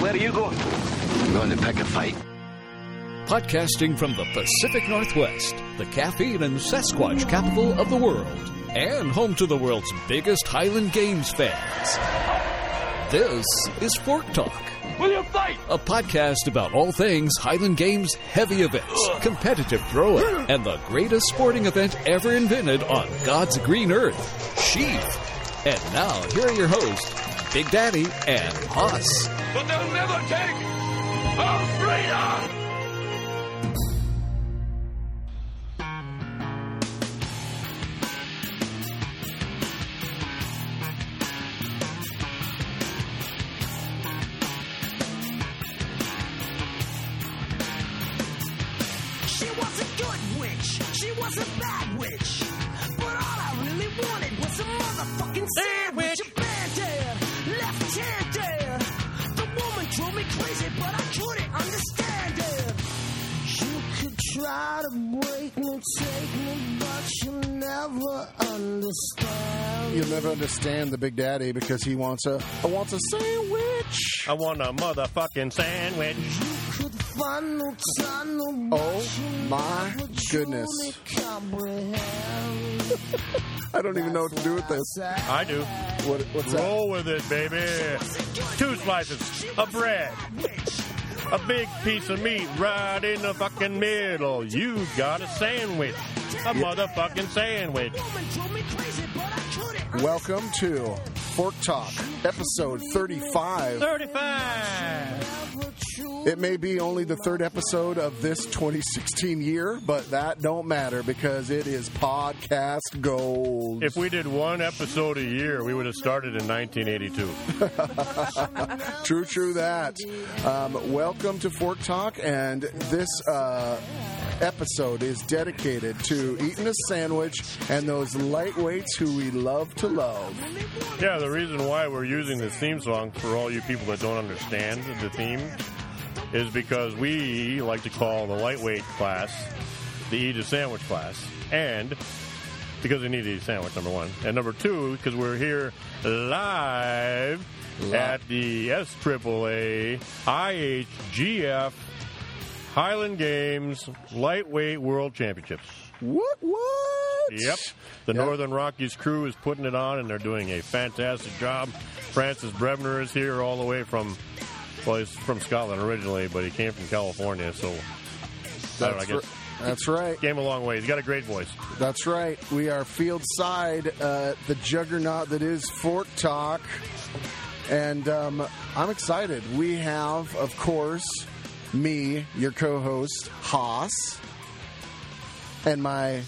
are you going? I'm going to pick a fight. Podcasting from the Pacific Northwest, the caffeine and Sasquatch capital of the world, and home to the world's biggest Highland Games fans. This is Fork Talk. Will you fight? A podcast about all things Highland Games heavy events, competitive throwing, and the greatest sporting event ever invented on God's green earth, Sheath. And now, here are your hosts, Big Daddy and Hoss. But they'll never take our freedom! She was a good witch. She was a bad witch. But all I really wanted was a motherfucking sandwich. Abandoned, left-handed. The woman drove me crazy, but I couldn't understand it. You could try to break me, take me, but you'll never understand. You'll never understand the Big Daddy because he wants a uh, wants a sandwich. I want a motherfucking sandwich. You could find no tunnel, Oh, my goodness. I don't even know what to do with this. I do. What, what's that? Roll with it, baby. Two slices of bread. A big piece of meat right in the fucking middle. You got a sandwich. A motherfucking sandwich. Welcome to Fork Talk, episode 35. 35. It may be only the third episode of this 2016 year, but that don't matter because it is podcast gold. If we did one episode a year, we would have started in 1982. True, true that. Um, welcome to Fork Talk, and this uh, episode is dedicated to eating a sandwich and those lightweights who we love to love. Yeah, the reason why we're using this theme song for all you people that don't understand the theme is because we like to call the lightweight class the eat a sandwich class, and because we need to eat a sandwich, number one, and number two, because we're here live at the S A IHGF Highland Games Lightweight World Championships. What? What? Yep. The Yep. Northern Rockies crew is putting it on, and they're doing a fantastic job. Francis Brebner is here all the way from, well, he's from Scotland originally, but he came from California, so I don't know, I That's, guess. ri- that's right. Came a long way. He's got a great voice. That's right. We are field side, uh, the juggernaut that is Fork Talk. And um, I'm excited. We have, of course, me, your co host, Haas, and my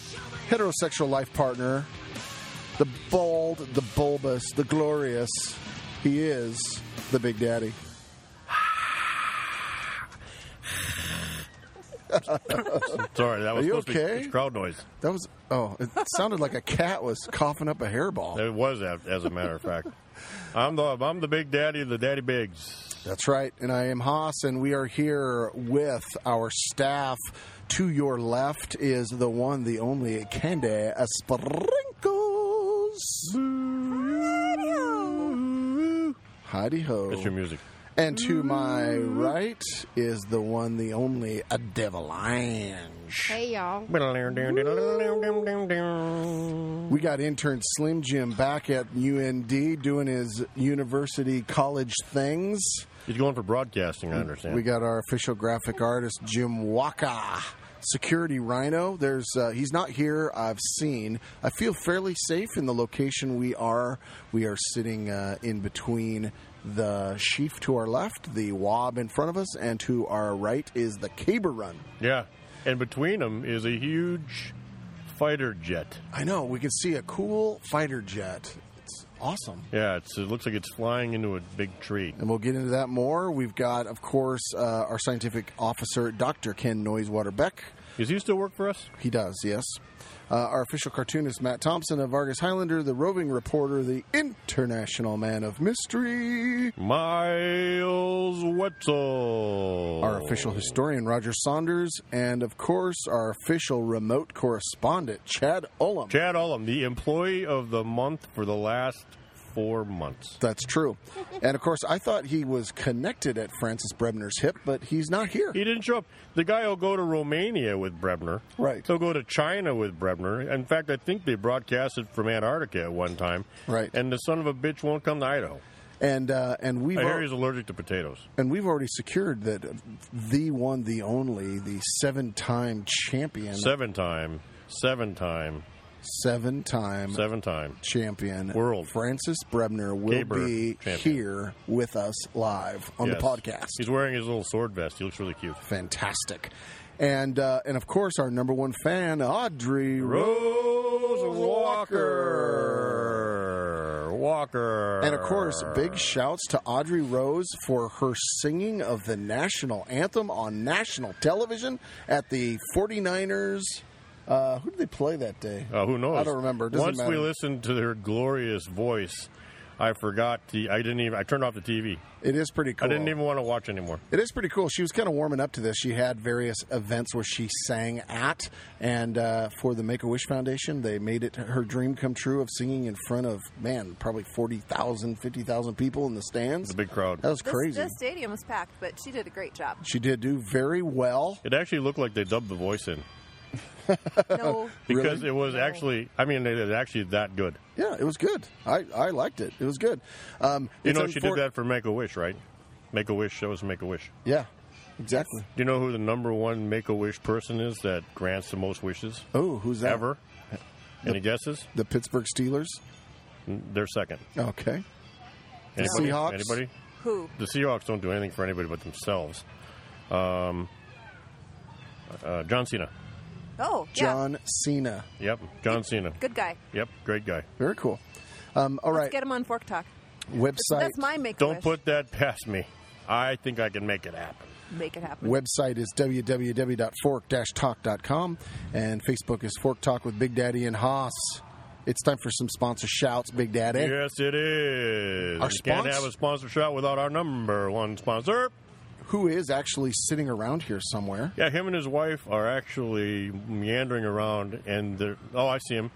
heterosexual life partner, the bald, the bulbous, the glorious. He is the Big Daddy. Sorry, that was Are you supposed to okay? be it's crowd noise. That was, oh, it sounded like a cat was coughing up a hairball. It was, a- as a matter of fact. I'm the I'm the big daddy of the daddy bigs. That's right. And I am Haas, and we are here with our staff. To your left is the one, the only Candy Sprinkles. Heidi That's ho. your music. And to my right is the one, the only a Devilange. Hey y'all. We got intern Slim Jim back at UND doing his university college things. He's going for broadcasting, I understand. We got our official graphic artist Jim Waka, security Rhino. There's uh, he's not here. I've seen. I feel fairly safe in the location we are. We are sitting uh, in between the sheaf to our left, the wob in front of us, and to our right is the caber run. yeah. And between them is a huge fighter jet. I know we can see a cool fighter jet. It's awesome. Yeah, it's, it looks like it's flying into a big tree. And we'll get into that more. We've got, of course, uh, our scientific officer, Dr. Ken Noisewater Beck. Does he still work for us? He does, yes. Uh, our official cartoonist, Matt Thompson of Vargas Highlander, the roving reporter, the international man of mystery. Miles Wetzel. Our official historian, Roger Saunders, and of course, our official remote correspondent, Chad Olam. Chad Olam, the employee of the month for the last four months. That's true. And of course, I thought he was connected at Francis Brebner's hip, but he's not here. He didn't show up. The guy will go to Romania with Brebner. Right. He'll go to China with Brebner. In fact, I think they broadcasted from Antarctica at one time. Right. And the son of a bitch won't come to Idaho. And uh, and we've I hear al- he's allergic to potatoes. and we've already secured that the one, the only, the seven-time champion, Seven time, seven time, seven-time seven time. champion World. Francis Brebner will Gaber be champion. here with us live on Yes. the podcast. He's wearing his little sword vest. He looks really cute. fantastic. And uh, and of course, our number one fan, Audrey Rose Walker. Walker. And of course, big shouts to Audrey Rose for her singing of the national anthem on national television at the 49ers. Uh, who did they play that day? Uh, who knows? I don't remember. It doesn't Once we matter. listened to their glorious voice, I forgot the. I didn't even. I turned off the TV. It is pretty cool. I didn't even want to watch anymore. It is pretty cool. She was kind of warming up to this. She had various events where she sang at, and uh, for the Make a Wish Foundation, they made it her dream come true of singing in front of man, probably 40,000, 50,000 people in the stands. It's a big crowd. That was This- crazy. The stadium was packed, but she did a great job. She did do very well. It actually looked like they dubbed the voice in No, because it was actually. I mean, it was actually that good. Yeah, it was good. I, I liked it. It was good. Um, You it's know, she did unfor- that for Make a Wish, right? Make a Wish shows Make a Wish. Yeah, exactly. Do you know who the number one Make a Wish person is that grants the most wishes Oh, who's that? ever? Any guesses? The Pittsburgh Steelers. They're second. Okay. Anybody? Seahawks? Anybody? who? The Seahawks don't do anything for anybody but themselves. Um, uh, John Cena. Oh, yeah. John Cena. Yep, John Cena. Good guy. Yep, great guy. Very cool. Um, all right. Get him on Fork Talk. Website. That's my make. Don't put that past me. I think I can make it happen. make it happen. Website is www.fork-talk.com and Facebook is Fork Talk with Big Daddy and Haas. It's time for some sponsor shouts, Big Daddy. Yes, it is. Our you can't spons- have a sponsor shot without our number one sponsor. Who is actually sitting around here somewhere? Yeah, him and his wife are actually meandering around, and they're oh, I see him.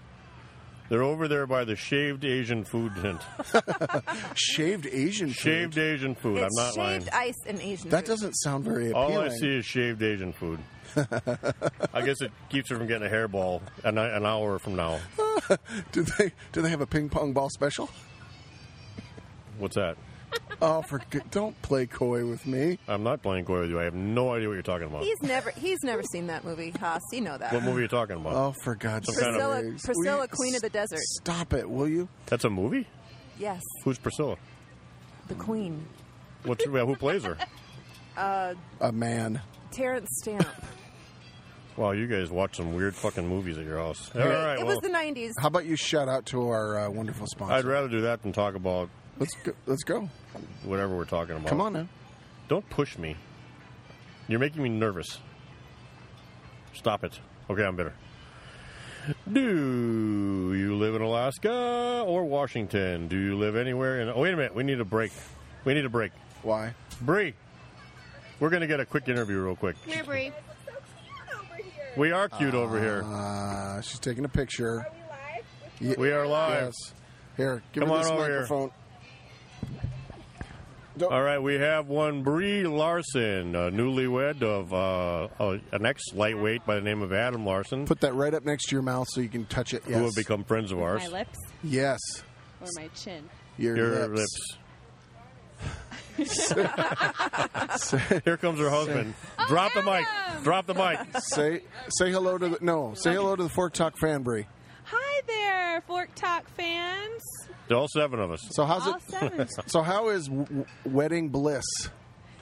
They're over there by the shaved Asian food tent. Shaved Asian. food. shaved Asian food. It's I'm not lying. shaved ice and Asian. That food. doesn't sound very appealing. All I see is shaved Asian food. I guess it keeps her from getting a hairball an, an hour from now. Do they do they have a ping pong ball special? What's that? Oh, for good, don't play coy with me. I'm not playing coy with you. I have no idea what you're talking about. He's never. He's never seen that movie, Haas. You know that. What movie are you talking about? Oh, for God's sake. kind of- Priscilla, Will you Priscilla, s- Queen of the Desert. Stop it, will you? That's a movie? Yes, Who's Priscilla? the Queen. Uh, What's, well, who plays her? A man. Terrence Stamp. Wow, you guys watch some weird fucking movies at your house. All right, it well, was the '90s. How about you shout out to our uh, wonderful sponsor? I'd rather do that than talk about let's go. Let's go. whatever we're talking about. Come on now. Don't push me. You're making me nervous. Stop it. Okay, I'm bitter. Do you live in Alaska or Washington? Do you live anywhere in. Oh, wait a minute. We need a break. We need a break. Why? Bree, we're going to get a quick interview real quick. Here, Bree. We are cute over here. Uh, she's taking a picture. We are live. Yes. Here, give Come her on this over here. microphone. Don't, All right, we have one Bree Larson, a newlywed of uh, uh, an ex lightweight by the name of Adam Larson, Put that right up next to your mouth so you can touch it. Yes. who have become friends of ours. My lips yes. or my chin? Your, Your lips. Here comes her husband. Drop the mic. Drop the mic. Say say hello to the no. Say hello to the Fort Talk Fanbury. Hi there, Fork Talk fans. All seven of us. So how's All it? seven. So how is w- w- wedding bliss?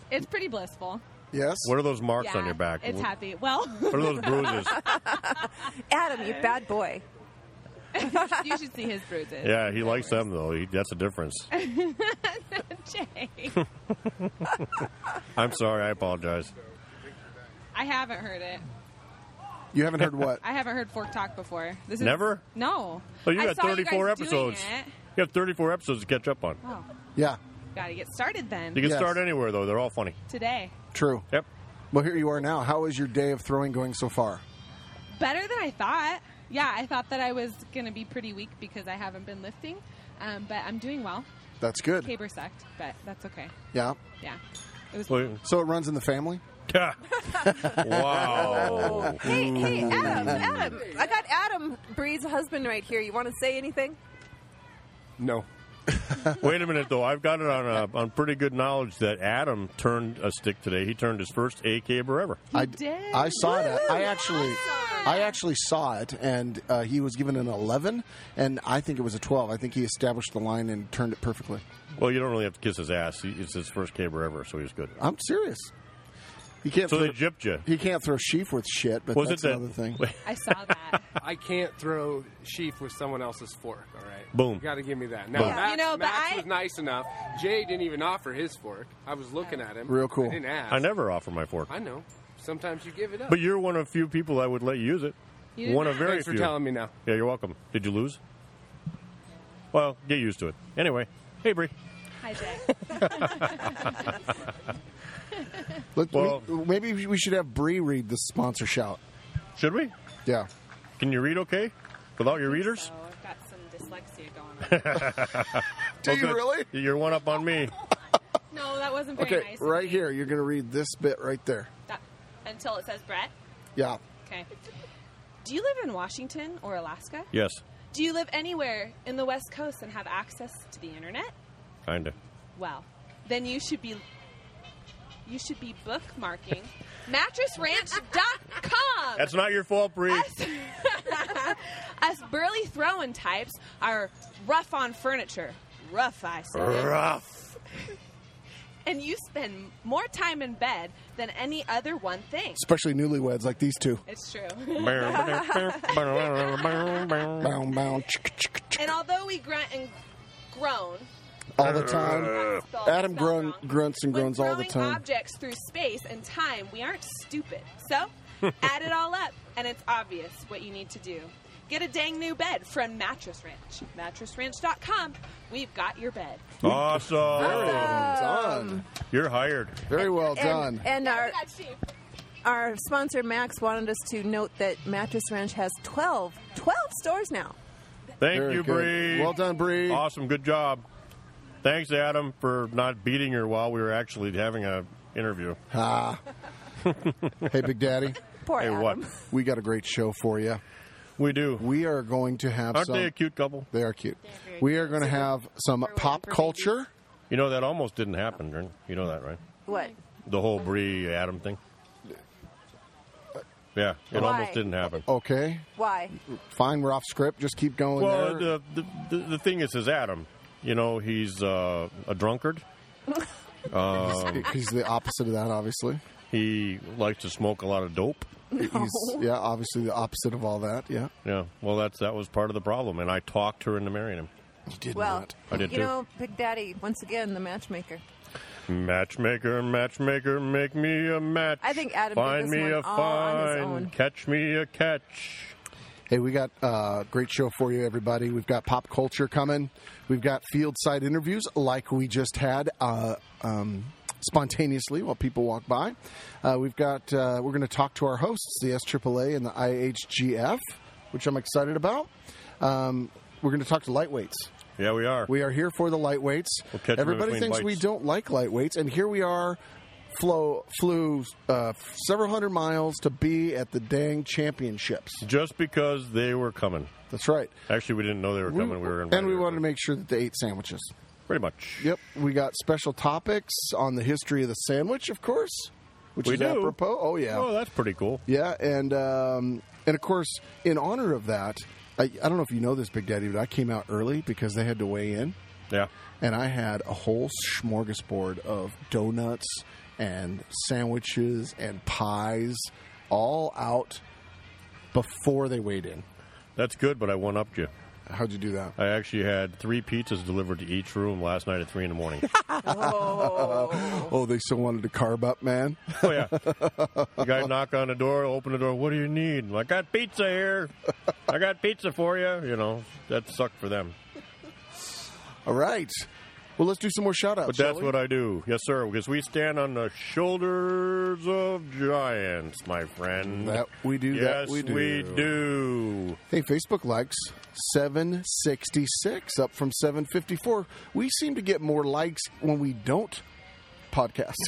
it's pretty blissful. Yes. What are those marks yeah, on your back? It's What happy. Well, are those bruises? Adam, you bad boy. you should see his bruises. Yeah, he likes them though. He, that's the difference. Jay, I'm sorry. I apologize. I haven't heard it. You haven't heard what? I haven't heard Fork Talk before. This is Never? No. So you I got saw 34 guys doing episodes. it. You have 34 episodes to catch up on. Oh, Yeah, gotta get started then. You can Yes. start anywhere though. They're all funny. Today, true. Yep. Well, here you are now. How is your day of throwing going so far? better than I thought. Yeah, I thought that I was gonna be pretty weak because I haven't been lifting. Um, but I'm doing well. That's good. Caber sucked, but that's okay. Yeah. Yeah. It was. Well, So it runs in the family. wow. Hey, hey, Adam, Adam. I got Adam Bree's husband right here. You want to say anything? No. Wait a minute, though. I've got it on uh, on pretty good knowledge that Adam turned a stick today. He turned his first AK caber ever. I did? I saw that. I actually, Awesome. I actually saw it, and uh, he was given an 11, and I think it was a 12. I think he established the line and turned it perfectly. Well, you don't really have to kiss his ass. He- It's his first caber ever, so he's good. I'm serious. He can't. So throw, they gypped you. he can't throw sheaf with shit, but Was that's it that- another thing. I saw that. I can't throw sheaf with someone else's fork, all right? Boom. You got to give me that. Now, Boom. Max, You know, but Max I- was nice enough. Jay didn't even offer his fork. I was looking at him. Real cool. I didn't ask. I never offer my fork. I know. Sometimes you give it up. But you're one of few people that would let you use it. You did one of not. very Thanks for few. telling me now. Yeah, you're welcome. Did you lose? Well, get used to it. Anyway, hey Bree. Hi, Jay. Let, Well- we- maybe we should have Bree read the sponsor shout. Should we? Yeah. Can you read okay without your readers? So I've got some dyslexia going on. Do you good. really? You're one up on me. no, that wasn't very Okay, nice. of right me. here. You're gonna read this bit right there. That, until it says Brett. Yeah. Okay. Do you live in Washington or Alaska? Yes, Do you live anywhere in the West Coast and have access to the internet? kinda. Well, then you should be you should be bookmarking mattressranch.com. That's not your fault, Bree. Us burly throwing types are rough on furniture. Rough, I say. Rough. And you spend more time in bed than any other one thing. Especially newlyweds like these two. It's true. That's Bound, bound, chick, chick, chick, and although we grunt and groan, all the time. Spell- Adam spell groan, wrong. grunts and When groans all the throwing time. objects through space and time, we aren't stupid. So, add it all up, and it's obvious what you need to do. Get a dang new bed from Mattress Ranch. MattressRanch.com. We've got your bed. awesome. Done. You're hired. Very And, well done. and our That's cheap. our sponsor Max wanted us to note that Mattress Ranch has 12, 12 stores now. Thank Very you, good. Bree. Well done, Bree. Awesome. Good job. Thanks, Adam, for not beating her while we were actually having a interview. Ah. hey, Big Daddy, Poor Hey, Adam. what? we got a great show for you. We do. We are going to have Aren't some. they a cute couple? They are cute. We are going to have some pop culture. You know that almost didn't happen. Dern. You know that, right? What? The whole Bree Adam thing. Yeah, it Why? almost didn't happen. Okay, Why? fine. We're off script. Just keep going there. Well, the, the the the thing is, is Adam. You know, he's uh, a drunkard. Um, He's the opposite of that, obviously. He likes to smoke a lot of dope. He's yeah, obviously the opposite of all that. Yeah, Yeah. Well, that's that was part of the problem, and I talked her into marrying him. he did Well, not. I did you too. know, Big Daddy once again the matchmaker. Matchmaker, matchmaker, make me a match. I think Adam did find this me one a all on his find, own. catch me a catch. Hey, we got a uh, great show for you, everybody. We've got pop culture coming. We've got field side interviews like we just had uh, um, spontaneously while people walk by. Uh, we've got uh, we're going to talk to our hosts, the SAAA and the IHGF, which I'm excited about. Um, we're going to talk to lightweights. Yeah, we are. We are here for the lightweights. We'll catch 'em in Everybody between thinks we bites. don't like lightweights, and here we are. Flo, flew uh, several hundred miles to be at the dang championships. Just because they were coming. That's right. Actually, we didn't know they were coming. We, were and we wanted to to make sure that they ate sandwiches. pretty much. Yep, we got special topics on the history of the sandwich, of course, which We is do. apropos. Oh yeah, Oh, that's pretty cool. yeah, and um, and of course, in honor of that, I, I don't know if you know this, Big Daddy, but I came out early because they had to weigh in, Yeah. and I had a whole smorgasbord of donuts and sandwiches and pies, all out before they weighed in. That's good, but I one upped you. How'd you do that? I actually had three pizzas delivered to each room last night at three in the morning. Oh, they still wanted to carb up, man. oh yeah, the guy knock on the door, open the door. What do you need? I'm like, I got pizza here. I got pizza for you. You know that sucked for them. All right. Well, let's do some more shout outs. But that's what I do. Yes, sir, because we stand on the shoulders of giants, my friend. That we do, Yes, that we do. we do. Hey, Facebook likes 766 up from 754. We seem to get more likes when we don't podcast.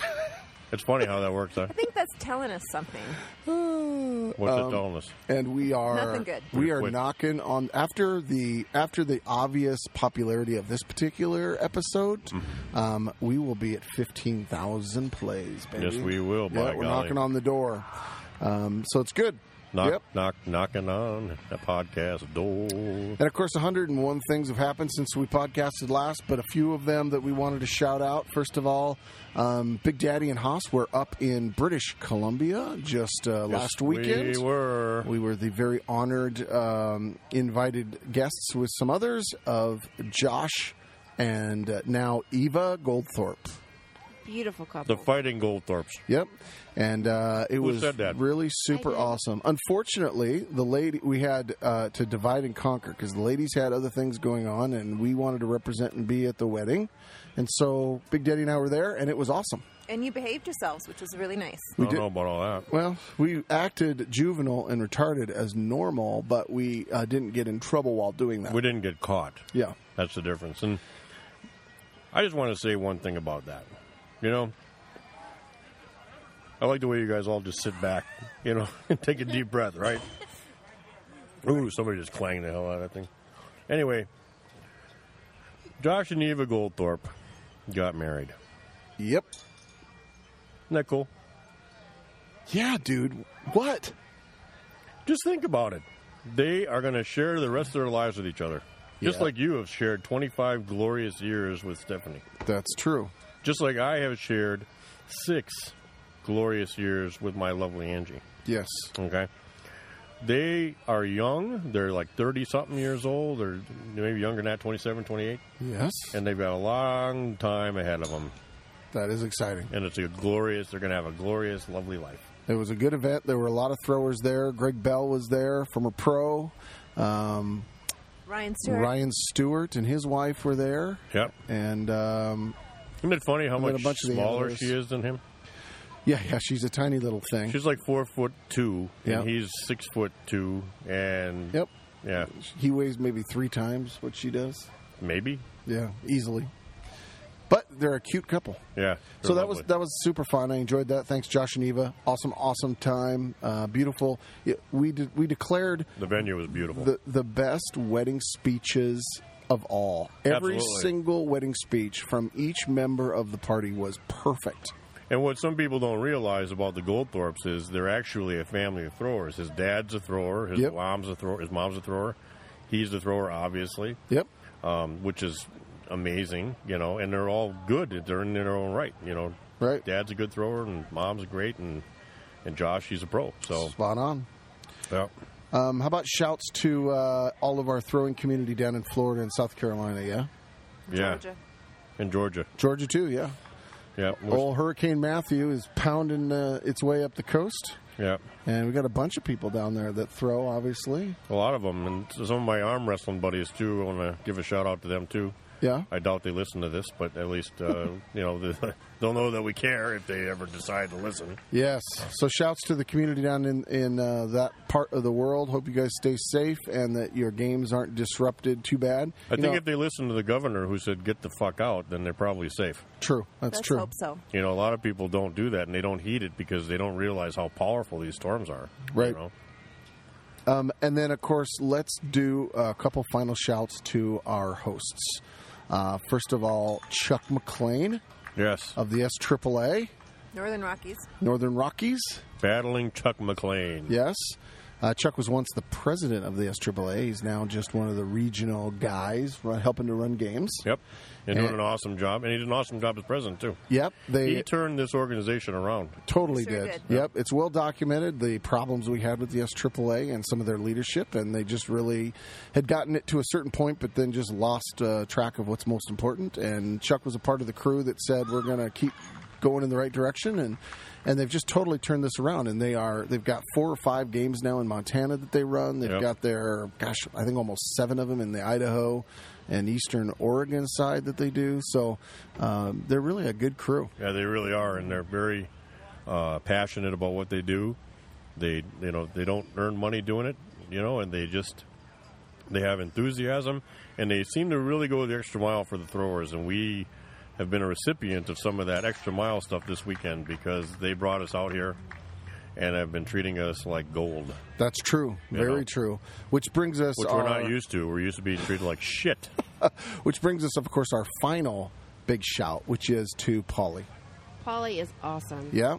It's funny how that works, huh? I think that's telling us something. What's it telling us? Um, and we are Nothing good. we are Wait. knocking on after the after the obvious popularity of this particular episode. Mm-hmm. Um, we will be at 15,000 plays, baby. Yes, we will, Yeah, by we're golly. knocking on the door. Um, so it's good. Knock, Yep. knock, knocking on the podcast door. And of course, 101 things have happened since we podcasted last, but a few of them that we wanted to shout out. First of all, um, Big Daddy and Haas were up in British Columbia just uh, last weekend. We were. We were the very honored um, invited guests with some others of Josh and uh, now Eva Goldthorpe. Beautiful couple. The Fighting Goldthorpes. Yep, and uh, it was said that? really super awesome. Unfortunately, the lady we had uh, to divide and conquer because the ladies had other things going on, and we wanted to represent and be at the wedding, and so Big Daddy and I were there, and it was awesome. and you behaved yourselves, which was really nice. I We don't did- know about all that. Well, we acted juvenile and retarded as normal, but we uh, didn't get in trouble while doing that. We didn't get caught. yeah, That's the difference. And I just want to say one thing about that. You know, I like the way you guys all just sit back, you know, and take a deep breath, right? Ooh, somebody just clanged the hell out of that thing. Anyway, Josh and Eva Goldthorpe got married. yep, Isn't that cool? yeah, dude. What? Just think about it. They are going to share the rest of their lives with each other. Just Yeah. like you have shared 25 glorious years with Stephanie. That's true. Just like I have shared six glorious years with my lovely Angie. Yes. Okay? They are young. They're like 30 something years old, or maybe younger than that, 27, 28. Yes. And they've got a long time ahead of them. That is exciting. And it's a glorious, they're going to have a glorious, lovely life. It was a good event. There were a lot of throwers there. Greg Bell was there from a pro. Um, Ryan Stewart. Ryan Stewart and his wife were there. Yep. And um, Isn't it funny how got a much bunch of the smaller others. she is than him? yeah, yeah, she's a tiny little thing. She's like four foot two, Yeah. and he's six foot two, and yep. yeah, He weighs maybe three times what she does. maybe, Yeah, easily. But they're a cute couple. yeah. So they're that was lovely. that was super fun. I enjoyed that. Thanks, Josh and Eva. Awesome, awesome time. Uh, beautiful. Yeah, we did, we declared the venue was beautiful. the the best wedding speeches of all. Every Absolutely. single wedding speech from each member of the party was perfect. and what some people don't realize about the Goldthorpes is they're actually a family of throwers. His dad's a thrower. His Yep. mom's a thrower. His mom's a thrower. He's the thrower, obviously, Yep. um, which is amazing, you know. And they're all good. They're in their own right, you know. Right. Dad's a good thrower, and mom's great, and and Josh, he's a pro. So Spot on. yeah. Um, how about shouts to uh, all of our throwing community down in Florida and South Carolina? Yeah, yeah, Georgia. in Georgia, Georgia too. Yeah. yeah, We're- Old Hurricane Matthew is pounding uh, its way up the coast, yeah. and we got a bunch of people down there that throw. Obviously. A lot of them, and some of my arm wrestling buddies too. I want to give a shout out to them too. Yeah. I doubt they listen to this, but at least uh, you know the, they'll know that we care if they ever decide to listen. Yes. So shouts to the community down in in uh, that part of the world. Hope you guys stay safe and that your games aren't disrupted too bad. I You think know- if they listen to the governor who said "get the fuck out," then they're probably safe. true. That's Let's true. hope so. You know, a lot of people don't do that, and they don't heed it because they don't realize how powerful these storms are. you Right. know? Um, and then, of course, let's do a couple final shouts to our hosts. Uh, first of all, Chuck McLean Yes. of the SAAA, Northern Rockies. Northern Rockies. Battling Chuck McLean. Yes. Uh, Chuck was once the president of the SAAA. He's now just one of the regional guys run, helping to run games. Yep. And doing And- an awesome job, and he did an awesome job as president too. Yep, they He turned this organization around. Totally Sure did. did. Yep, it's well documented the problems we had with the SAAA and some of their leadership, and they just really had gotten it to a certain point, but then just lost uh, track of what's most important. And Chuck was a part of the crew that said we're going to keep going in the right direction, and and they've just totally turned this around. And they are they've got four or five games now in Montana that they run. They've Yep. got their gosh, I think almost seven of them in the Idaho. and Eastern Oregon side that they do. So um, they're really a good crew. Yeah, they really are, and they're very uh, passionate about what they do. They, you know, they don't earn money doing it, you know, and they just they have enthusiasm, and they seem to really go the extra mile for the throwers. And we have been a recipient of some of that extra mile stuff this weekend because they brought us out here and have been treating us like gold, That's true, very know. true. Which brings us which our, we're not used to. We're used to being treated like shit. which brings us, of course, our final big shout, which is to Polly. Polly is awesome. Yeah,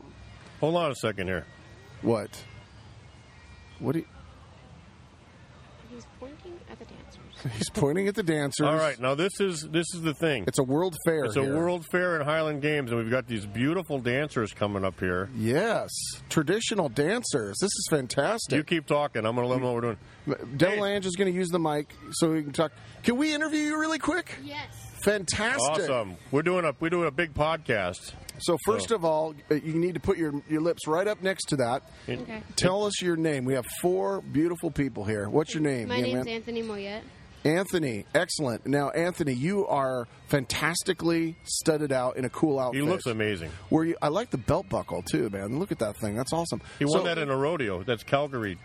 Hold on a second here. what? What? Do you, He's pointing at the dancers. he's pointing at the dancers. All right, now this is this is the thing. it's a World Fair. It's a here. World Fair in Highland Games, and we've got these beautiful dancers coming up here. Yes, traditional dancers. This is You fantastic. keep talking. I'm going to let them know what we're doing. Devil Ange is going to use the mic so we can talk. Can we interview you really quick? Yes. Fantastic. Awesome. We're doing a we're doing a big podcast. So first of all, uh, you need to put your your lips right up next to that. Okay. Tell us your name. We have four beautiful people here. What's your name? My young name's man? Anthony Moyette. Anthony. Excellent. Now, Anthony, you are fantastically studded out in a cool outfit. He looks amazing. Where you, I like the belt buckle too, man. Look at that thing. That's awesome. He so, won that in a rodeo. That's Calgary.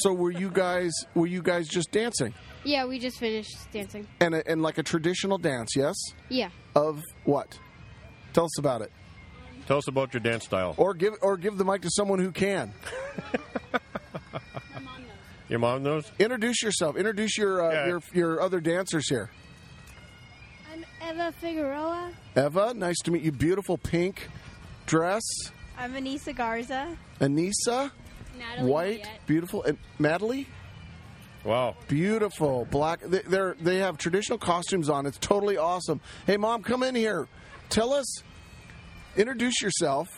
so were you guys? Were you guys just dancing? Yeah, we just finished dancing. and a, and like a traditional dance, yes? Yeah. Of what? Tell us about it, Tell us about your dance style. or give or give the mic to someone who can. Your mom knows. Introduce yourself. Introduce your uh, Yeah. your your other dancers here. I'm Eva Figueroa. Eva, nice to meet you. Beautiful pink dress. I'm Anissa Garza. Anissa, Natalie white, beautiful, and Natalie, Wow. beautiful, black. They, they're they have traditional costumes on. It's totally awesome. Hey, mom, come in here. Tell us. Introduce yourself.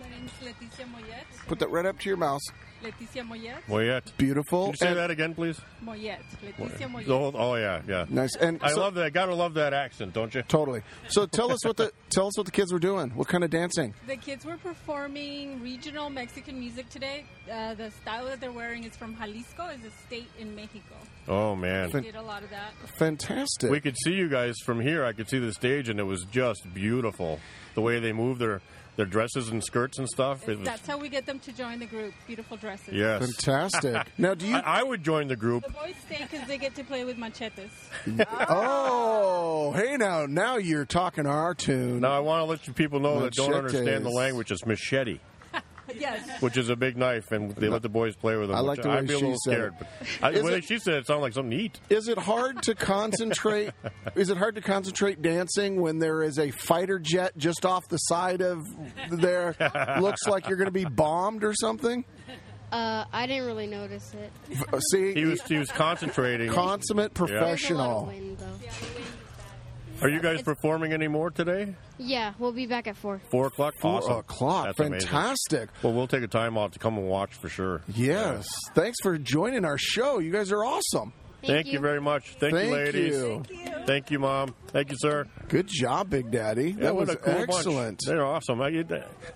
My name's Leticia Moyet. Put that right up to your mouth. Leticia Moyet. Moyet. Beautiful. Can you say and- that again, please? Moyet. Leticia The whole, oh yeah, yeah. Nice. And I so- love that. Gotta love that accent, don't you? Totally. So tell us what the tell us what the kids were doing. What kind of dancing? The kids were performing regional Mexican music today. Uh, the style that they're wearing is from Jalisco, is a state in Mexico. Oh man. Did a lot of that. Fantastic. We could see you guys from here. I could see the stage, and it was just beautiful. The way they moved their their dresses and skirts and stuff. It was, That's how we get them to join the group. Beautiful dresses. Mm. yes. Fantastic. now do you? I, I would join the group. The boys stay because they get to play with machetes. oh, hey now, now you're talking our tune. Now I want to let you people know that don't Machetes. understand the language. It's machete, yes. which is a big knife, and they let the boys play with them. I like which the way I'd be a she little said scared, it. but I, Is well, it- she said it sounded like something to eat. Is it hard to concentrate? is it hard to concentrate dancing when there is a fighter jet just off the side of there? Looks like you're going to be bombed or something. Uh, I didn't really notice it. V- See, He was he was concentrating. consummate There's a lot of professional. wind, though. Yeah. Are you guys performing anymore today? we'll be back at 4. Four o'clock. Four awesome. o'clock. That's amazing. Fantastic. Well, we'll take a time off to come and watch for sure. Yes. Thanks for joining our show. You guys are awesome. Thank, Thank, you. very much. Thank, Thank you, ladies. you. Thank you, mom. Thank you, sir. Good job, Big Daddy. that what was a cool bunch. excellent. They're awesome. I,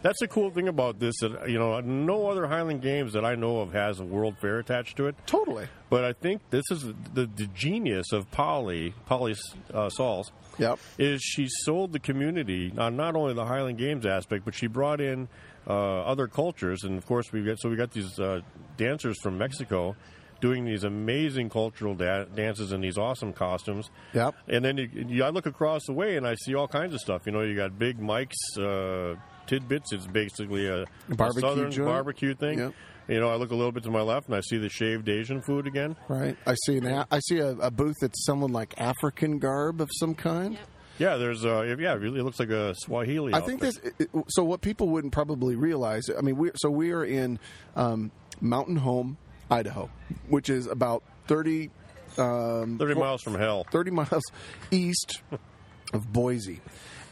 that's the cool thing about this. That, you know, no other Highland Games that I know of has a World Fair attached to it. Totally. But I think this is the, the genius of Polly, Polly uh, Sauls, Yep. is she sold the community on not only the Highland Games aspect, but she brought in uh, other cultures. And of course, we got so we got these uh, dancers from Mexico doing these amazing cultural da- dances in these awesome costumes. Yep. And then you, you, I look across the way and I see all kinds of stuff. You know, you got Big Mike's uh, tidbits. It's basically a, a Barbecue southern joint. barbecue thing. Yep. You know, I look a little bit to my left and I see the shaved Asian food again. Right. I see an a- I see a, a booth that's someone like African garb of some kind. Yeah, there's uh, yeah, it really looks like a Swahili. I think outfit. this. it- it- So what people wouldn't probably realize. I mean, we so we are in um, Mountain Home, Idaho, which is about thirty. Um, 30 miles from hell. 30 miles east of Boise.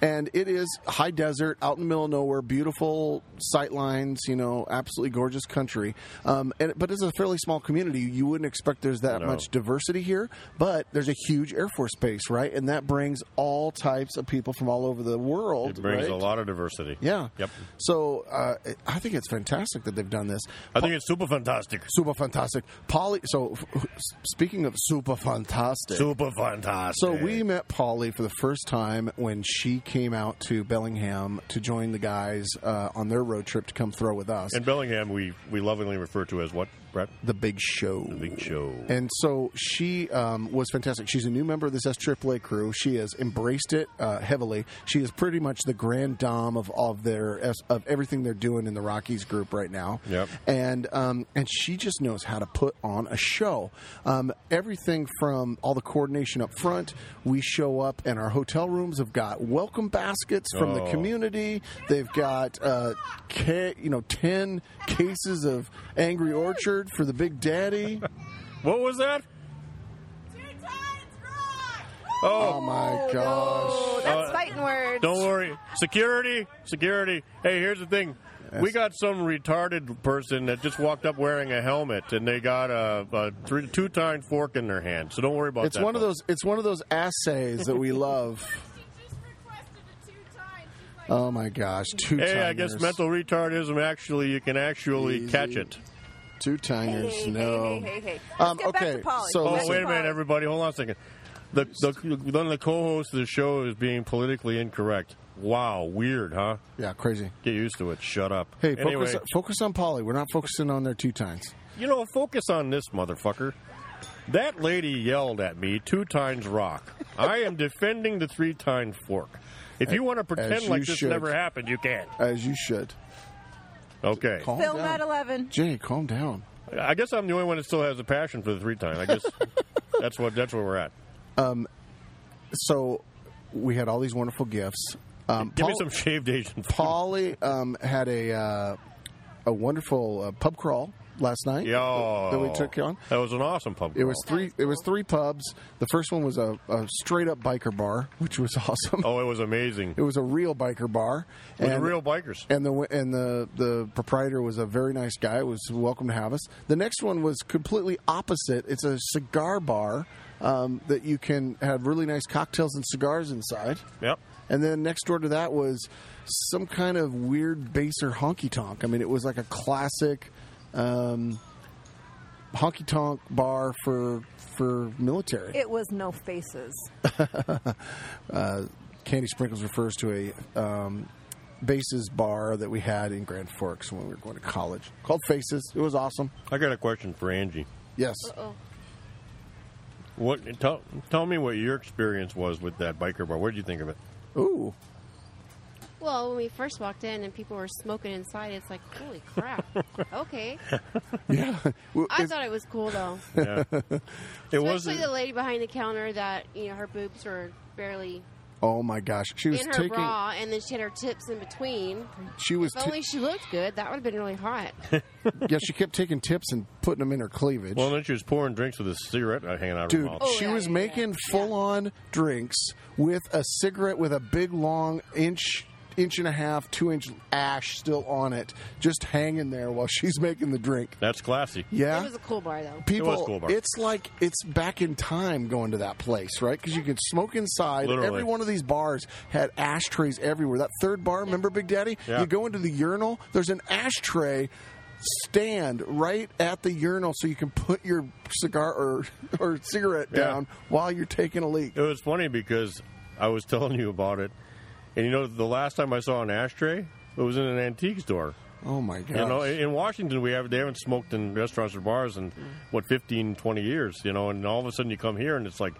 and it is high desert, out in the middle of nowhere, beautiful sight lines, you know, absolutely gorgeous country. Um, and, but it's a fairly small community. You wouldn't expect there's that No. much diversity here, but there's a huge Air Force base, right? And that brings all types of people from all over the world. It brings right? a lot of diversity. Yeah. Yep. So uh, I think it's fantastic that they've done this. I think it's super fantastic. Super fantastic. Polly. So f- speaking of super fantastic, Super fantastic. So we met Polly for the first time when she came out to Bellingham to join the guys uh, on their road trip to come throw with us. In Bellingham, we, we lovingly refer to as what, Brett? The Big Show. The Big Show. And so she um, was fantastic. She's a new member of this SAAA crew. She has embraced it uh, heavily. She is pretty much the grand dame of of their of everything they're doing in the Rockies group right now. Yep. And um, and she just knows how to put on a show. Um, everything from all the coordination up front. We show up, and our hotel rooms have got welcome baskets from the Oh. community. They've got uh, ca- you know ten cases of Angry Orchard for the Big Daddy. What was that? Oh, Oh my gosh. Oh, That's Uh, fighting words. Don't worry. Security, security. Hey, here's the thing. We got some retarded person that just walked up wearing a helmet, and they got a, a three, two-time fork in their hand. So don't worry about It's that. one of those it's one of those assays that we love. Oh my gosh, two Hey, timers. I guess mental retardism actually you can actually catch it. two timers. Hey, hey, hey, no. hey, hey. Let's Um, get back to okay, Polly. so Oh, Let's wait a Polly. minute, everybody. Hold on a second. The, the, one of the co-hosts of the show is being politically incorrect. Wow, weird, huh? yeah, crazy. Get used to it. Shut up. Hey, anyway, focus focus on Polly. We're not focusing on their two times. you know, focus on this motherfucker. That lady yelled at me two times rock. I am defending the three time fork. If you want to pretend you like this should. never happened, you can. As you should. Okay. Calm Film down. at 11. Jay, calm down. I guess I'm the only one that still has a passion for the three time. I guess that's what that's where we're at. Um, So we had all these wonderful gifts. Um, Give me Paul- some shaved Asian. Polly um, had a uh, a wonderful uh, pub crawl last night Yo. that we took on. That was an awesome pub. It was crawl. three. It was three pubs. The first one was a, a straight up biker bar, which was awesome. Oh, it was amazing. It was a real biker bar. With the real bikers. And the and the the proprietor was a very nice guy. It was welcome to have us. The next one was completely opposite. It's a cigar bar um, that you can have really nice cocktails and cigars inside. Yep. And then next door to that was some kind of weird baser honky tonk. I mean, it was like a classic um, honky tonk bar for for military. It was no faces. Uh, Candy Sprinkles refers to a um, bases bar that we had in Grand Forks when we were going to college called Faces. It was awesome. I got a question for Angie. Yes. Uh-oh. What tell, tell me what your experience was with that biker bar. What did you think of it? Ooh. Well, when we first walked in and people were smoking inside, it's like, holy crap. okay. Yeah. Well, I it- thought it was cool, though. Yeah. it Especially wasn't. the lady behind the counter that, you know, her boobs were barely oh my gosh, she was in her taking. bra, and then she had her tips in between. She was. If ta- only she looked good, that would have been really hot. yeah, she kept taking tips and putting them in her cleavage. Well, then she was pouring drinks with a cigarette uh, hanging out of her Dude, mouth. Oh, she yeah, was yeah, making full on drinks with a cigarette with a big long inch inch and a half, two inch ash still on it, just hanging there while she's making the drink. That's classy. Yeah. It was a cool bar, though. People, cool bar. it's like it's back in time going to that place, right? Because you can smoke inside. Literally. Every one of these bars had ashtrays everywhere. That third bar, remember, Big Daddy? Yeah. You go into the urinal. There's an ashtray stand right at the urinal, so you can put your cigar or or cigarette Yeah. down while you're taking a leak. It was funny because I was telling you about it, and you know, the last time I saw an ashtray, it was in an antique store. Oh my god! You know, in in Washington, we have they haven't smoked in restaurants or bars in what 15, 20 years. You know, and all of a sudden you come here and it's like,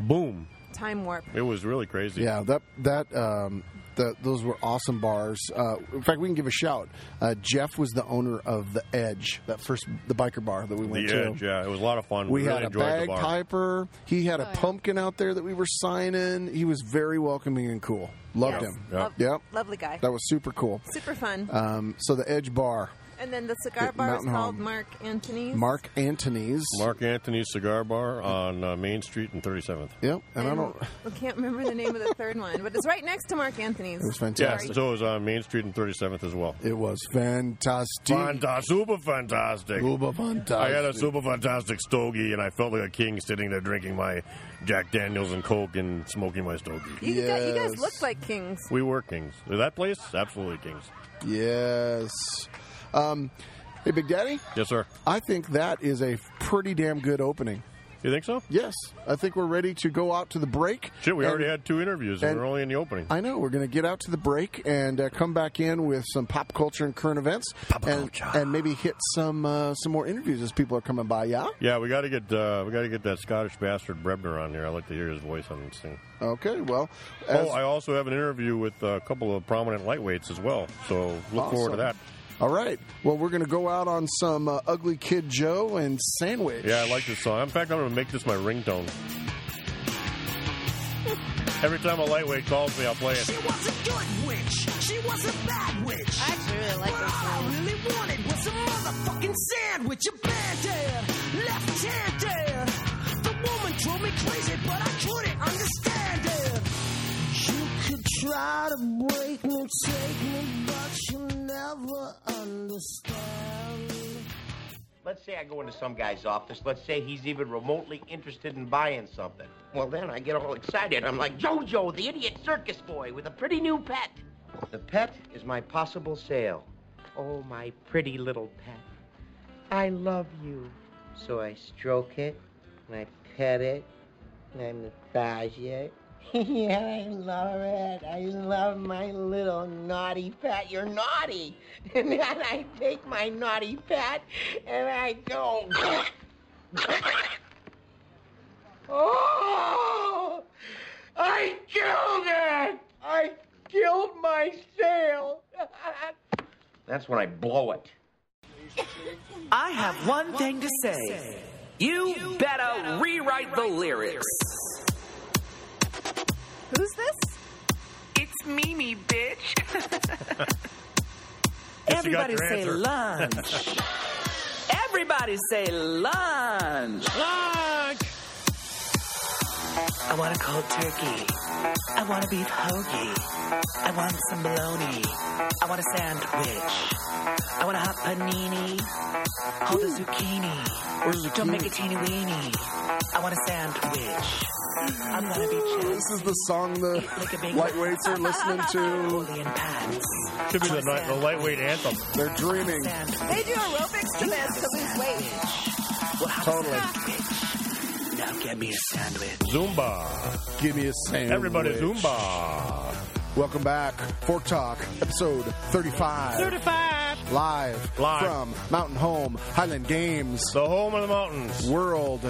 boom! Time warp. It was really crazy. Yeah, that that um, that those were awesome bars. Uh, in fact, we can give a shout. Uh, Jeff was the owner of the Edge, that first the biker bar that we The went to. edge, yeah, it was a lot of fun. We really had a enjoyed the bar. bagpiper. He had a Oh, yeah. pumpkin out there that we were signing. He was very welcoming and cool. Loved Yes. him. Yep. Lov- Yep. Lovely guy. That was super cool. Super fun. Um, so the Edge Bar. And then the cigar At bar is Mountain called Home. Mark Antony's. Mark Antony's. Mark Anthony's Cigar Bar on uh, Main Street and 37th. Yep, and I don't. I can't remember the name of the third one, but it's right next to Mark Antony's. It was fantastic. Yeah, so it was on Main Street and 37th as well. It was fantastic. Fanta, super fantastic. Super fantastic. I had a super fantastic stogie, and I felt like a king sitting there drinking my Jack Daniels and Coke and smoking my stogie. You, guys, you guys look like kings. We were kings. That place, absolutely kings. Yes. Um, hey, Big Daddy. Yes, sir. I think that is a pretty damn good opening. You think so? Yes. I think we're ready to go out to the break. Shit, we And- already had two interviews, and, and- we're only in the opening. I know. We're going to get out to the break and uh, come back in with some pop culture and current events, pop and, culture. and maybe hit some uh, some more interviews as people are coming by. Yeah. yeah, we got to get uh, we got to get that Scottish bastard Brebner on here. I like to hear his voice on this thing. Okay. Well. As, oh, I also have an interview with uh, a couple of prominent lightweights as well. So look forward to Awesome. that. All right. Well, we're going to go out on some uh, Ugly Kid Joe and Sandwich. Yeah, I like this song. In fact, I'm going to make this my ringtone. Every time a lightweight calls me, I'll play it. She was a good witch. She was a bad witch. I actually really like this all I really wanted was a motherfucking sandwich. A band-aid, left hand there. The woman drove me crazy, but I couldn't understand it. You could try to break me, take me, but you never understand. Let's say I go into some guy's office. Let's say he's even remotely interested in buying something. Well, then I get all excited. I'm like, JoJo, the idiot circus boy with a pretty new pet. The pet is my possible sale. Oh, my pretty little pet. I love you. So I stroke it, and I pet it, and I massage it. yeah, I love it. I love my little naughty pet. You're naughty. And then I take my naughty pet and I go. oh! I killed it! I killed my sale! That's when I blow it. I have one thing to say. You better rewrite the lyrics. Who's this? It's Mimi, bitch. Guess you got Everybody your say answer. lunch. Everybody say lunch. Lunch. I want a cold turkey. I want a beef hoagie. I want some bologna. I want a sandwich. I want a hot panini. Hold a zucchini. Don't make it teeny weeny. I want a sandwich. I'm gonna be This is the song the lightweights are listening to. Should be the, night- the lightweight anthem. They're dreaming. They do aerobics to this to lose weight. Totally. Now get me a sandwich. Zumba. Give me a sandwich. Everybody Zumba. Welcome back. Fork Talk, episode 35. 35. Live, Live. from Mountain Home, Highland Games. The home of the mountains. World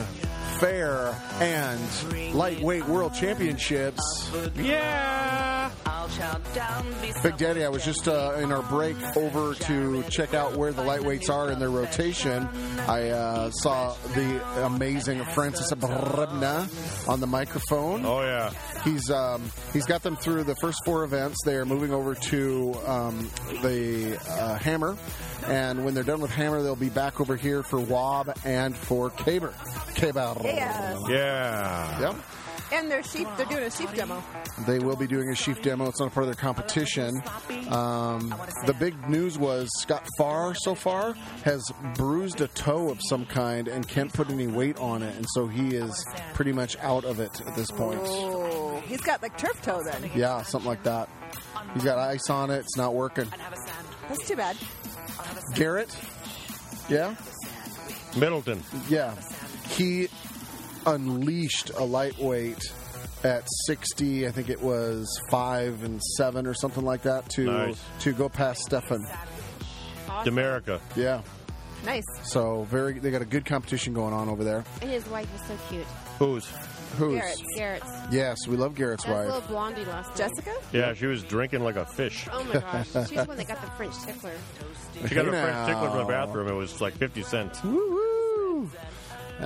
Fair and Lightweight World Championships. Yeah. I'll shout down be Big Daddy, I was just uh, in our break over to check out where the lightweights are in their rotation. I uh, saw the amazing Francis Brebna on the microphone. Oh yeah, he's um, he's got them through the first four events. They are moving over to um, the uh, Hammer, and when they're done with Hammer, they'll be back over here for Wob and for Caber. Caber. Yes. Yeah. Yep. And their sheep, they're doing a sheep demo. They will be doing a sheaf demo. It's not part of their competition. Um, the big news was Scott Farr so far has bruised a toe of some kind and can't put any weight on it, and so he is pretty much out of it at this point. Oh, he's got like turf toe then. Yeah, something like that. He's got ice on it. It's not working. That's too bad. Garrett. Yeah. Middleton. Yeah. He unleashed a lightweight at 60, I think it was 5 and 7 or something like that to Nice. to go past Stefan. Demerica. Yeah. Nice. So very they got a good competition going on over there. And his wife was so cute. Who's? Who's? Garrett. Garrett's. Yes, we love Garrett's That was a wife. little blondie last night. Jessica? Yeah, she was drinking like a fish. Oh my gosh. She's the one that got the French tickler. She got her Hey French tickler from the now. bathroom. It was like 50 cents. That's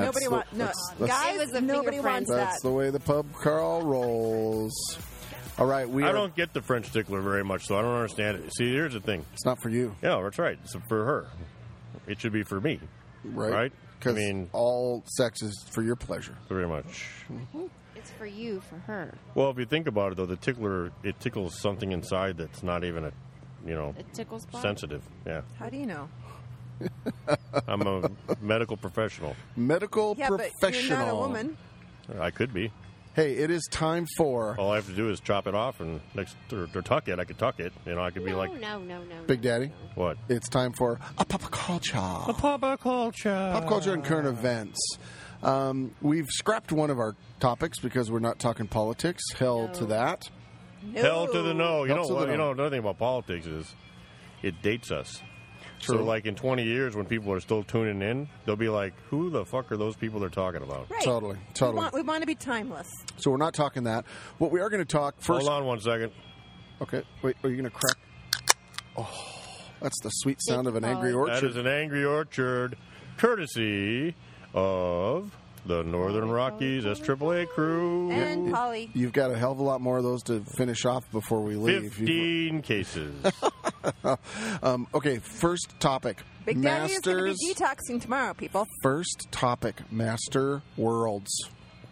nobody the- wants no that's- that's- guys. It was a nobody finger wants That's that. the way the pub crawl rolls. All right, we I are- don't get the French tickler very much, so I don't understand it. See, here's the thing. It's not for you. Yeah, that's right. It's for her. It should be for me. Right. Right? I 'Cause mean, all sex is for your pleasure. Very much. It's for you, for her. Well, if you think about it, though, the tickler it tickles something inside that's not even a, you know, It tickles spot? sensitive. Yeah, How do you know? I'm a medical professional. Medical Yeah, but professional. you're not a woman. I could be. Hey, it is time for. All I have to do is chop it off and next or, or tuck it. I could tuck it. You know, I could be like, no, no, no. Big Daddy. What? It's time for a pop culture. A pop culture. Pop culture and current events. Um, we've scrapped one of our topics because we're not talking politics. Hell to that. Hell to the no. You Hell to know the what? You no. know another thing about politics is it dates us. True. So like in 20 years when people are still tuning in, they'll be like, "Who the fuck are those people they're talking about?" Right. Totally, We totally. want, we want to be timeless. So we're not talking that. What we are going to talk first. Hold on one second. Okay. Wait. Are you going to crack? Oh, that's the sweet sound of an angry That orchard. is an angry orchard, courtesy of the Northern Rockies SAAA crew. And Polly. You've got a hell of a lot more of those to finish off before we leave. Fifteen cases. um, okay. First topic. Big Daddy is going to Masters. be detoxing tomorrow, people. First topic. Master Worlds.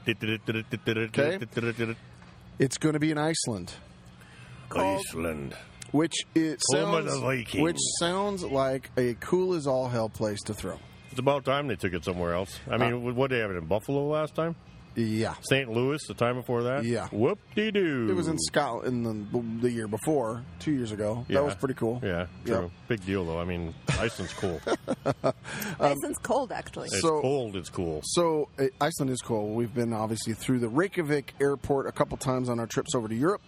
okay. It's going to be in Iceland, Iceland. which it Home of sounds the Vikings. which sounds like a cool as all hell place to throw. It's about time they took it somewhere else. I mean, what what they have it in Buffalo last time? Uh, Yeah. St. Louis the time before that? Yeah. Whoop de doo. It was in Scotland the, the year before, two years ago. That was pretty cool. Yeah, true. Big deal though. I mean, Iceland's cool. Um, Iceland's cold, actually. it's cold. It's cool. So uh, Iceland is cool. We've been obviously through the Reykjavik airport a couple times on our trips over to Europe,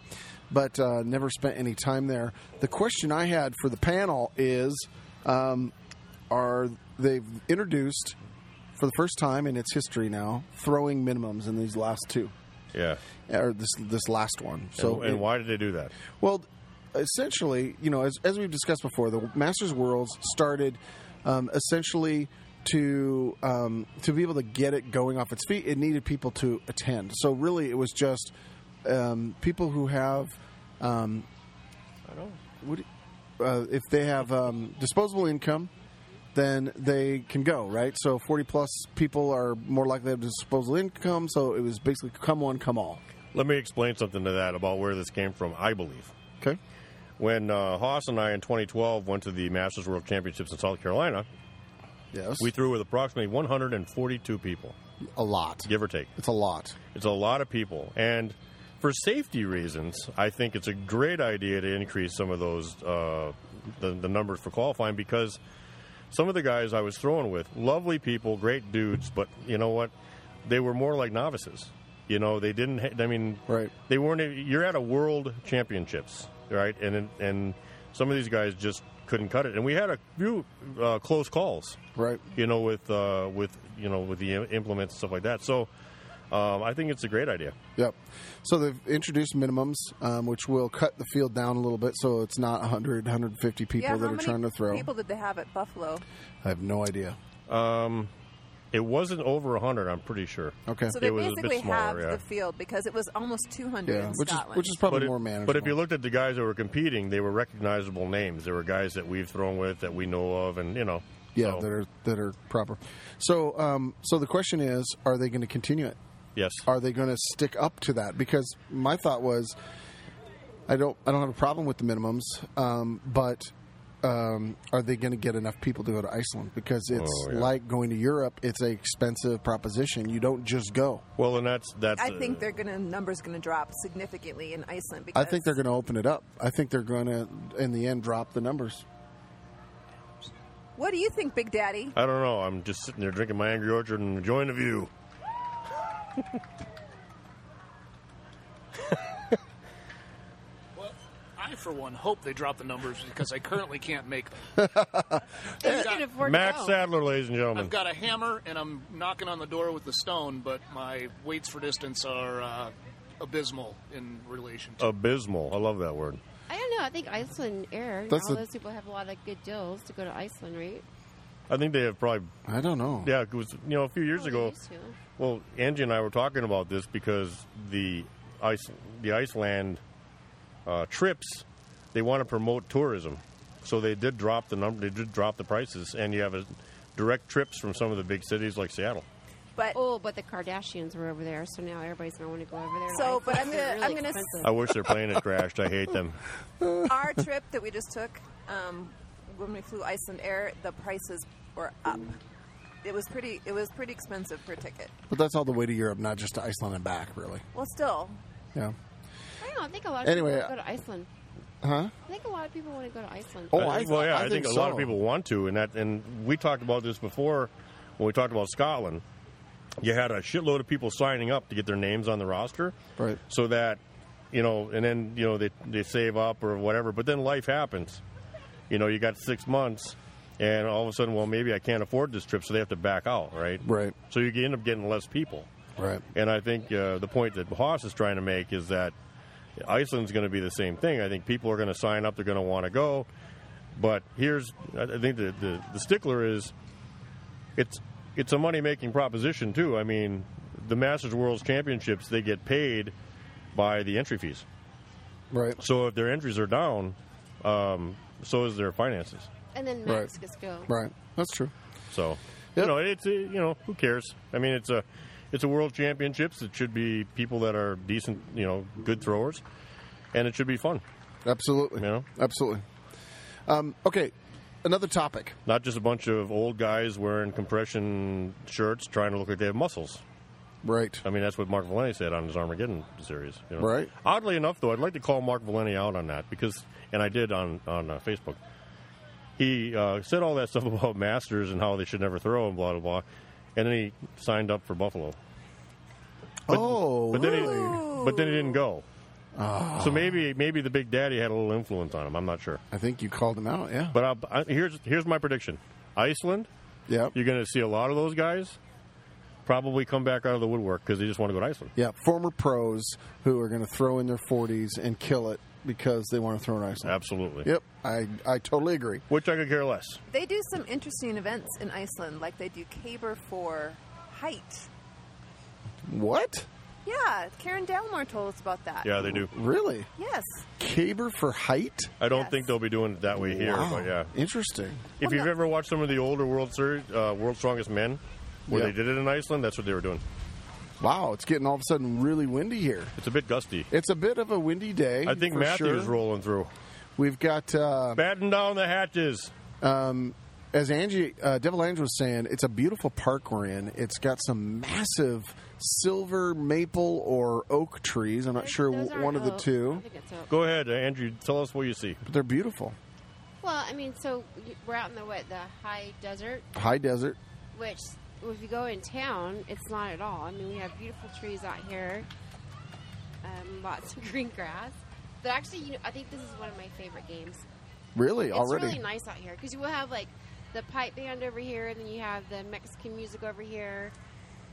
but uh, never spent any time there. The question I had for the panel is: um, Are they've introduced for the first time in its history now throwing minimums in these last two? Yeah. or this this last one. So and, and why did they do that? Well, essentially, you know, as, as we've discussed before, the Masters Worlds started um, essentially to um, to be able to get it going off its feet. It needed people to attend. So really, it was just um, people who have. Um, I don't. What, uh, if they have um, disposable income, then they can go, right? So 40 plus people are more likely to have disposable income. So it was basically come one, come all. Let me explain something to that about where this came from. I believe. Okay. When uh, Haas and I in 2012 went to the Masters World Championships in South Carolina, Yes. we threw with approximately 142 people, a lot, give or take. It's a lot. It's a lot of people, and for safety reasons, I think it's a great idea to increase some of those uh, the, the numbers for qualifying because some of the guys I was throwing with, lovely people, great dudes, but you know what? They were more like novices. You know, they didn't. Ha- I mean, right? They weren't. e- You're at a world championships, right? And and some of these guys just couldn't cut it. And we had a few uh, close calls, right? You know, with uh, with you know with the im- implements and stuff like that. So. Um, I think it's a great idea. Yep. So they've introduced minimums, um, which will cut the field down a little bit, so it's not 100, 150 people yeah, that how are many trying to throw. people did they have at Buffalo? I have no idea. Um, it wasn't over 100, I'm pretty sure. Okay. So they it was a basically bit smaller, halved yeah. the field because it was almost 200 in Scotland. But it- But if you looked at the guys that were competing, they were recognizable names. There were guys that we've thrown with that we know of, and you know, Yeah, so, that are that are proper. So, um, so the question is, are they going to continue it? yes. Are they going to stick up to that? Because my thought was, I don't, I don't have a problem with the minimums, um, but um, are they going to get enough people to go to Iceland? Because it's Oh, yeah. like going to Europe; it's an expensive proposition. You don't just go. Well, and that's that's. I think they're going to numbers going to drop significantly in Iceland I because think they're going to open it up. I think they're going to, in the end, drop the numbers. What do you think, Big Daddy? I don't know. I'm just sitting there drinking my Angry Orchard and enjoying the view. Well, I, for one, hope they drop the numbers because I currently can't make them. I've got- Max Sadler, ladies and gentlemen. I've got a hammer and I'm knocking on the door with the stone, but my weights for distance are uh, abysmal in relation to. Abysmal. I love that word. I don't know. I think Iceland Air. and That's all a- those people have a lot of good deals to go to Iceland, right? I think they have probably. I don't know. Yeah, it was you know a few years ago. Oh, used to. Well, Angie and I were talking about this because the ice the Iceland uh, trips, they want to promote tourism. So they did drop the number. They did drop the prices, and you have a direct trips from some of the big cities like Seattle. But oh, but the Kardashians were over there, so now everybody's gonna want to go over there. So, Like, but I'm they're gonna- really I'm gonna s- expensive. I wish their plane had crashed. I hate them. Our trip that we just took, um, when we flew Iceland Air, the prices were up. It was pretty. It was pretty expensive per ticket. But that's all the way to Europe, not just to Iceland and back, really. Well, still, Yeah. I don't know, I think a lot of Anyway, people wanna go to Iceland. Huh? Oh, I think a lot of people want to go to Iceland. I think- well, yeah, I, I think, think a lot of so. people want to, and that, and we talked about this before when we talked about Scotland. You had a shitload of people signing up to get their names on the roster, right? So that you know, and then you know they they save up or whatever, but then life happens. You know, you got six months, and all of a sudden, well, maybe I can't afford this trip, so they have to back out, right? Right. So you end up getting less people. Right. And I think uh, the point that Haas is trying to make is that Iceland's going to be the same thing. I think people are going to sign up, they're going to want to go. But here's, I I think the, the, the stickler is it's it's a money making proposition, too. I mean, the Masters World Championships, they get paid by the entry fees. Right. So if their entries are down, um, so is their finances. And then Right. Max just go. Right. That's true. So you know, it's uh, you know, who cares? I mean, it's a it's a world championships. It should be people that are decent, you know, good throwers, and it should be fun. Absolutely. You know, absolutely. Um, okay, another topic. Not just a bunch of old guys wearing compression shirts trying to look like they have muscles. Right. I mean, that's what Mark Valeni said on his Armageddon series. you know. Right. Oddly enough, though, I'd like to call Mark Valeni out on that because, and I did on on uh, Facebook. He uh, said all that stuff about masters and how they should never throw and blah blah blah, and then he signed up for Buffalo. But, oh, Ah. but Then he, but then he didn't go. So maybe maybe the Big Daddy had a little influence on him. I'm not sure. I think you called him out. Yeah. But I'll, I, here's here's my prediction: Iceland. Yeah. You're going to see a lot of those guys probably come back out of the woodwork because they just want to go to Iceland. Yeah, former pros who are going to throw in their 40s and kill it because they want to throw an ice. Absolutely. Yep, I, I totally agree. Which I could care less. they do some interesting events in Iceland, like they do caber for height. What? Yeah, Karen Dalmore told us about that. Yeah, they do. Really? Yes. Caber for height? I don't think they'll be doing it that way here, Wow. but yeah. Interesting. If you've ever watched some of the older World Series, uh, World Strongest Men, where Yeah. they did it in Iceland, that's what they were doing. Wow, it's getting all of a sudden really windy here. It's a bit gusty. It's a bit of a windy day. I think for Matthew's sure. rolling through. We've got uh, batten down the hatches. Um, as Angie uh, Devil Angie was saying, it's a beautiful park we're in. It's got some massive silver maple or oak trees. I'm not sure Those w- aren't one of the oak. two. I think it's oak. Go ahead, Andrew. Tell us what you see. But they're beautiful. Well, I mean, so you- we're out in the what the high desert, High desert. which if you go in town, it's not at all. I mean, we have beautiful trees out here, um, lots of green grass. But actually, you know, I think this is one of my favorite games. Really? it's already? really nice out here because you will have like the pipe band over here, and then you have the Mexican music over here.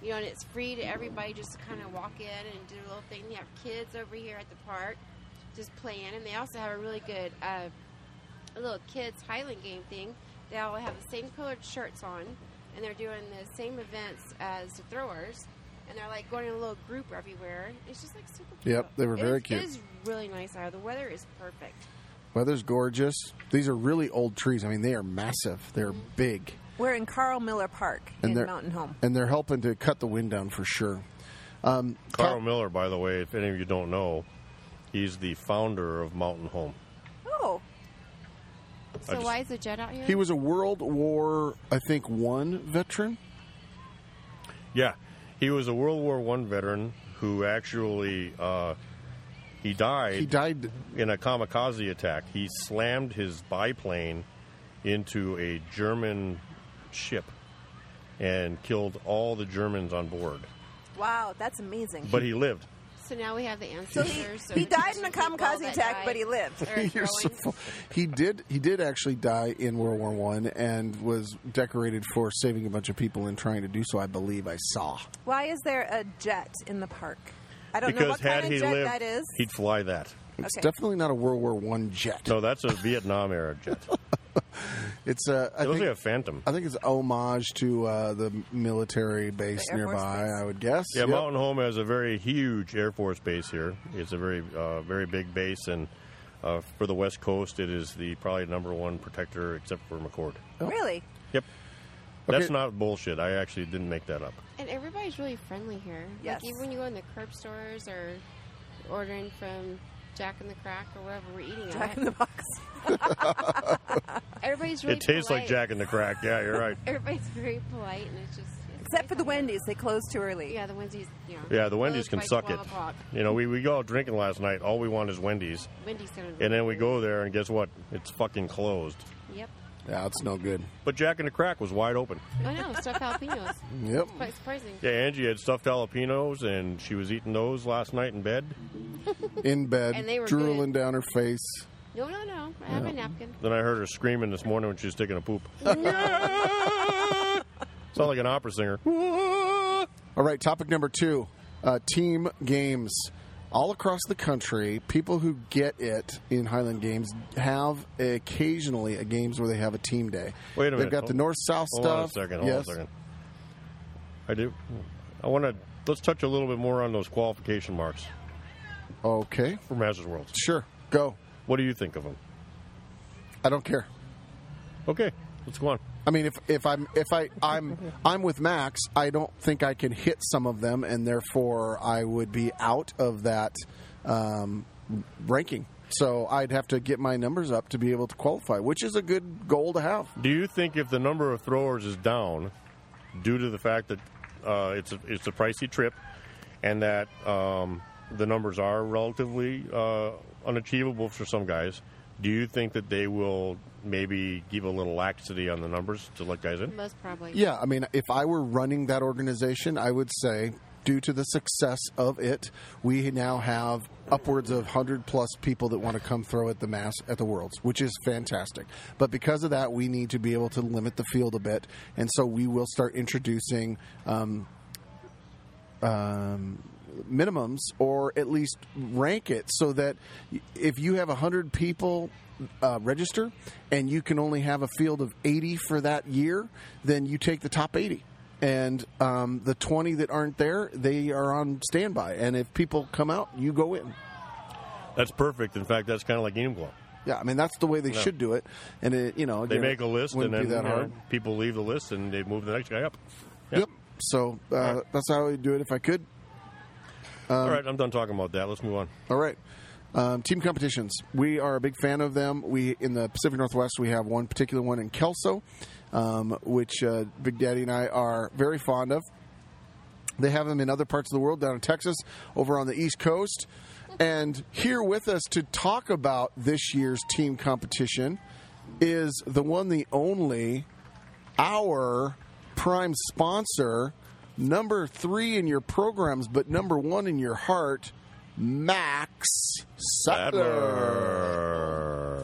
You know, and it's free to everybody just to kind of walk in and do a little thing. You have kids over here at the park just playing, and they also have a really good uh, little kids Highland game thing. They all have the same colored shirts on, and they're doing the same events as the throwers. And they're like going in a little group everywhere. It's just like super. Cute. Yep, they were It very is- cute. It is really nice out. The weather is perfect. Weather's gorgeous. These are really old trees. I mean, they are massive. They're Mm-hmm. big. We're in Carl Miller Park And in they're Mountain Home. And they're helping to cut the wind down for sure. Um, Carl Miller, by the way, if any of you don't know, he's the founder of Mountain Home. Oh, So just- why is the jet out here? he was a World War, I think, one veteran. Yeah, he was a World War One veteran who actually uh, he died. He died in a kamikaze attack. He slammed his biplane into a German ship and killed all the Germans on board. wow, that's amazing. But he lived. So now we have the So he- ancestors. So he died in a people kamikaze that attack, died but he lived. are You're so growing. full. He did. He did actually die in World War One, and was decorated for saving a bunch of people and trying to do so. I believe I saw. Why is there a jet in the park? I don't because know what had kind of he jet lived, that is. he'd fly that. It's Okay. definitely not a World War One jet. No, that's a Vietnam era jet. It's a. I It looks think, like a Phantom. I think it's homage to uh, the military base The Air Force nearby. I would guess. Yeah, Yep. Mountain Home has a very huge Air Force base here. It's a very, uh, very big base, and Uh, for the West Coast, it is the probably number one protector except for McCord. Really? Yep. That's not bullshit. I actually didn't make that up. And everybody's really friendly here. Yes. Like even when you go in the curb stores or ordering from Jack in the Crack or wherever we're eating Jack at. in the Box. everybody's really it tastes polite. like Jack in the Crack. Yeah, you're right. Everybody's very polite and it's just it's Except for the Wendy's, they close too early. Yeah, the Wendy's. Yeah. Yeah, the Wendy's Closed can by suck 12 it. o'clock. You know, we, we go out drinking last night. All we want is Wendy's. Wendy's sounded And then we really go there, and guess what? It's fucking closed. good. Yep. Yeah, it's no good. But Jack and the Crack was wide open. I know Oh, stuffed jalapenos. Yep. Quite surprising. Yeah, Angie had stuffed jalapenos, and she was eating those last night in bed. in bed, And they were drooling down her face. No, no, no. I have a napkin. Then I heard her screaming this morning when she was taking a poop. Sound like an opera singer. All right, topic number two uh, team games. All across the country, people who get it in Highland Games have occasionally a games where they have a team day. Wait a minute. They've got the Hold- north south hold stuff. on a second. Hold yes. on a second. I do. I want to let's touch a little bit more on those qualification marks Okay. for Masters Worlds. Sure. Go. What do you think of them? I don't care. Okay, let's go on. I mean, if, if I'm if I I'm I'm with Max, I don't think I can hit some of them, and therefore I would be out of that um, ranking. So I'd have to get my numbers up to be able to qualify, which is a good goal to have. Do you think if the number of throwers is down due to the fact that uh, it's a, it's a pricey trip and that um, the numbers are relatively uh, unachievable for some guys, do you think that they will maybe give a little laxity on the numbers to let guys in? Most probably. Yeah, I mean, if I were running that organization, I would say, due to the success of it, we now have upwards of hundred plus people that want to come throw at the mass at the worlds, which is fantastic. But because of that, we need to be able to limit the field a bit, and so we will start introducing. Um, um, minimums or at least rank it so that y- if you have 100 people uh, register and you can only have a field of 80 for that year, then you take the top 80. And um, the 20 that aren't there, they are on standby. And if people come out, you go in. That's perfect. In fact, that's kind of like Game Club. Yeah, I mean, that's the way they Yeah. should do it. And, it, you know, They again, make a it list and wouldn't then be that you know, hard. people leave the list and they move the next guy up. Yeah. Yep. So uh, that's how I would do it if I could. Um, All right, I'm done talking about that. Let's move on. All right. Um, team competitions. We are a big fan of them. We in the Pacific Northwest, we have one particular one in Kelso, um, which uh, Big Daddy and I are very fond of. They have them in other parts of the world, down in Texas, over on the East Coast. And here with us to talk about this year's team competition is the one, the only, our prime sponsor, number three in your programs, but number one in your heart, Max Sattler.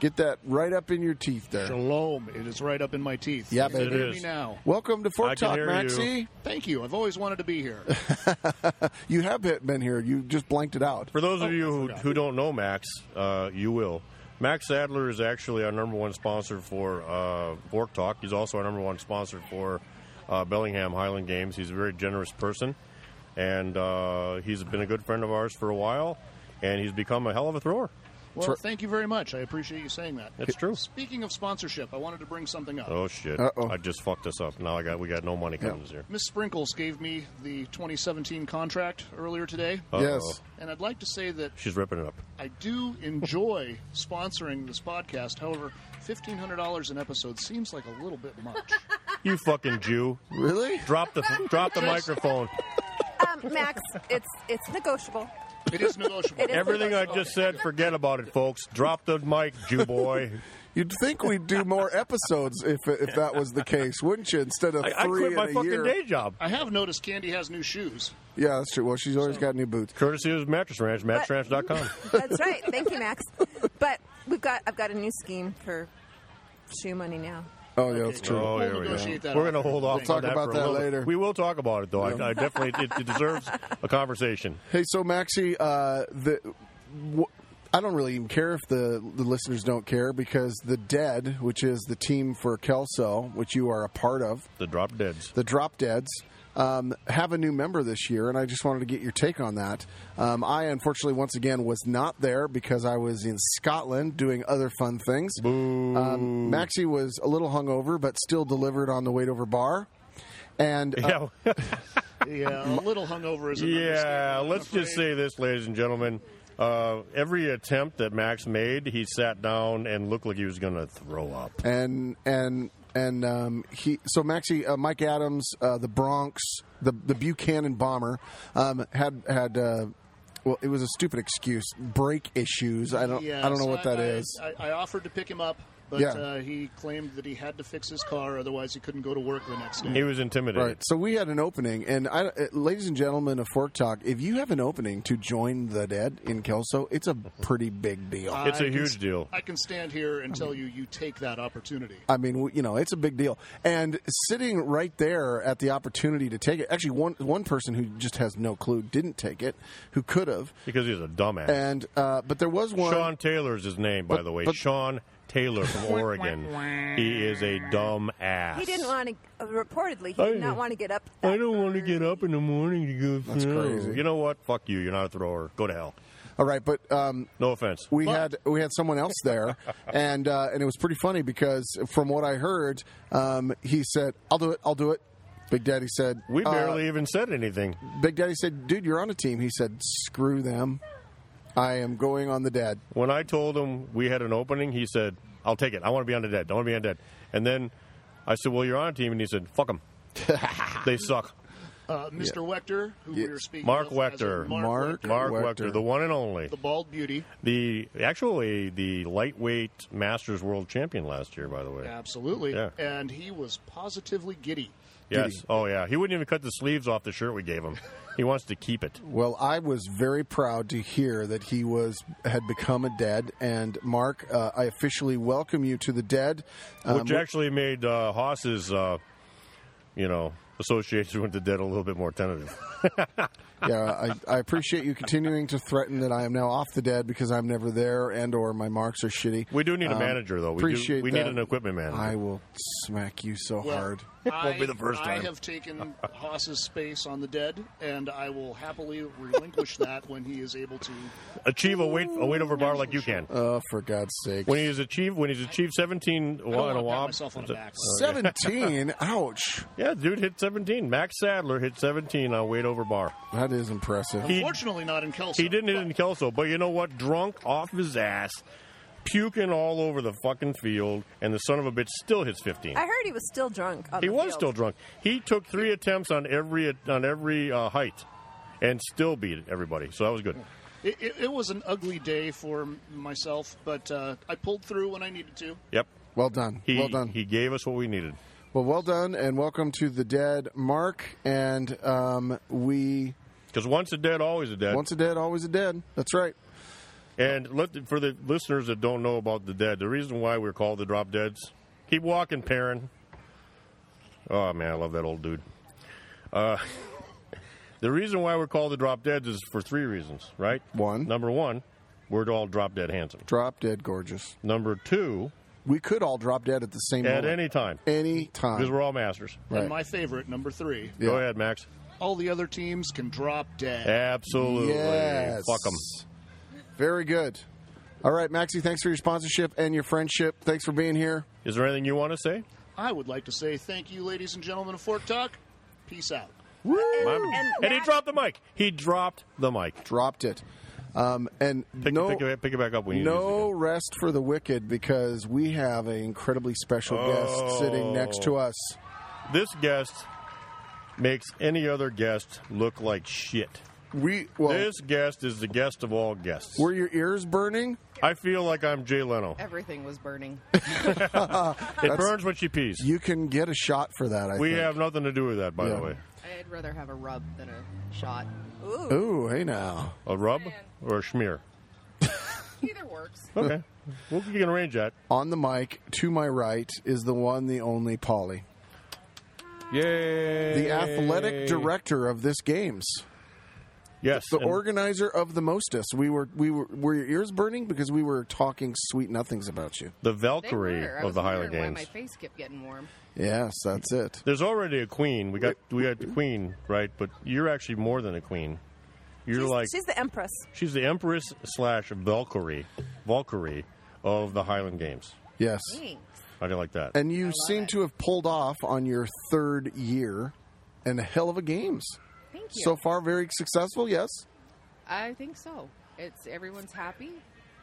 Get that right up in your teeth there. Shalom. It is right up in my teeth. Yeah, You can baby. hear It me is. now. Welcome to Oh, Fort Talk, Maxie. Thank you. I've always wanted to be here. You have he- been here. You just blanked it out. For Oh, those of you who, who don't know Max, uh, you will. Max Adler is actually our number one sponsor for uh, Bork Talk. He's also our number one sponsor for uh, Bellingham Highland Games. He's a very generous person, and uh, he's been a good friend of ours for a while, and he's become a hell of a thrower. Well, thank you very much. I appreciate you saying that. It's true. Speaking of sponsorship, I wanted to bring something up. Oh shit! Uh-oh. I just fucked us up. Now I got we got no money coming this year. Miss Sprinkles gave me the 2017 contract earlier today. Uh-oh. Yes. And I'd like to say that She's ripping it up. I do enjoy sponsoring this podcast. However, $1,500 an episode seems like a little bit much. You fucking Jew! Really? Drop the drop the microphone. Um, Max, it's it's negotiable. It is negotiable. It is Everything I negotiable. just said, forget about it, folks. Drop the mic, Jew boy. You'd think we'd do more episodes if if that was the case, wouldn't you? Instead of I, I three quit in my a fucking year. day job. I have noticed Candy has new shoes. Yeah, that's true. Well, she's always got new boots. Courtesy of Mattress Ranch, But- mattressranch.com. That's right. Thank you, Max. But we've got I've got a new scheme for shoe money now. Oh yeah, that's true. Oh, We'll here we negotiate go. that We're out. going to hold off. We'll talk on that about for a that little bit. later. We will talk about it, though. I, I definitely it, it deserves a conversation. Hey, so Maxie, uh, the wh- I don't really even care if the the listeners don't care because the Dead, which is the team for Kelso, which you are a part of, The drop deads. the Drop Deads. um, have a new member this year, and I just wanted to get your take on that. Um, I unfortunately once again was not there because I was in Scotland doing other fun things. Um, Maxie was a little hungover, but still delivered on the wait over bar. And uh, Yeah, a little hungover is an Yeah, understatement, I'm let's just afraid. say this, ladies and gentlemen. Uh, every attempt that Max made, he sat down and looked like he was going to throw up. and and and um, he so Maxie uh, Mike Adams uh, the Bronx the the Buchanan bomber um, had had uh, well it was a stupid excuse break issues I don't I don't know so what that I, is I, I offered to pick him up, but Yeah. uh, he claimed that he had to fix his car, otherwise he couldn't go to work the next day. intimidated right so we had an opening and I, uh, ladies and gentlemen of Fork Talk if you have an opening to join the dead in Kelso it's a pretty big deal Uh, I can s- I can stand here and tell you, you take that opportunity. I mean, w- you know, it's a big deal. And sitting right there at the opportunity to take it, actually, one one person who just has no clue didn't take it, who could have. Because he's a dumbass. And uh, but there was one. Sean Taylor is his name, by But- the way. but- Sean Taylor from Oregon. he is a dumb ass. He didn't want to. Uh, reportedly, he I- did not want to get up. I don't want to get up in the morning to go That's throw. crazy. You know what? Fuck you. You're not a thrower. Go to hell. All right, but um, no offense. We had we had someone else there, and uh, and it was pretty funny because from what I heard, um, he said, "I'll do it. I'll do it." Big Daddy said, We uh, barely even said anything. Big Daddy said, "Dude, you're on a team." He said, "Screw them. I am going on the dead." When I told him we had an opening, he said, "I'll take it. I want to be on the dead. I want to be on the dead." And then I said, "Well, you're on a team," and he said, "Fuck them. they suck." Uh, Mr. Wechter, who we were speaking Mark with as a- Wechter. Mark, Wechter, Mark Wechter, the one and only. the bald beauty. The actually the lightweight Masters world champion last year, by the way. Absolutely. Yeah. And he was positively giddy. Yes. Oh yeah. He wouldn't even cut the sleeves off the shirt we gave him. He wants to keep it. Well, I was very proud to hear that he was had become a dead. And Mark, uh, I officially welcome you to the dead. Um, Which actually made uh, Haas's, uh, you know, association with the dead a little bit more tentative. yeah, I, I appreciate you continuing to threaten that I am now off the dead because I'm never there and or my marks are shitty. We do need a Um, manager, though. We do- appreciate we need that. an equipment manager. I will smack you so Well, hard. I, I have taken Haas's space on the dead, and I will happily relinquish that when he is able to. Achieve a weight a weight over bar like you can. Oh, for God's sake! When he's achieved when he's achieved I seventeen don't wa- in wanna a pat wop. myself on the back. Okay. 17? Ouch. Yeah, dude hit 17. Max Sadler hit 17 on weight over bar. That is impressive. He, Unfortunately, not in Kelso. he didn't hit in Kelso, but you know what? Drunk off his ass, puking all over the fucking field, and the son of a bitch still hits 15. I heard he was still drunk. On He the was field. still drunk. He took three attempts on every on every uh, height, and still beat everybody. So that was good. It, it, it was an ugly day for m- myself, but uh, I pulled through when I needed to. Yep. Well done. He, Well done. He gave us what we needed. Well, well done, and welcome to the dead, Mark. And um, we Because once a dead, always a dead. once a dead, always a dead. That's right. And let the, for the listeners that don't know about the dead, the reason why we're called the Drop Deads, keep walking, Perrin. Oh man, I love that old dude. Uh, the reason why we're called the Drop Deads is for three reasons, right? One. Number one, we're all drop dead handsome. Drop dead gorgeous. Number two, we could all drop dead at the same At moment. any time. Any time. Because we're all masters. And my favorite, number three. Go ahead, Max. All the other teams can drop dead. Absolutely. Yes. Fuck them. Very good. All right, Maxie, thanks for your sponsorship and your friendship. Thanks for being here. Is there anything you want to say? I would like to say thank you, ladies and gentlemen of Fork Talk. Peace out. And, he dropped the mic. He dropped the mic. Dropped it. Um, and Pick, no, pick, it- pick it back up when you use it. no rest for the wicked because we have an incredibly special guest sitting next to us. This guest makes any other guest look like shit. We well, this guest is the guest of all guests. Were your ears burning? I feel like I'm Jay Leno. Everything was burning. it burns when she pees. You can get a shot for that. I we think. have nothing to do with that, by Yeah. the way. I'd rather have a rub than a shot. Ooh, hey now. A rub or a schmear? Either works. Okay, we can arrange that. On the mic to my right is the one, the only Polly, Yay! the athletic director of this games. Yes, the and- organizer of the mostest. We were we were were your ears burning because we were talking sweet nothings about you. The They Valkyrie were. I of was the Highland wondering Games. Why my face kept getting warm. Yes, that's it. There's already a queen. We got we got the queen, right? But you're actually more than a queen. You're like She's the empress. she's the empress slash Valkyrie, Valkyrie of the Highland Games. Yes. I do like that. And you seem to have pulled off on your third year and a hell of a games. Thank you. So far, very successful, yes? I think so. It's everyone's happy.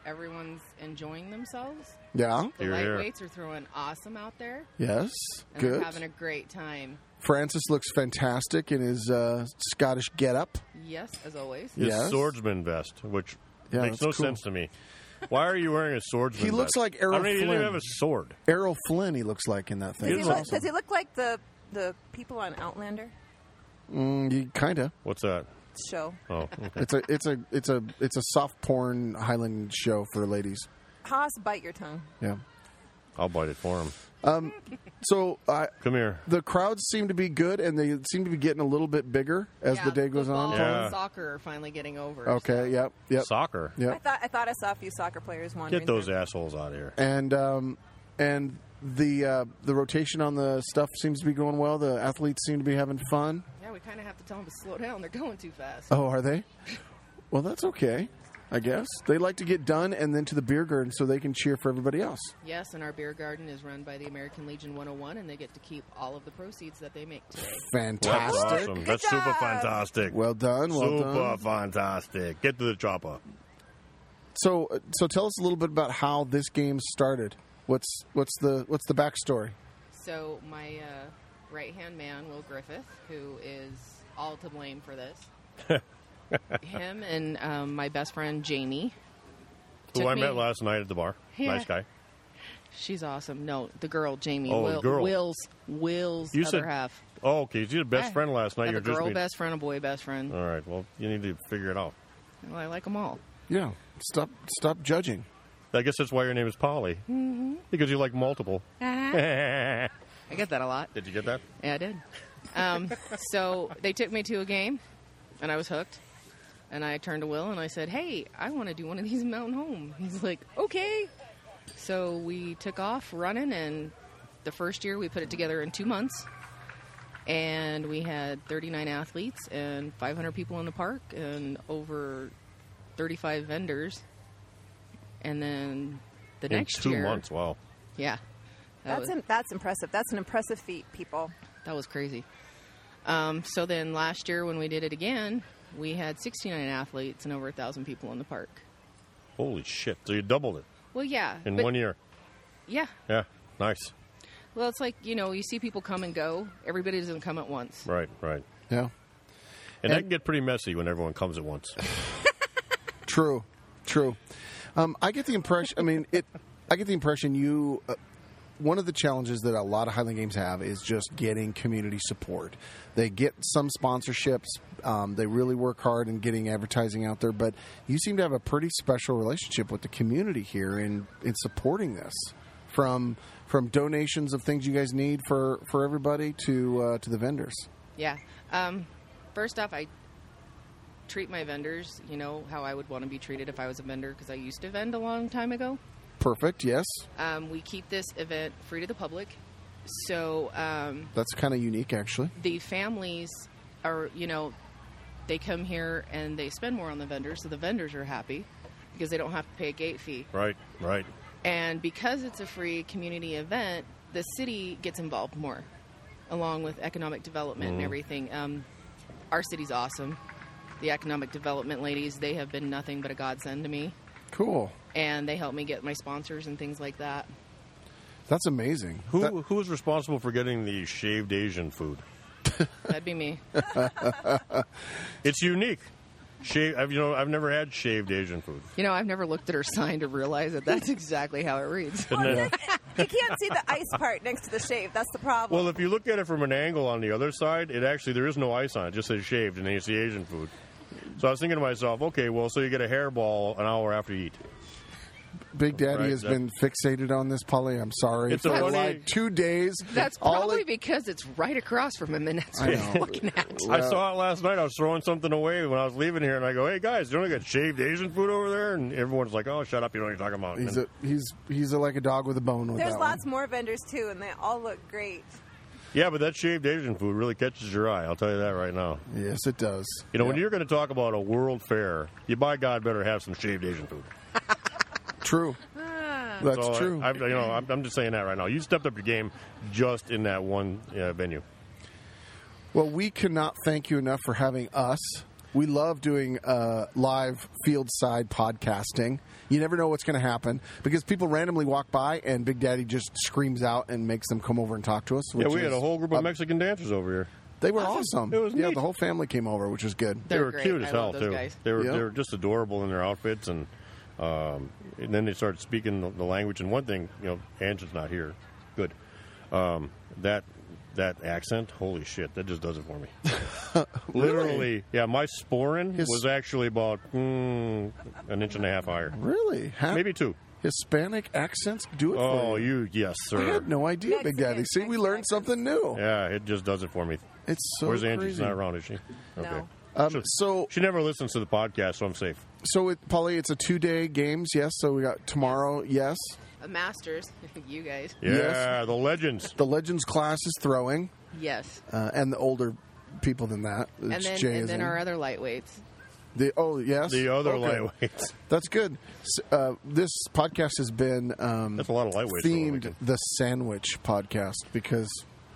Everyone's enjoying themselves. Yeah. The Here, here. lightweights are throwing awesome out there. Yes. And Good. They're having a great time. Francis looks fantastic in his uh, Scottish getup. Yes, as always. His Yes. swordsman vest, which Yeah, makes that's no cool. sense to me. Why are you wearing a swordsman? He looks vest? like Errol I mean, he didn't Flynn. even have a sword. Errol Flynn, he looks like in that Does thing. he, look, does he look like the the people on Outlander Mm, you kinda. What's that? show? Oh, It's a it's a it's a it's a soft porn Highland show for ladies. Haas, bite your tongue. Yeah. I'll bite it for him. Um, so I come here. The crowds seem to be good, and they seem to be getting a little bit bigger as Yeah, the day goes football on. and Paul. Soccer are finally getting over. Okay. Yep. Yep. Soccer. I Yep. thought I thought I saw a few soccer players wandering. Get those assholes out of here. And um, and the uh, the rotation on the stuff seems to be going well. The athletes seem to be having fun. Yeah, we kind of have to tell them to slow down. They're going too fast. Oh, are they? Well, that's okay. I guess they like to get done and then to the beer garden so they can cheer for everybody else. Yes, and our beer garden is run by the American Legion 101, and they get to keep all of the proceeds that they make today. Fantastic. That's awesome. That's super fantastic. Well done. Well super done. fantastic. Get to the chopper. So uh, so tell us a little bit about how this game started. What's what's the what's the backstory? So my uh, right hand man, Will Griffith, who is all to blame for this, him and um, my best friend Jamie. Who took I me- met last night at the bar. Yeah. Nice guy. She's awesome. No, the girl Jamie. Oh, the Will, girl. Will's Will's You other said half. Oh, okay. You had a best I friend last night. have You're a girl just best friend, a boy best friend. All right. Well, you need to figure it out. Well, I like them all. Yeah. Stop stop judging. I guess that's why your name is Polly Mhm. because you like multiple. Uh-huh. I get that a lot. Did you get that? Yeah, I did. Um, so they took me to a game, and I was hooked. And I turned to Will and I said, "Hey, I want to do one of these in Mountain Home." He's like, "Okay." So we took off running, and the first year we put it together in two months, and we had 39 athletes and 500 people in the park and over 35 vendors. And then the In next two year, months. Wow. yeah, That That's was- im- that's impressive. That's an impressive feat, people. That was crazy. Um, so then last year when we did it again, we had 69 athletes and over a thousand people in the park. Holy shit! So you doubled it Well, yeah. in but- one year. Yeah. Yeah. Nice. Well, it's like you know you see people come and go. Everybody doesn't come at once. Right. Right. Yeah. And, that can get pretty messy when everyone comes at once. True, true. Um, I get the impression. I mean, it. I get the impression you. Uh, one of the challenges that a lot of Highland games have is just getting community support. They get some sponsorships. Um, they really work hard in getting advertising out there. But you seem to have a pretty special relationship with the community here in in supporting this. From from donations of things you guys need for for everybody to uh, to the vendors. Yeah. Um, first off, I treat my vendors. You know how I would want to be treated if I was a vendor because I used to vend a long time ago. Perfect. Yes, Um, we keep this event free to the public, so um, that's kind of unique actually. the families are, you know, they come here and they spend more on the vendors, so the vendors are happy because they don't have to pay a gate fee. right. Right. And because it's a free community event, the city gets involved more, along with economic development and Mhm. everything. Um, our city's awesome. The economic development ladies, they have been nothing but a godsend to me, Cool. and they help me get my sponsors and things like that. That's amazing. Who who was responsible for getting the shaved Asian food? That'd be me. it's unique. Shave. I've, you know, I've never had shaved Asian food. You know, I've never looked at her sign to realize that that's exactly how it reads. Isn't it? You can't see the ice part next to the shave. That's the problem. Well, if you look at it from an angle on the other side, it actually there is no ice on it. It just says shaved, and then you see Asian food. So I was thinking to myself, okay, well, so you get a hairball an hour after you eat. Big Daddy Right, has that- been fixated on this, Polly. I'm sorry. It's a for funny- like two days. That's all probably because it's right across from him, and that's I what he's know. looking at. I saw it last night. I was throwing something away when I was leaving here, and I go, "Hey guys, you only got shaved Asian food over there?" And everyone's like, "Oh, shut up! You know what you're talking about." He's And- a, he's he's a, like a dog with a bone. With There's that lots more vendors too, and they all look great. yeah, but that shaved Asian food really catches your eye. I'll tell you that right now. Yes, it does. You know, when you're going to talk about a world fair, you by God better have some shaved Asian food. True. That's So, true. I, I- you know, I'm, I'm just saying that right now. You stepped up your game just in that one uh, venue. Well, we cannot thank you enough for having us. We love doing uh, live field side podcasting. You never know what's going to happen because people randomly walk by and Big Daddy just screams out and makes them come over and talk to us. Yeah, which we had is- a whole group of Mexican dancers over here. They were awesome. It was yeah, the whole family came over, which is good. they were cute as hell too. They were they were just adorable in their outfits, and um, and then they started speaking the, the language. And one thing, you know, Angela's not here. Good. Um, that that accent, holy shit, that just does it for me. Literally, yeah. My sporin was actually about mm, an inch and a half higher. Really? Ha- Maybe two. Hispanic accents do it Oh, for you. you yes, sir. I had no idea, Big Daddy. See, we learned something new. Yeah, it just does it for me. It's so Where's Angie? She's crazy. not around, is she? No. she, Um, so she never listens to the podcast, so I'm safe. So, it, Polly, it's a two day games, yes. So we got tomorrow, yes. A masters, you guys. Yeah, the legends. The legends class is throwing, Yes. uh, and the older people than that. And It's then, Jay and is then in. our other lightweights. The oh yes, The other Okay. lightweights. That's good. S- Uh, this podcast has been um, That's a lot of lightweights over the themed the sandwich podcast because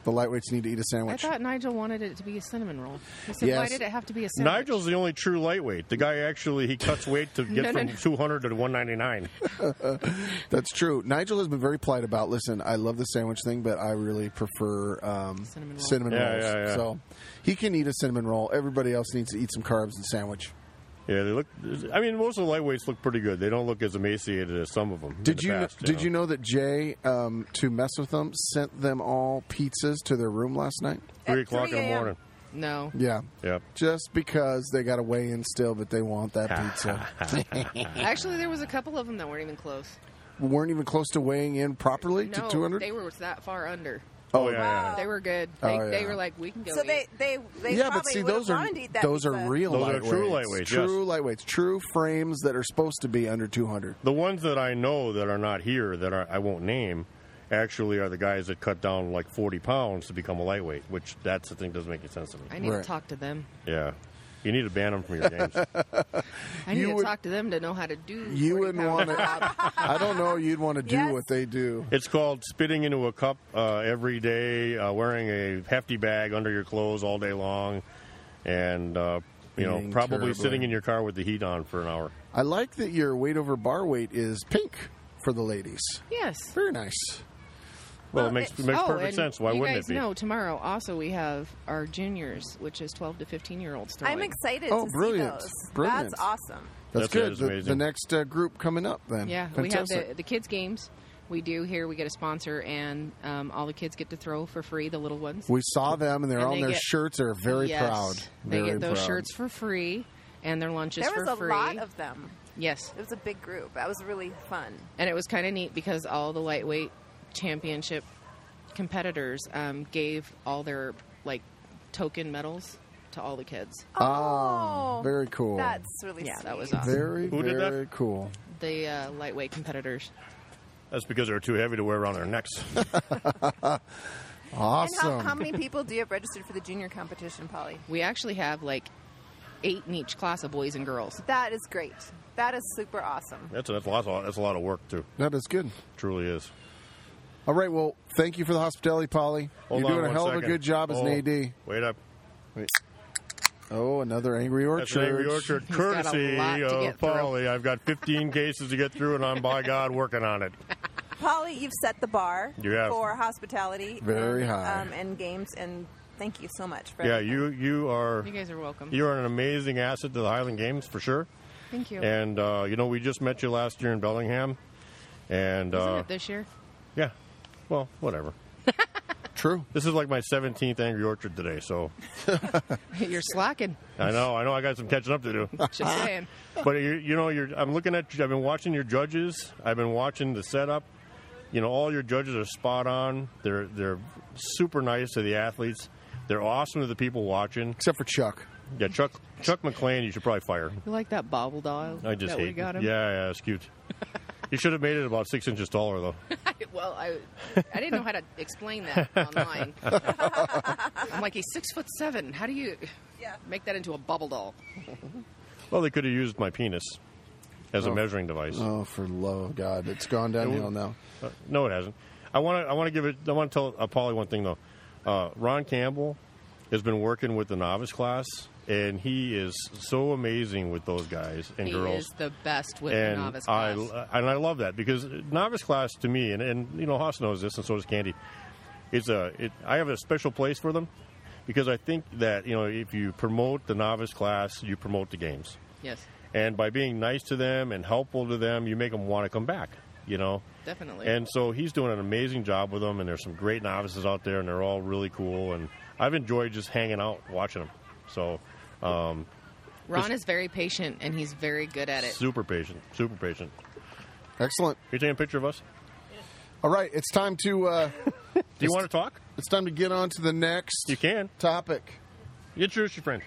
the lightweights need to eat a I sandwich. thought Nigel wanted it to be a cinnamon roll. He said, "Why Yes. did it have to be a sandwich?" Nigel's the only true lightweight. The guy actually he cuts weight to get No, no, from no. 200 to 199. That's true. Nigel has been very polite about. Listen, I love the sandwich thing, but I really prefer um, cinnamon, rolls. Yeah, rolls. yeah, yeah. So he can eat a cinnamon roll. Everybody else needs to eat some carbs and sandwich. Yeah, they look. I mean, most of the lightweights look pretty good. They don't look as emaciated as some of them. Did you did you know that Jay um, to mess with them sent them all pizzas to their room last night? Three o'clock in the morning. No. Yeah. Yep. Just because they got to weigh in still, but they want that pizza. Actually, there was a couple of them that weren't even close. Weren't even close to weighing in properly No, to 200? they were that far under. Oh, yeah, yeah, yeah. they were good. Oh, They, they yeah. were like, we can go. So eat. they they they yeah, probably but see, would those have are wanted to eat that those are pizza. real Those are lightweights. true lightweights, yes. True lightweights. True frames that are supposed to be under 200. The ones that I know that are not here that are, I won't name actually are the guys that cut down like 40 pounds to become a lightweight, which that's the thing that doesn't make any sense to me. I need to talk to them. Yeah, you need to ban them from your games. I need You to would- talk to them to know how to do. You wouldn't want to. I, I don't know. You'd want to do Yes. what they do. It's called spitting into a cup uh, every day, uh, wearing a hefty bag under your clothes all day long, and uh, you know Eating probably terribly. sitting in your car with the heat on for an hour. I like that your weight over bar weight is pink for the ladies. Yes. Very nice. Well, it makes, it makes oh, perfect and sense. Why you wouldn't guys it be? know tomorrow also we have our juniors, which is 12 to 15 year olds. I'm excited Oh, to brilliant. see those. Brilliant. That's awesome. That's, That's- that good. is The, amazing. the next uh, group coming up then. Yeah, we have Fantastic. the, the kids' games. We do here. We get a sponsor, and um, all the kids get to throw for free. The little ones. We saw them, and they're And on they their get- shirts. They're very Yes. proud. They very get those proud. shirts for free, and their lunches There for was a free. lot of them. Yes. It was a big group. That was really fun. and it was kind of neat because all the lightweight championship competitors um, gave all their like token medals to all the kids. Oh, very cool. That's really yeah, sweet. that was awesome. Very, Who did that? very cool. the uh, lightweight competitors. That's because they're too heavy to wear around their necks. And how, how many people do you have registered for the junior competition, Polly? We actually have like eight in each class of boys and girls. That is great. That is super awesome. That's that's a lot. That's a lot of work too. That is good. Truly is. All right. Well, thank you for the hospitality, Polly. Hold You're on doing a one hell of a second. good job as Oh, an AD. Wait up. Oh, another Angry Orchard. That's an Angry Orchard He's got a courtesy lot to of get through. Polly. I've got 15 cases to get through, and I'm by God working on it. Polly, you've set the bar You have. for hospitality. Very and, high. Um, and games, and thank you so much. For Yeah, everything. you you are. You guys are welcome. You are an amazing asset to the Highland Games for sure. Thank you. And uh, you know, we just met you last year in Bellingham, and Isn't uh, it this year? yeah, well, whatever. true. This is like my 17th Angry Orchard today, so You're slacking. I know, I know, I got some catching up to do. Just saying. But you, you know, you're, I'm looking at. I've been watching your judges. I've been watching the setup. You know, all your judges are spot on. They're they're super nice to the athletes. They're awesome to the people watching. Except for Chuck. Yeah, Chuck Chuck McLean, you should probably fire. You like that bobble dog? I just that hate. we got him. Yeah, yeah, it's cute. you should have made it about six inches taller, though. well, I, I didn't know how to explain that online. I'm like, he's six foot seven. How do you make that into a bubble doll? Well, they could have used my penis as a Oh. measuring device. Oh, for love of God, it's gone downhill now. Uh, no, it hasn't. I want to. I want to give it. I want to tell uh, Polly one thing though. Uh, Ron Campbell has been working with the novice class, and he is so amazing with those guys and he girls. is the best with and the novice I class. and I love that because novice class to me, and, and you know Haas knows this, and so does Candy. It's a. It, I have a special place for them because I think that you know if you promote the novice class, you promote the games. yes, And by being nice to them and helpful to them, you make them want to come back. You know, definitely. and so he's doing an amazing job with them, and there's some great novices out there, and they're all really cool. And I've enjoyed just hanging out, watching them. So, um, Ron is very patient and he's very good at it. super patient, super patient. Excellent. You taking a picture of us? All right, it's time to. Uh, Do you want to talk? It's time to get on to the next. You can topic. Introduce your friend.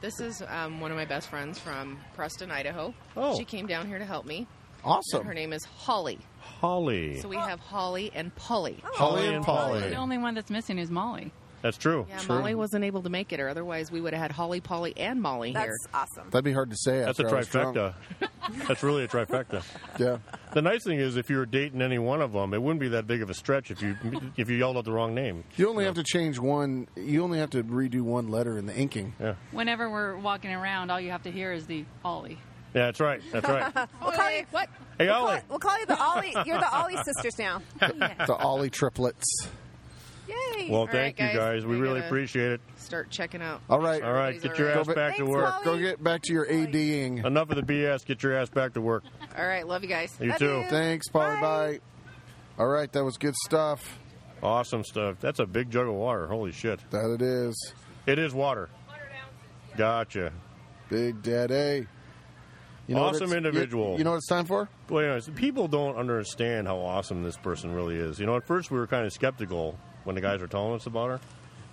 This is um, one of my best friends from Preston, Idaho. Oh. She came down here to help me. Awesome. Her name is Holly. Holly. So we have Holly and Polly. Holly and Oh. The Polly. only one that's missing is Molly. That's true. Yeah, Molly wasn't able to make it, or otherwise we would have had Holly, Polly, and Molly here. awesome. That'd be hard to say. That's a after I was drunk. trifecta. That's really a trifecta. Yeah. The nice thing is, if you were dating any one of them, it wouldn't be that big of a stretch if you if you yelled out the wrong name. You only have to change one. You only have to redo one letter in the inking. Yeah. Whenever we're walking around, all you have to hear is the Ollie. Yeah, that's right. That's right. We'll call you what? Hey, We'll Ollie. call, we'll call you the Ollie. You're the Ollie sisters now. The Ollie triplets. Yay! Well, All right, thank you guys. We I really gotta appreciate it. Start checking out. All right. All right, get your ass Go back to work. Go get back to your ADing. Enough of the BS. Get your ass back to work. All right, love you guys. You too. Thanks, Polly. Bye. All right, that was good stuff. Awesome stuff. That's a big jug of water. Holy shit. That it is. It is water. Gotcha. Big Daddy. what awesome it's- individual. You, you know what it's time for? Well, you know, it's- people don't understand how awesome this person really is. You know, at first we were kind of skeptical when the guys were telling us about her,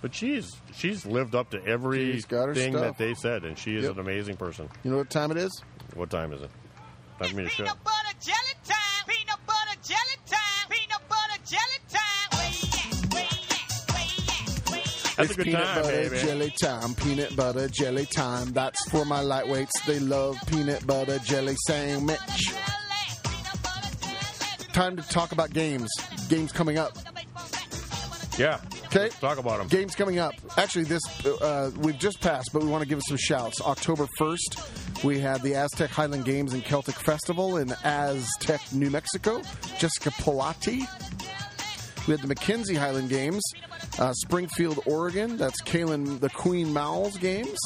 but she's she's lived up to every She's got her thing stuff. that they said, and she is Yep. an amazing person. You know what time it is? What time is it? Time for me to shut. butter jelly time. Peanut butter jelly time. Peanut butter jelly time. That's it's a good peanut time, butter baby. jelly time. Peanut butter jelly time. That's for my lightweights. They love peanut butter jelly sandwich. Time to talk about games. Games coming up. Yeah. Okay. Talk about them. Games coming up. Actually, this uh, we've just passed, but we want to give it some shouts. October first, we had the Aztec Highland Games and Celtic Festival in Aztec, New Mexico. Jessica Pilati. We had the McKenzie Highland Games, uh, Springfield, Oregon. That's Kalen the Queen Mowls Games.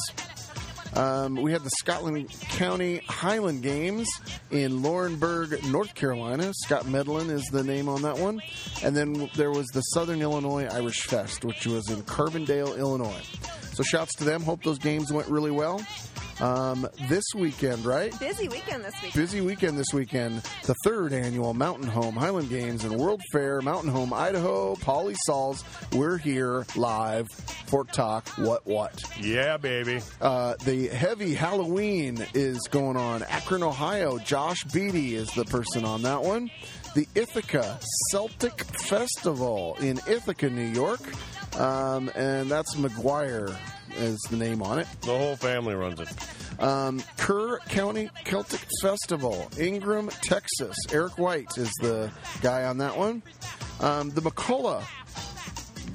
Um, we had the Scotland County Highland Games in Laurinburg, North Carolina. Scott Medlin is the name on that one. And then there was the Southern Illinois Irish Fest, which was in Carbondale, Illinois. So shouts to them. Hope those games went really well. Um, this weekend, right? Busy weekend this week. Busy weekend this weekend. The third annual Mountain Home Highland Games and World Fair, Mountain Home, Idaho, Polly Sauls. We're here live. Fort Talk, what, what? Yeah, baby. Uh, the heavy Halloween is going on. Akron, Ohio. Josh Beatty is the person on that one. The Ithaca Celtic Festival in Ithaca, New York. Um, and that's McGuire is the name on it. The whole family runs it. Um, Kerr County Celtic Festival, Ingram, Texas. Eric White is the guy on that one. Um, the McCullough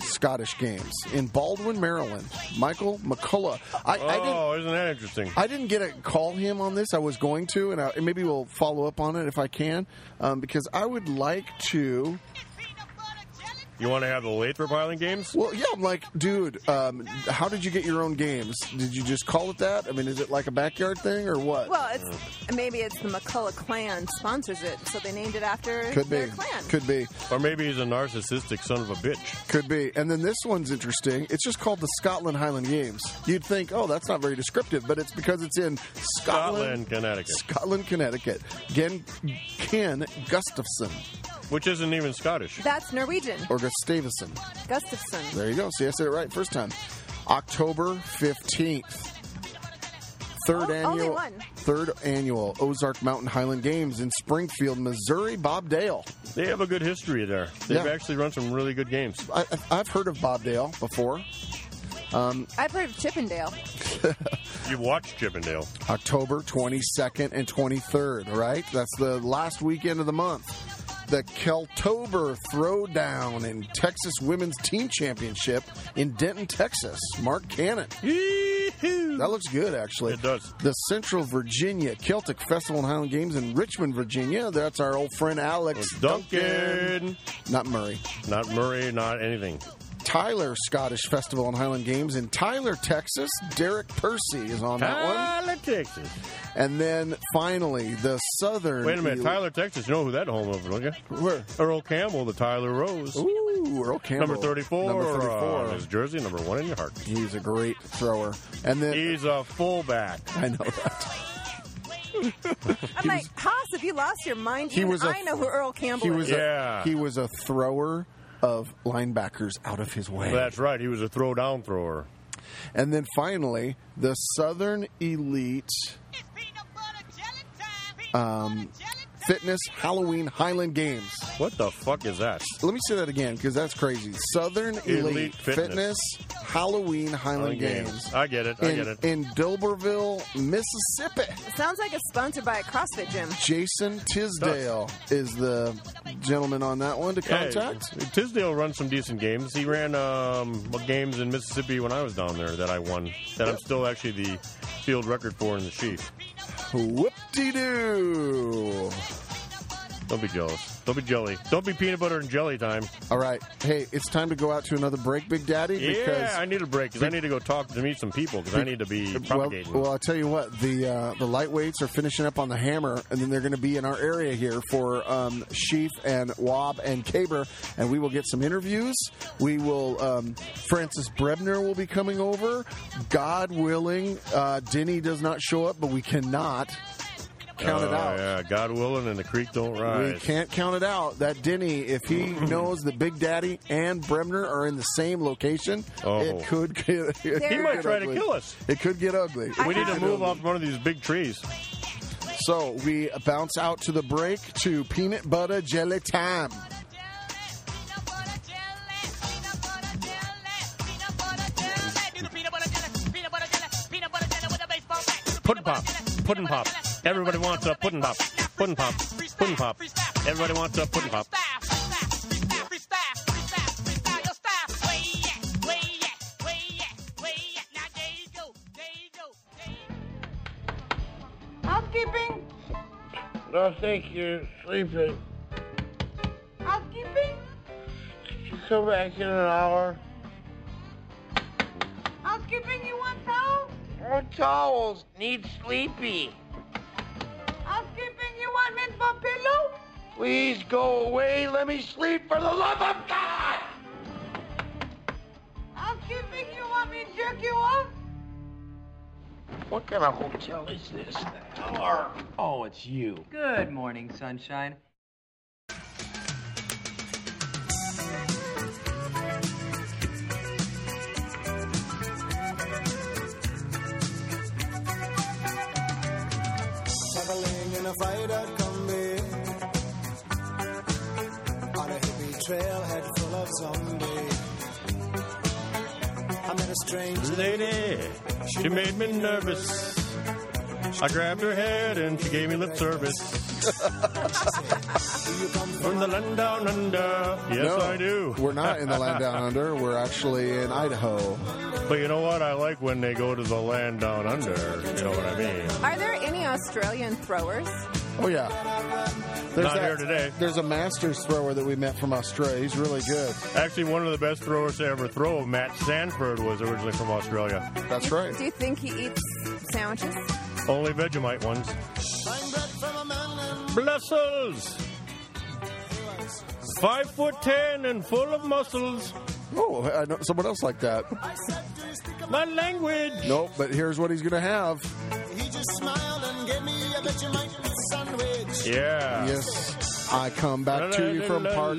Scottish Games in Baldwin, Maryland. Michael McCullough. I, I didn't. Oh, isn't that interesting? I didn't get a call him on this. I was going to, and, I, and maybe we'll follow up on it if I can, um, because I would like to You want to have the Lathrop Island games? Well, yeah, I'm like, dude, um, how did you get your own games? Did you just call it that? I mean, is it like a backyard thing or what? Well, it's maybe it's the McCullough clan sponsors it, so they named it after Could be. their clan. Could be. Or maybe he's a narcissistic son of a bitch. Could be. And then this one's interesting. It's just called the Scotland Highland Games. You'd think, oh, that's not very descriptive, but it's because it's in Scotland, Scotland, Connecticut. Scotland, Connecticut. Gen, Ken Gustafson Which isn't even Scottish. That's Norwegian. or Gustavison. Gustafson. There you go. See, I said it right first time. October 15th. Third Oh, annual only one. third annual Ozark Mountain Highland Games in Springfield, Missouri. Bob Dale. They have a good history there. They've Yeah. actually run some really good games. I, I- I've heard of Bob Dale before. Um, I've heard of Chippendale. You've watched Chippendale. October 22nd and 23rd, all right? That's the last weekend of the month. The Keltober Throwdown and Texas Women's Team Championship in Denton, Texas. Mark Cannon. That looks good, actually. It does. The Central Virginia Celtic Festival and Highland Games in Richmond, Virginia. That's our old friend Alex Duncan. Not Murray. Not Murray, not anything. Tyler Scottish Festival and Highland Games in Tyler, Texas. Derek Percy is on that one. Politics. And then finally, the Southern. Wait a minute, Tyler, Texas. You know who that home of? Don't you? Where? Earl Campbell, the Tyler Rose. Ooh, Earl Campbell. Number thirty-four. Number uh, 34. on his jersey number one in your heart. He's a great thrower. And then he's a fullback. I know that. I'm like, Haas, if you lost your mind, He even was a- I know who Earl Campbell He was is. a he was a thrower of linebackers out of his way. That's right. He was a throw-down thrower. And then finally, the Southern Elite um, Fitness Halloween Highland Games. What the fuck is that? Let me say that again because that's crazy. Southern Elite, Elite Fitness. Fitness. Halloween Highland Highland Games. Games. I get it, I in, get it. In Doberville, Mississippi. Sounds like it's sponsored by a CrossFit gym. Jason Tisdale is the gentleman on that one to Hey, contact. Tisdale runs some decent games. He ran um, games in Mississippi when I was down there that I won. That I'm still actually the field record for in the Chief. Whoop de doo. Don't be jealous. Don't be jelly. Don't be peanut butter and jelly time. All right. Hey, it's time to go out to another break, Big Daddy. Because yeah, I need a break because I need to go talk to meet some people because I need to be Well, propagating. well, I'll tell you what the uh, the lightweights are finishing up on the hammer, and then they're going to be in our area here for um, Sheaf and Wob and Caber, and we will get some interviews. We will um, Francis Brebner will be coming over, God willing. Uh, Denny does not show up, but we cannot count it Oh, out. Yeah, God willing, and the creek don't rise. We can't count it out. That Denny, if he knows that Big Daddy and Bremner are in the same location, Oh. it could get. It He could might get try to ugly. kill us. It could get ugly. We need to move on. off one of these big trees. So we bounce out to the break to peanut butter jelly time. Puddin' pop, puddin' pop. Everybody wants a puddin' pop, puddin' pop, puddin' pop. Everybody wants a puddin' pop. Housekeeping? No, thank you. Sleeping. Housekeeping? Could you come back in an hour? Housekeeping, you want towels? More towels. Need sleepy. Housekeeping, you want mint for pillow? Please go away. Let me sleep for the love of God. Housekeeping, you want me to jerk you off? What kind of hotel is this? Or, oh, it's you. Good morning, sunshine. Traveling in a fighter combi On a hippie trailhead full of zombies I met a strange Lady, she made me nervous. I grabbed her head and she gave me lip service. From the land down under. Yes, No, I do. We're not in the land down under. We're actually in Idaho. But you know what? I like when they go to the land down under. You know what I mean? Are there any Australian throwers? Oh yeah. There's Not that- here today. There's a master's thrower that we met from Australia. He's really good. Actually, one of the best throwers to ever throw, Matt Sanford, was originally from Australia. That's Do you think he eats sandwiches? Only Vegemite ones. Blessels! Five foot ten and full of muscles. Oh, I know someone else like that. My language. Nope, but here's what he's going to have. He just smiled and gave me a Vegemite sandwich. Yeah. Yes. I come back to you from park.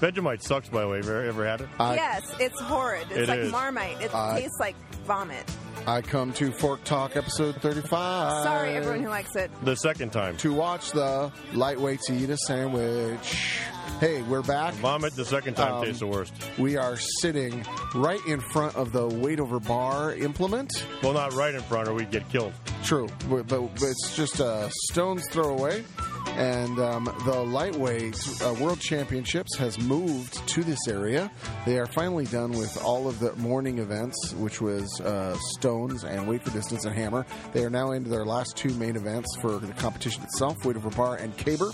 Vegemite sucks, by the way. Have you ever had it? Uh, yes, it's horrid. It's It like is. Marmite. It I- tastes like vomit. I come to Fork Talk episode 35. Sorry, everyone who likes it. The second time. To watch the lightweight to eat a sandwich. Hey, we're back. Vomit the second time Um, tastes the worst. We are sitting right in front of the weight over bar implement. Well, not right in front, or we'd get killed. True, but, but but it's just a stone's throw away, and um, the lightweight uh, world championships has moved to this area. They are finally done with all of the morning events, which was uh, stones and weight for distance and hammer. They are now into their last two main events for the competition itself: weight over bar and caber,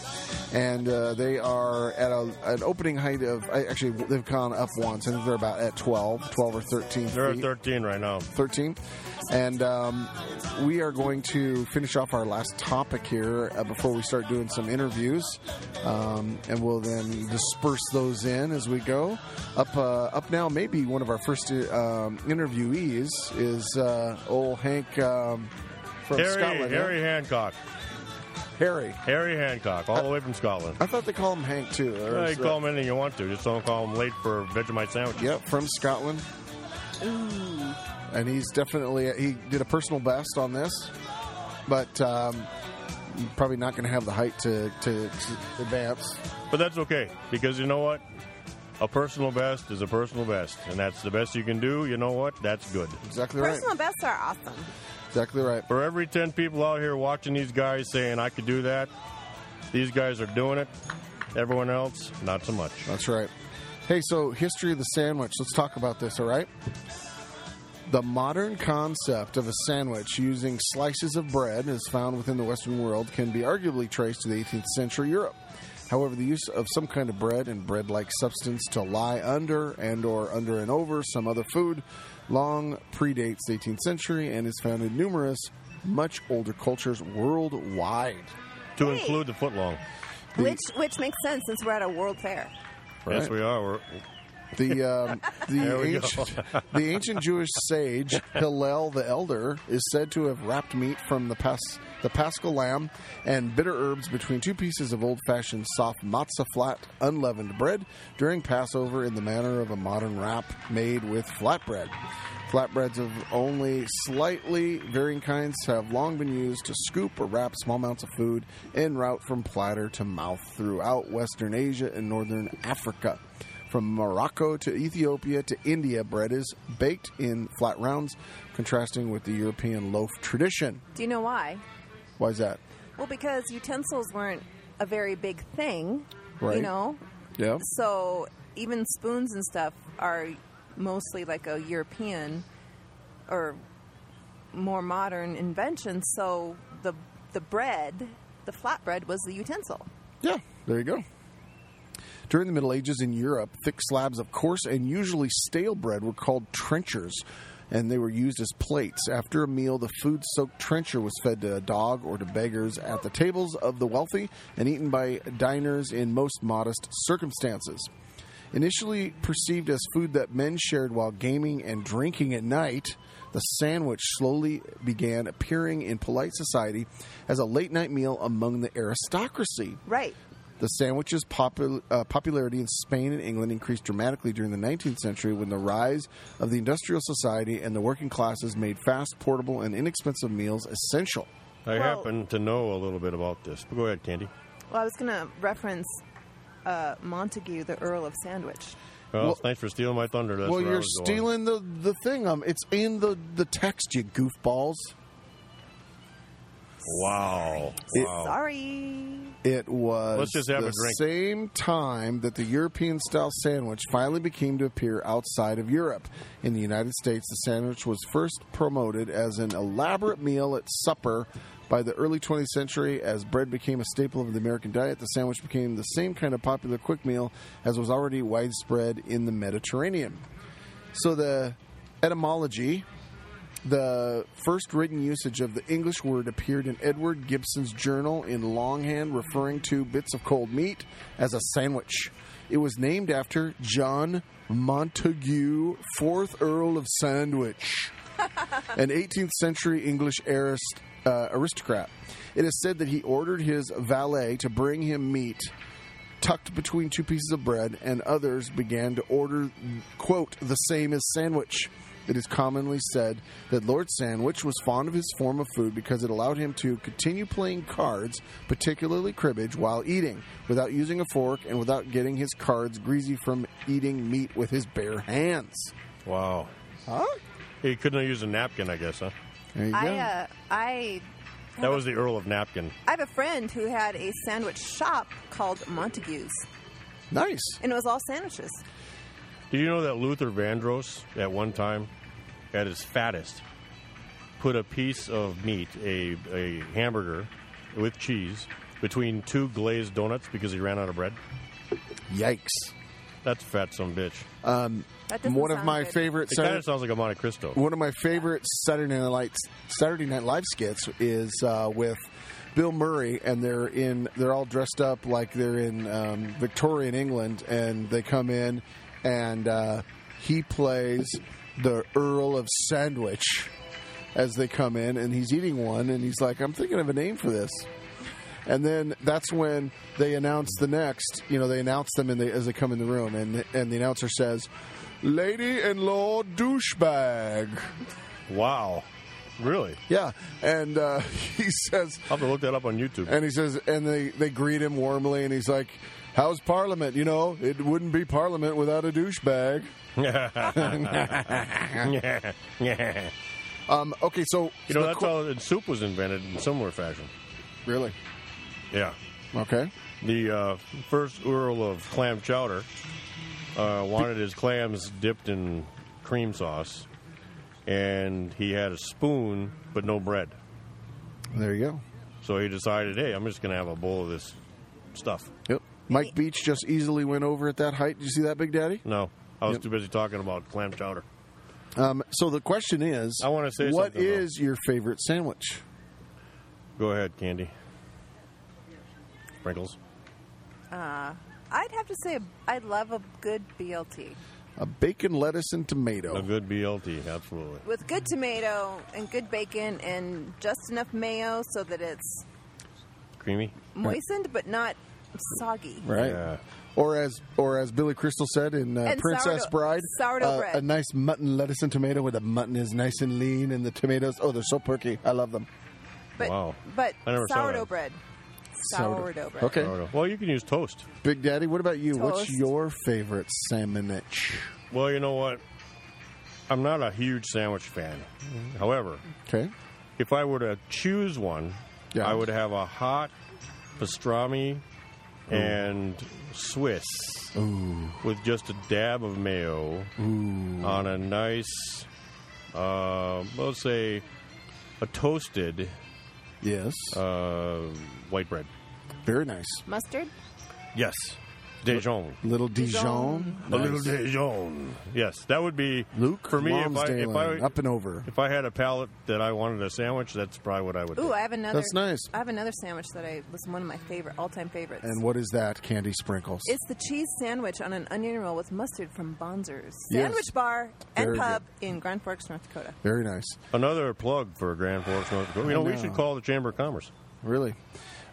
and uh, they are at a, an opening height of I- actually they've gone up once. I think they're about at 12, 12 or thirteen. They're at feet. 13 right now. 13. And um, we are going to finish off our last topic here uh, before we start doing some interviews. Um, and we'll then disperse those in as we go. Up uh, up now, maybe one of our first uh, um, interviewees is uh, old Hank um, from Harry, Scotland. Harry Hancock. Harry. Harry Hancock, all the way from Scotland. I thought they call him Hank too. or Yeah, you is call him anything you want to. Just don't call him late for Vegemite sandwich. Yep, from Scotland. Ooh. and he's definitely he did a personal best on this, but um, probably not going to have the height to, to, to advance. But that's okay because you know what? A personal best is a personal best, and that's the best you can do. You know what? That's good. Exactly Personal bests are awesome. Exactly right. For every 10 people out here watching these guys saying, I could do that, these guys are doing it. Everyone else, not so much. That's right. Hey, so history of the sandwich. Let's talk about this. All right. The modern concept of a sandwich using slices of bread, as found within the Western world, can be arguably traced to the 18th century Europe. However, the use of some kind of bread and bread-like substance to lie under and/or under and over some other food long predates the 18th century and is found in numerous, much older cultures worldwide. To Hey. include the footlong, Which which makes sense since we're at a world fair. Yes, we are. We're, The um, the There we go. ancient, the ancient Jewish sage Hillel the Elder is said to have wrapped meat from the pas the Paschal lamb and bitter herbs between two pieces of old-fashioned soft matzah flat unleavened bread during Passover in the manner of a modern wrap made with flatbread. Flatbreads of only slightly varying kinds have long been used to scoop or wrap small amounts of food en route from platter to mouth throughout Western Asia and Northern Africa. From Morocco to Ethiopia to India, bread is baked in flat rounds, contrasting with the European loaf tradition. Do you know why? Why is that? Well, because utensils weren't a very big thing, Right. you know. Yeah. So even spoons and stuff are mostly like a European or more modern invention. So the the bread, the flatbread, was the utensil. Yeah, there you go. During the Middle Ages in Europe, thick slabs of coarse and usually stale bread were called trenchers, and they were used as plates. After a meal, the food soaked trencher was fed to a dog or to beggars at the tables of the wealthy and eaten by diners in most modest circumstances. Initially perceived as food that men shared while gaming and drinking at night, the sandwich slowly began appearing in polite society as a late night meal among the aristocracy. Right. The sandwich's popul- uh, popularity in Spain and England increased dramatically during the 19th century when the rise of the industrial society and the working classes made fast, portable, and inexpensive meals essential. I happen to know a little bit about this. But go ahead, Candy. Well, I was going to reference uh, Montague, the Earl of Sandwich. Well, Well- thanks for stealing my thunder. That's well, where I you're was going. stealing the, the thing. Um, it's in the, the text, you goofballs. Wow. wow. Sorry. It was Let's just have the a drink. same time that the European style sandwich finally became to appear outside of Europe. In the United States, the sandwich was first promoted as an elaborate meal at supper. By the early 20th century, as bread became a staple of the American diet, the sandwich became the same kind of popular quick meal as was already widespread in the Mediterranean. So the etymology the first written usage of the English word appeared in Edward Gibson's journal in longhand, referring to bits of cold meat as a sandwich. It was named after John Montague, 4th Earl of Sandwich, an 18th century English arist- uh, aristocrat. It is said that he ordered his valet to bring him meat tucked between two pieces of bread, and others began to order, quote, the same as sandwich. It is commonly said that Lord Sandwich was fond of his form of food because it allowed him to continue playing cards, particularly cribbage, while eating, without using a fork and without getting his cards greasy from eating meat with his bare hands. Wow. Huh? He couldn't have used a napkin, I guess, huh? There you I uh, I that was the Earl of Napkin. I have a friend who had a sandwich shop called Montague's, Nice. and it was all sandwiches. Did you know that Luther Vandross, at one time, at his fattest, put a piece of meat, a, a hamburger with cheese, between two glazed donuts because he ran out of bread? Yikes. That's fat some bitch. Um, That doesn't one of sound my good. favorite It kind of sounds like a Monte Cristo. One of my favorite Saturday Night Lights, Saturday Night Live skits is uh, with Bill Murray, and they're in. They're all dressed up like they're in um, Victorian England, and they come in, and uh, he plays the Earl of Sandwich as they come in, and he's eating one, and he's like, "I'm thinking of a name for this." And then that's when they announce the next. You know, they announce them in the, as they come in the room, and and the announcer says, "Lady and Lord Douchebag." Wow, really? Yeah, and uh, he says, "I'll have to look that up on YouTube." And he says, and they they greet him warmly, and he's like, "How's Parliament? You know, it wouldn't be Parliament without a douchebag." yeah, yeah. Um, okay, so You know, that's how the soup was invented in similar fashion. Really? Yeah. Okay. The uh, first Earl of clam chowder uh, wanted his clams dipped in cream sauce, and he had a spoon but no bread. There you go. So he decided, hey, I'm just going to have a bowl of this stuff. Yep. Mike Beach just easily went over at that height. Did you see that, Big Daddy? No, I was too busy talking about clam chowder. Um, so the question is, I wanna say what something, though. is your favorite sandwich? Go ahead, Candy. Sprinkles. Uh, I'd have to say I love a good BLT A bacon, lettuce, and tomato. A good BLT, absolutely. with good tomato and good bacon and just enough mayo so that it's Creamy. moistened but not soggy. Right. Or as or as Billy Crystal said in uh, And Princess sourdough- Bride, sourdough uh, bread. a nice mutton lettuce and tomato where the mutton is nice and lean and the tomatoes, oh, they're so perky. I love them. But, Wow. But I never saw sourdough that. bread. Sourdough, bread. Okay. Well, you can use toast. Big Daddy, what about you? What's Toast. your favorite sandwich? Well, you know what? I'm not a huge sandwich fan. However, Okay. if I were to choose one, I would have a hot pastrami and Swiss with just a dab of mayo on a nice, uh, let's say, a toasted yes uh, white bread. Very nice. Mustard? Yes, Dijon. Little Dijon. A little Nice. Dijon. Yes, that would be Luke for me. If I, if Lonsdale, I up and over. if I had a palate that I wanted a sandwich, that's probably what I would. Ooh, do. I have another. That's nice. I have another sandwich that I was one of my favorite, all-time favorites. And what is that? Candy sprinkles. It's the cheese sandwich on an onion roll with mustard from Bonzer's Yes. Sandwich Bar and Very Pub in Grand Forks, North Dakota. Very nice. Another plug for Grand Forks, North Dakota. You know, I we know. should call the Chamber of Commerce. Really?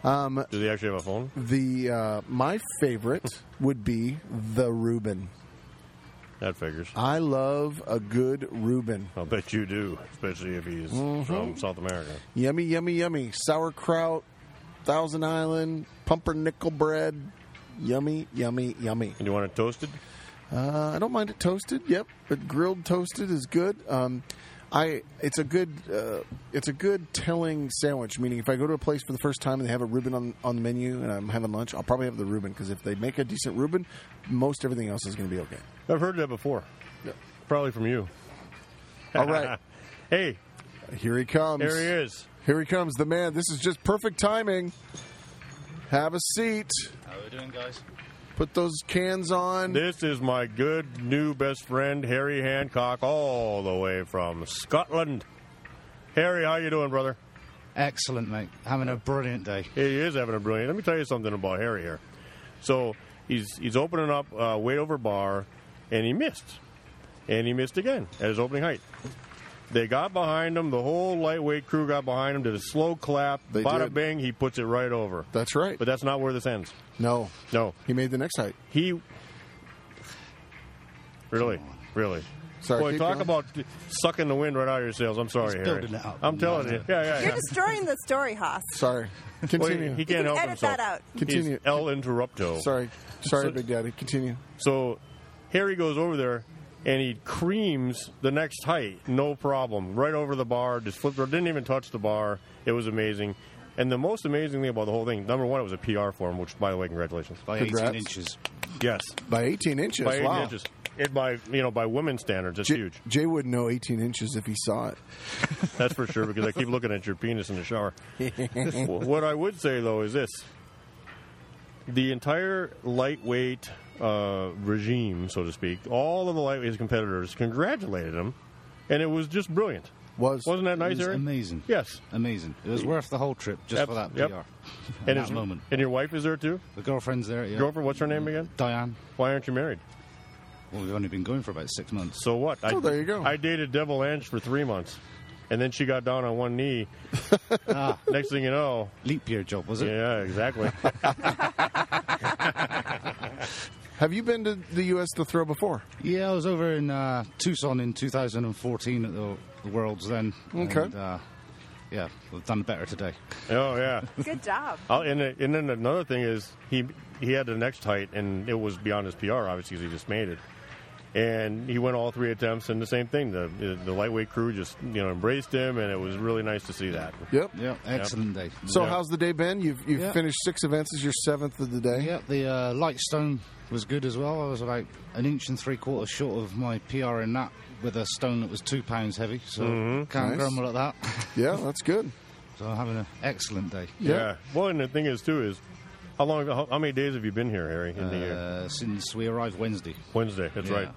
Um, Do they actually have a phone? the uh, my favorite would be the Reuben. That figures. I love a good Reuben. I'll bet you do, especially if he's Mhm. from South America. Yummy, yummy, yummy. Sauerkraut, Thousand Island, pumpernickel bread. Yummy, yummy, yummy. And you want it toasted? Uh, I don't mind it toasted. Yep, but grilled toasted is good. Um, I it's a good uh, it's a good telling sandwich. Meaning, if I go to a place for the first time and they have a Reuben on on the menu and I'm having lunch, I'll probably have the Reuben because if they make a decent Reuben, most everything else is going to be okay. I've heard that before. Probably from you. All right. hey, here he comes. Here he is. Here he comes, the man. This is just perfect timing. Have a seat. How are we doing, guys? Put those cans on. This is my good new best friend Harry Hancock, all the way from Scotland. Harry, how you doing, brother? Excellent, mate. Having a brilliant day. He is having a brilliant. Let me tell you something about Harry here. So he's he's opening up uh, way over bar, and he missed, and he missed again at his opening height. They got behind him. The whole lightweight crew got behind him. Did a slow clap. They bada did. bing. He puts it right over. That's right. But that's not where this ends. No, No. he made the next height. He really, really. Sorry, Boy, keep talk going. about sucking the wind right out of your sails. I'm sorry, He's Harry. building it up. I'm telling you. Yeah, yeah. You're yeah. destroying the story, Haas. Sorry. Continue. Well, he can't You can help edit himself. that out. Continue. He's El interrupto. Sorry. Sorry, So- Big Daddy. Continue. So Harry goes over there and he creams the next height, no problem, right over the bar. Just flipped, didn't even touch the bar. It was amazing. And the most amazing thing about the whole thing, number one, it was a PR for him, which, by the way, congratulations. By 18 Congrats. inches. Yes, By 18 inches. by 18 wow. inches. It by you know by women's standards, it's Jay, huge. Jay would know 18 inches if he saw it. That's for sure because I keep looking at your penis in the shower. Wh- what I would say though is this: the entire lightweight uh, regime, so to speak, all of the lightweight competitors congratulated him, and it was just brilliant. Was wasn't that nice, It was Eric? amazing. Yes. Amazing. It was worth the whole trip just Yep, for that PR. yep. And his- that moment. and your wife is there too. The girlfriend's there. Yeah. Girlfriend, what's her name again? Diane. Why aren't you married? Well, we've only been going for about six months. So what? I, Oh, there you go. I dated Devil Ange for three months, and then she got down on one knee. ah, Next thing you know, leap year job was it? yeah, exactly. Have you been to the U.S. to throw before? Yeah, I was over in uh, Tucson in 2014 at the, the Worlds then. Okay. And, uh, yeah, we've done better today. oh yeah. Good job. Oh, and, then- and then another thing is he he had the next height, and it was beyond his PR, obviously, 'cause he just made it. And he went all three attempts, and the same thing. The the lightweight crew just you know embraced him, and it was really nice to see that. Yep. Yeah, excellent day. So Yeah. how's the day been? You've you've Yeah. finished six events. Is your seventh of the day? Yeah, the uh, Lightstone was good as well. I was about an inch and three quarters short of my PR in that with a stone that was two pounds heavy, so can't Mm-hmm. Nice. grumble at that. Yeah, that's good. So I'm having an excellent day. Yeah. Well, and the thing is too is how long? How, how many days have you been here, Harry? In the uh, Uh, since we arrived Wednesday. Wednesday. That's yeah. right.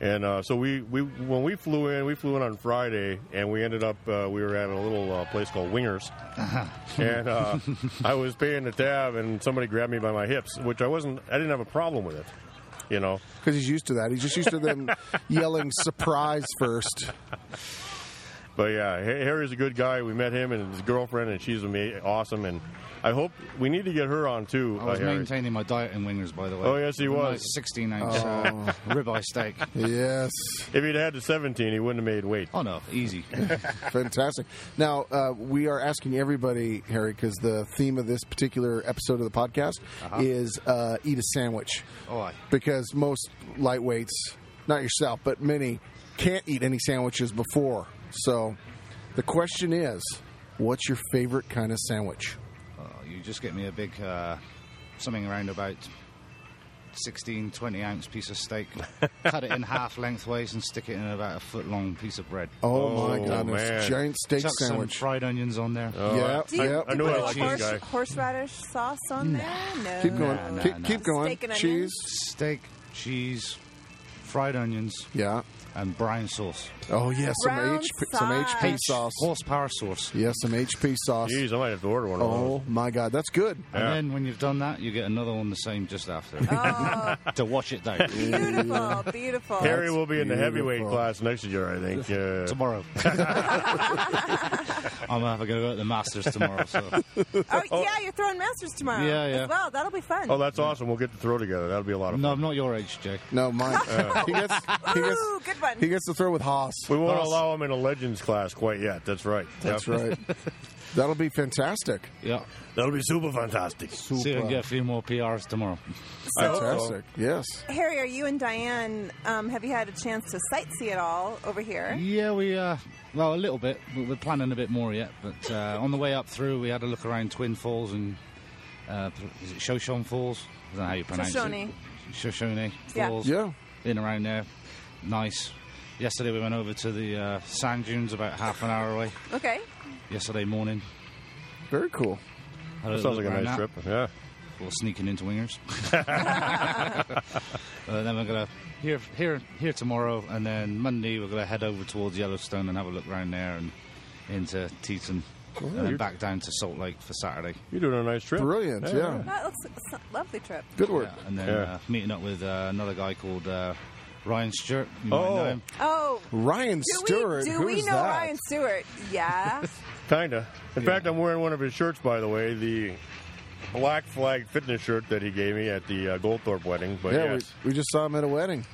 And uh, so we, we when we flew in, we flew in on Friday, and we ended up uh, we were at a little uh, place called Wingers, Uh-huh. and uh, I was paying the tab, and somebody grabbed me by my hips, which I wasn't. I didn't have a problem with it, you know. Because he's used to that. He's just used to them yelling surprise first. But yeah, Ha- Harry's a good guy. We met him and his girlfriend, and she's ama- awesome. And I hope we need to get her on too. I was uh, Harry. maintaining my diet in wingers, by the way. Oh, yes, he Nice was. 16 ounce Oh. uh, ribeye steak. Yes, If he'd had the 17, he wouldn't have made weight. Oh, no, easy. fantastic. Now uh, we are asking everybody, Harry, because the theme of this particular episode of the podcast is uh, eat a sandwich. Uh-huh. Oh, aye. Because most lightweights, not yourself, but many, can't eat any sandwiches before. So the question is, what's your favorite kind of sandwich? Oh, you just get me a big, uh, something around about 16, 20 ounce piece of steak, cut it in half lengthways, and stick it in about a foot long piece of bread. Oh, my Oh, goodness! man. Giant steak Chuck sandwich. some fried onions on there. Oh, Yep, Do you, yep. do I you know put I a like this guy. horse, horseradish sauce on there? No. Mm. Keep going. Nah, keep, nah, keep nah. going. Steak and Cheese. onions? Steak, cheese, fried onions, Yeah. and brown sauce. Oh yeah, some Brown HP, some HP sauce. sauce. Horsepower sauce. Yeah, some HP sauce. Jeez, I might have to order one of those. Oh my god, that's good. And Yeah. then when you've done that, you get another one the same just after Oh, to wash it down. beautiful, beautiful. Harry will be in the heavyweight beautiful. class next year, I think. Yeah. tomorrow. I'm going to go to the Masters tomorrow. So. Oh, yeah, you're throwing masters tomorrow. Yeah, yeah. As well, that'll be fun. Oh, that's awesome. We'll get to throw together. That'll be a lot of fun. No, I'm not your age, Jake. No, mine. Uh, he gets he gets Ooh, good one. he gets to throw with Haas. We won't Awesome. allow him in a Legends class quite yet. That's right. That's Yep. right. That'll be fantastic. Yeah. That'll be super fantastic. See if I can get a few more PRs tomorrow. I hope so. Fantastic, yes. Harry, are you and Diane? Um, have you had a chance to sightsee at all over here? Yeah, we, uh, well, a little bit. We- We're planning a bit more yet, but uh, on the way up through, we had a look around Twin Falls and, uh, is it Shoshone Falls? I don't know how you pronounce Shoshone. it. Shoshone Yeah. Falls. Yeah. In around there. Nice. Yesterday, we went over to the uh, sand dunes about half an hour away. Okay. Yesterday morning. Very cool. That sounds like a nice trip, Yeah. Well, sneaking into Wingers. Uh, then we're gonna here here here tomorrow, and then Monday we're gonna head over towards Yellowstone and have a look round there, and into Teton, Oh, and then you're- back down to Salt Lake for Saturday. You're doing a nice trip. Brilliant, That looks it's a lovely trip. Yeah, and then Yeah. uh, meeting up with uh, another guy called uh, Ryan Stewart. You might Oh. know him. Oh, Ryan do we, do we know Ryan Stewart? Yeah. Kinda. In fact, I'm wearing one of his shirts, by the way, the black flag fitness shirt that he gave me at the uh, Goldthorpe wedding. But yeah, yes. Hmm. we, we just saw him at a wedding.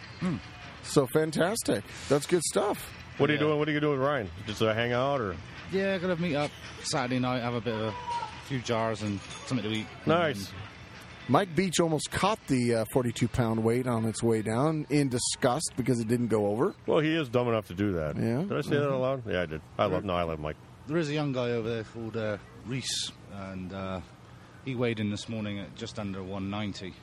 So fantastic. That's good stuff. What are you doing? What are you doing with Ryan? Just uh, hang out or? Yeah, gonna meet up Saturday night, have a bit of a few jars and something to eat. Nice. Mike Beach almost caught the uh, 42 pound weight on its way down in disgust because it didn't go over. Well, he is dumb enough to do that. Yeah. Mm-hmm. Did I say that out loud? Yeah, I did. I love. No, I love Mike. There is a young guy over there called uh, Reese, and uh, he weighed in this morning at just under 190.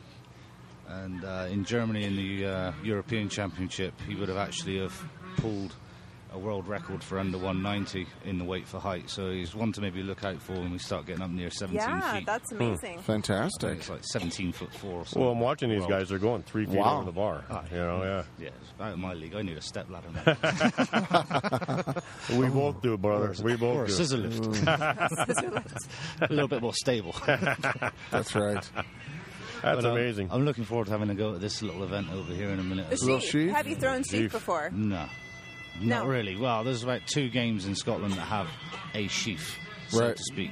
And uh, in Germany, in the uh, European Championship, he would have actually have pulled a world record for under 190 in the weight for height. So he's one to maybe look out for when we start getting up near 17 Yeah, feet. that's Hmm. amazing. Fantastic. It's like 17 foot four. Or something. Well, I'm watching these Well, guys. They're going three feet Wow. over the bar. You know, yeah. Yeah, it's out of my league. I need a step ladder. man. We both do, brother. We both or a do. Mm. scissor lift. a little bit more stable. That's right. That's But, um, amazing. I'm looking forward to having a go at this little event over here in a minute. A Little sheep. sheep? Have you thrown sheep Sheep. before? No. Not really. Well, there's about two games in Scotland that have a sheaf, so Right. to speak.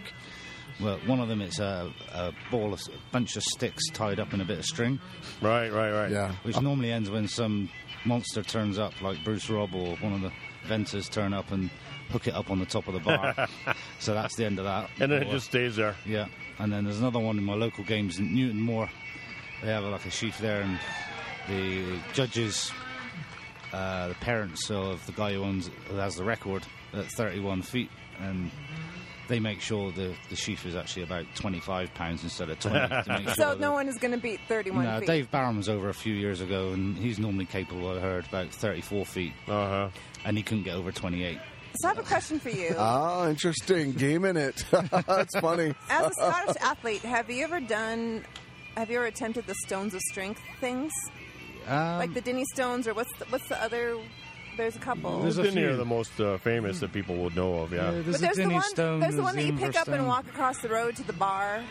Well, one of them it's a, a ball, of, a bunch of sticks tied up in a bit of string. Right, right, right. Yeah. Which normally ends when some monster turns up, like Bruce Robb or one of the venters turn up and hook it up on the top of the bar. so that's the end of that. And then it Or- just stays there. yeah, and then there's another one in my local games in Newton Moore. They have like a sheaf there, and the judges, uh, the parents of the guy who owns who has the record at 31 feet, and they make sure the the sheaf is actually about 25 pounds instead of 20. to make sure so that- no one is going to beat 31 no, feet. Dave Barham was over a few years ago, and he's normally capable. I heard about 34 feet, uh-huh. and he couldn't get over 28. So I have a question for you. Uh, Ah, interesting. Game in it. That's funny. As a Scottish athlete, have you ever done? Have you ever attempted the Stones of Strength things, Um, like the Denny Stones, or what's the, what's the other? There's a Oh. couple. There's a few. are the most uh, famous that people would know of. Yeah. Yeah, but there's a there's the Denny one. Stone, there's the one that you Zimmer pick up and Stone. walk across the road to the bar.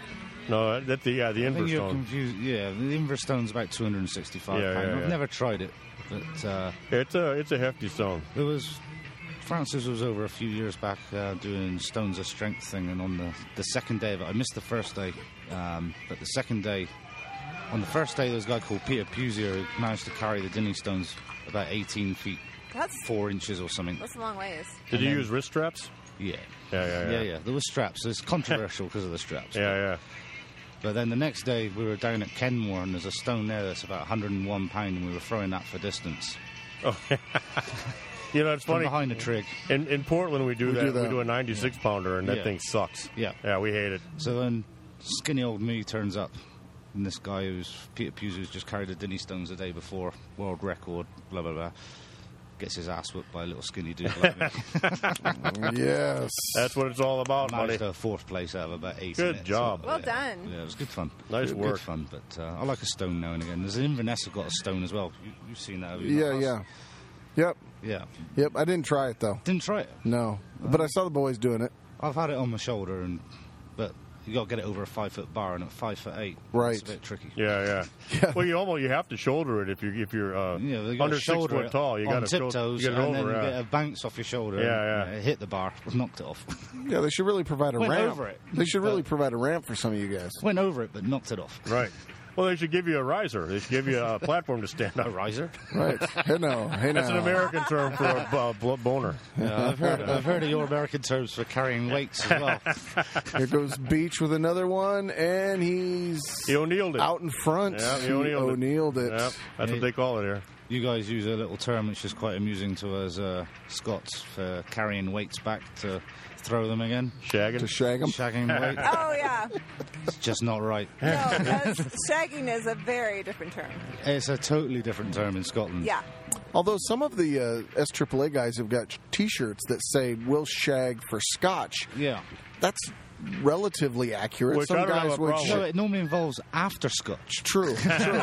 No, that the yeah the I think Inverstone. you're confused. Yeah, the Inverstone's about 265 Yeah, pounds. yeah, yeah. I've never tried it, but uh, It's a it's a hefty stone. There was Francis was over a few years back uh, doing Stones of Strength thing, and on the the second day of it, I missed the first day, um, but the second day, on the first day, there was a guy called Peter Pusier who managed to carry the Dinny Stones about 18 feet, That's four inches or something. that's a long ways. Did you use wrist straps? Yeah. Yeah, yeah, yeah. yeah, yeah. There were straps. It's controversial because of the straps. Yeah, yeah. But then the next day we were down at Kenmore and there's a stone there that's about 101 pound and we were throwing that for distance. Oh, you know, it's From funny. behind the trig. In, in Portland, we do, We that. do that. We do a 96 pounder, and that Yeah. thing sucks. Yeah. Yeah, we hate it. So then skinny old me turns up and this guy who's Peter Pews who's just carried the Dinny Stones the day before, world record, blah blah blah. Gets his ass whipped by a little skinny dude like me. yes. That's what it's all about, buddy. Managed to fourth place out of about eight. Good minutes. job. Well Yeah. done. Yeah, it was good fun. Nice good, work. Good fun, but uh, I like a stone now and again. There's Inverness have got a stone as well. You, you've seen that, have you? Yeah, yeah. Yep. Yeah. Yep. I didn't try it, though. Didn't try it. No. But I saw the boys doing it. I've had it on my shoulder, and but you got to get it over a five foot bar, and at five foot eight, Right. it's a bit tricky. Yeah, yeah, Well, you almost you have to shoulder it if you if you're uh, Yeah, they got under to six shoulder foot it tall. You on got to tiptoes, you get it and then over. uh, you yeah. get a bounce off your shoulder. Yeah, and, yeah. it hit the bar, knocked it off. Yeah, they should really provide a Went ramp. over it. They should really provide a ramp for some of you guys. Went over it, but knocked it off. Right. Well, they should give you a riser. They should give you a platform to stand on. A riser? Right. Hey now, hey That's an now. American term for a uh, blo- boner. Yeah, I've heard I've heard of your American terms for carrying weights as well. Here goes Beach with another one, and he's he O'Neilled it out in front. Yeah, he He O'Neilled it. O'Neilled it. Yeah, that's what they call it here. You guys use a little term which is quite amusing to us uh, Scots for carrying weights back to throw them again. Shagging. To shag 'em. Shagging weight. Oh yeah, It's just not right. no, that's, shagging is a very different term. It's a totally different term in Scotland. Yeah, Although some of the uh, SAAA guys have got T-shirts that say "We'll shag for Scotch." Yeah. That's relatively accurate. some guys would. No, it normally involves after Scotch. True, true,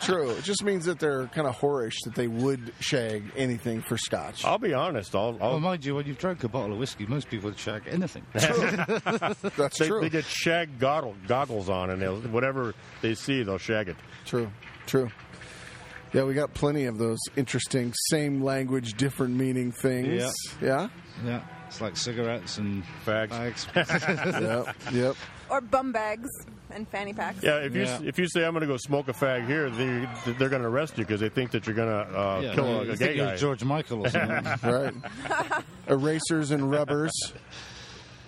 true. It just means that they're kind of whorish that they would shag anything for Scotch. I'll be honest. I'll, Well, mind you, when you've drunk a bottle of whiskey, most people would shag anything. That's they, true. They get shag goggle, goggles on, and they'll, whatever they see, they'll shag it. True, true. Yeah, we got plenty of those interesting same language, different meaning things. Yeah. Yeah. It's like cigarettes and fags. yep. Yep. or bum bags and fanny packs. Yeah, if you if you say I'm going to go smoke a fag here, they, they're going to arrest you because they think that you're going to uh, Yeah, kill they- a, they a think gay you're guy. George Michael or something. right. Erasers and rubbers.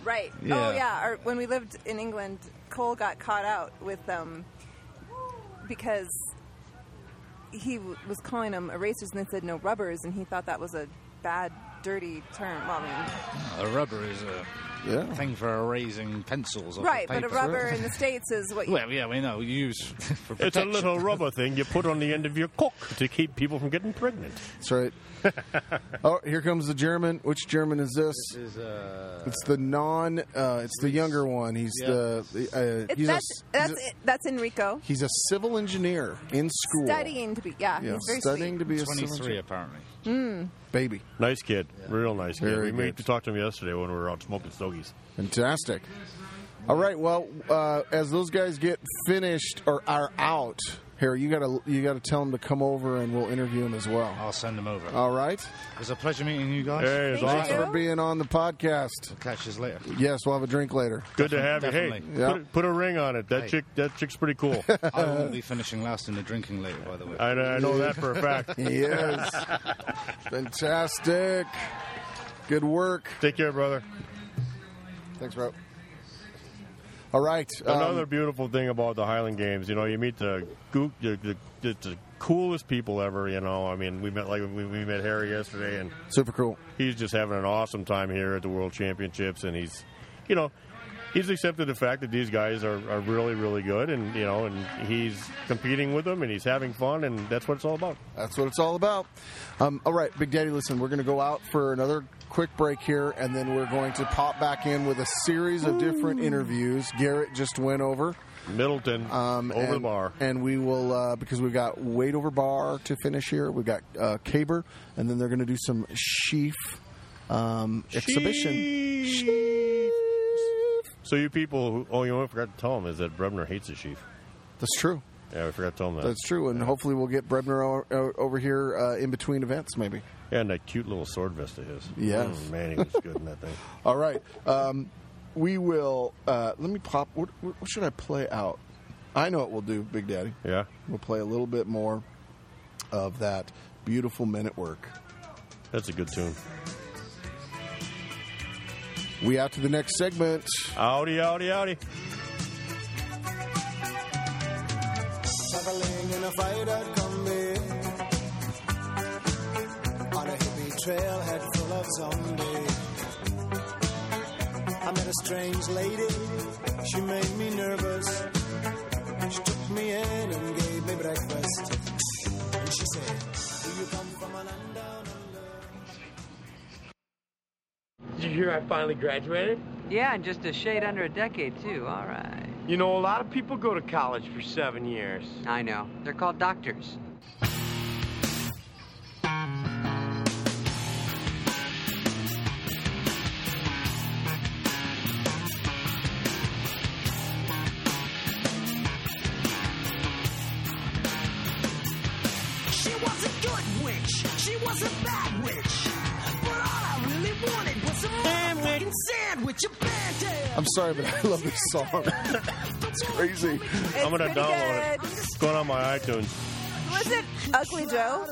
Right. Yeah. Oh yeah. Or when we lived in England, Cole got caught out with um because he w- was calling them erasers and they said no rubbers and he thought that was a bad, dirty term. Well, I Ah, A rubber is a yeah. thing for erasing pencils. mean, off right. of But a paper. rubber in the states is what you. Well, yeah, we know. You use for It's a protection. little rubber thing you put on the end of your cock to keep people from getting pregnant. That's right. oh, here comes the German. Which German is this? This is, uh, it's the non. Uh, it's the younger one. He's Yeah. the. Uh, It's he's, that's a, that's it, that's Enrico he's a civil engineer in school. studying to be yeah. Yeah, he's very studying sweet. to be a civil 23, engineer. apparently. Mm. Baby. Nice kid, real nice kid. Very we, we good. talked to him yesterday when we were out smoking stogies. Fantastic. All right. Well, uh, as those guys get finished or are out, Harry, you gotta you gotta tell them to come over and we'll interview them as well. I'll send them over. All right. It was a pleasure meeting you guys. Hey, it's Thanks for being on the podcast. Catch us later. Yes, we'll have a drink later. Good to have you. Definitely. Hey, Yeah. put, put a ring on it. That Hey. chick, that chick's pretty cool. I won't be finishing last in the drinking later, by the way. I, I know that for a fact. yes. Fantastic. Good work. Take care, brother. Thanks, bro. All right. um, Another beautiful thing about the Highland Games, you know, you meet the goo- the, the, the, the coolest people ever. You know, I mean, we met like we, we met Harry yesterday, and super cool. he's just having an awesome time here at the World Championships, and he's, you know, he's accepted the fact that these guys are, are really really good, and you know, and he's competing with them, and he's having fun, and that's what it's all about. That's what it's all about. Um, all right, Big Daddy, listen, we're going to go out for another quick break here, and then we're going to pop back in with a series of different interviews. Garrett just went over. Middleton Um, over and, the bar. And we will, uh, because we've got Wade over bar to finish here, we've got uh, Caber, and then they're going to do some Sheaf um, exhibition. Sheaf. So you people, who, oh, you know, what I forgot to tell him is that Brebner hates the sheep. That's true. Yeah, I forgot to tell him that. That's true, and hopefully we'll get Brebner o- o- over here uh, in between events, maybe. Yeah, and that cute little sword vest of his. Yes. Mm, man, he was good in that thing. All right, um, we will. Uh, let me pop. What, what should I play out? I know what we'll do, Big Daddy. Yeah. We'll play a little bit more of that beautiful minute work. That's a good tune. We out to the next segment. Howdy, howdy, howdy. Traveling in a fired-out combi on a hippie trailhead full of zombies. I met a strange lady. She made me nervous. She took me in and gave me breakfast. And she said, "Do you come from an island down Did you hear I finally graduated? Yeah, and just a shade under a decade, too. All right. You know, a lot of people go to college for seven years. I know. They're called doctors. She was a good witch. She was a bad witch. But all I really wanted was a motherfucking sandwich, a bandage. I'm sorry, but I love this song. it's crazy. I'm gonna pretty download good. it. It's going on my iTunes. Was it Ugly Joe?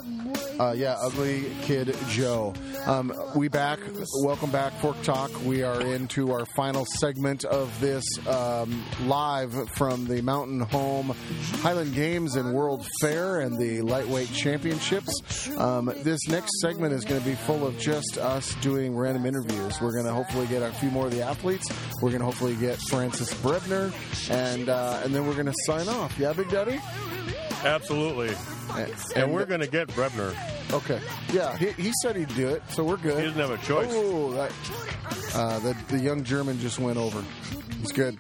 Uh, yeah, Ugly Kid Joe. Um, we back. Welcome back, Fork Talk. We are into our final segment of this um, live from the Mountain Home Highland Games and World Fair and the Lightweight Championships. Um, this next segment is going to be full of just us doing random interviews. We're going to hopefully get a few more of the athletes. We're going to hopefully get Francis Brebner, and uh, and then we're going to sign off. Yeah, Big Daddy. Absolutely. And we're going to get Brebner. Okay. Yeah, he, he said he'd do it, so we're good. He doesn't have a choice. Oh, that, uh, the, the young German just went over. He's good.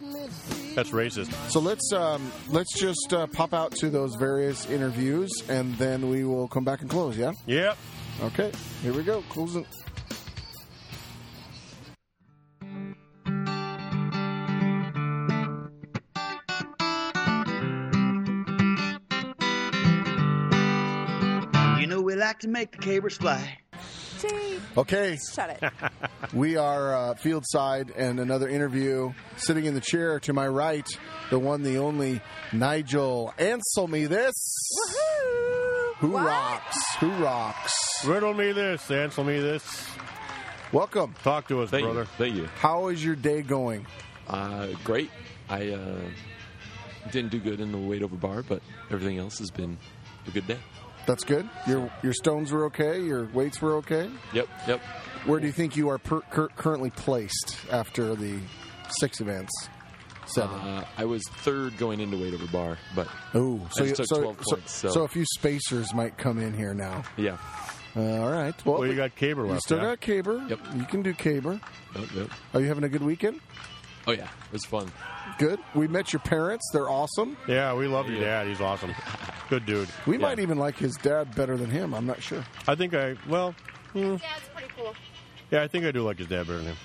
That's racist. So let's um, let's just uh, pop out to those various interviews, and then we will come back and close. Yeah. Yep. Okay. Here we go. Closing. You know we like to make the cables fly. Okay. Shut it. we are uh, field side and another interview. Sitting in the chair to my right, the one, the only Nigel Ansel me this. Who rocks? Who rocks? Riddle me this, answer me this. Welcome. Talk to us, Thank brother. You. Thank you. How is your day going? Uh, great. I uh, didn't do good in the weight over bar, but everything else has been a good day. That's good. Your your stones were okay. Your weights were okay. Yep. Yep. Where do you think you are per, cur, currently placed after the six events? Seven. Uh, I was third going into weight over bar, but Ooh, I you- just took 12 points. So, so a few spacers might come in here now. yeah, Uh, all right. Well, Well, you got Caber You left, still yeah. got Caber. Yep. You can do Caber. Yep, yep. Are you having a good weekend? oh yeah, it was fun. Good. We met your parents. They're awesome. Yeah, we love your dad. He's awesome. Good dude. We might e- even like his dad better than him. I'm not sure. I think I well, Yeah, hmm, it's pretty cool. yeah, I think I do like his dad better than him.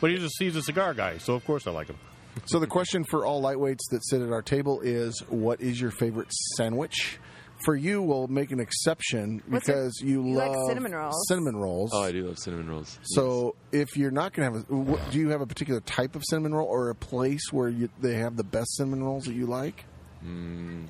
But he's a he's a cigar guy, so of course I like him. So the question for all lightweights that sit at our table is, what is your favorite sandwich? For you, we'll make an exception What's your- because you, you like love cinnamon rolls. Cinnamon rolls. Oh, I do love cinnamon rolls. So if you're not going to have, a, what, do you have a particular type of cinnamon roll or a place where you, they have the best cinnamon rolls that you like? Mm,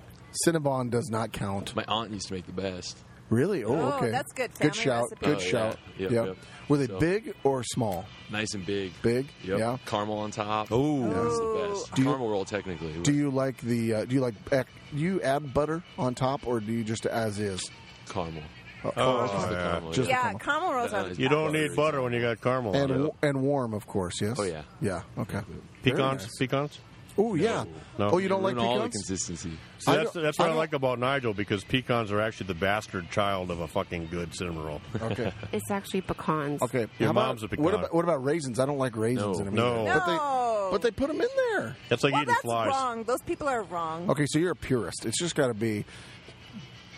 Cinnabon does not count. my aunt used to make the best. Really? Oh, Oh, okay. that's good. Good Family shout. recipe. Good Oh, yeah. shout. Yep, yep. Were they So- big or small? Nice and big. Big. Yep. Yeah. Caramel on top. Oh, that's the best. Do you- Caramel roll technically. Do you like the? Uh, do you like? ac- Do you add butter on top, or do you just as is? Caramel. Oh, just the caramel, Just the yeah, caramel. caramel rolls are. You don't need butter when you got caramel. and on w- it. and warm, of course. Yes. Oh, yeah. Yeah. Okay. Pecans, pecans. Oh yeah. No. Oh, you don't like Ruin all the pecans? consistency. See, I that's don't- that's what I I, don't- like about Nigel because pecans are actually the bastard child of a fucking good cinnamon roll. Okay. It's actually pecans. Okay. Your How mom's a about, pecan. What about, what about raisins? I don't like raisins in a No. But they, but they put them in there. That's like well, eating that's flies. wrong. Those people are wrong. Okay, so you're a purist. It's just got to be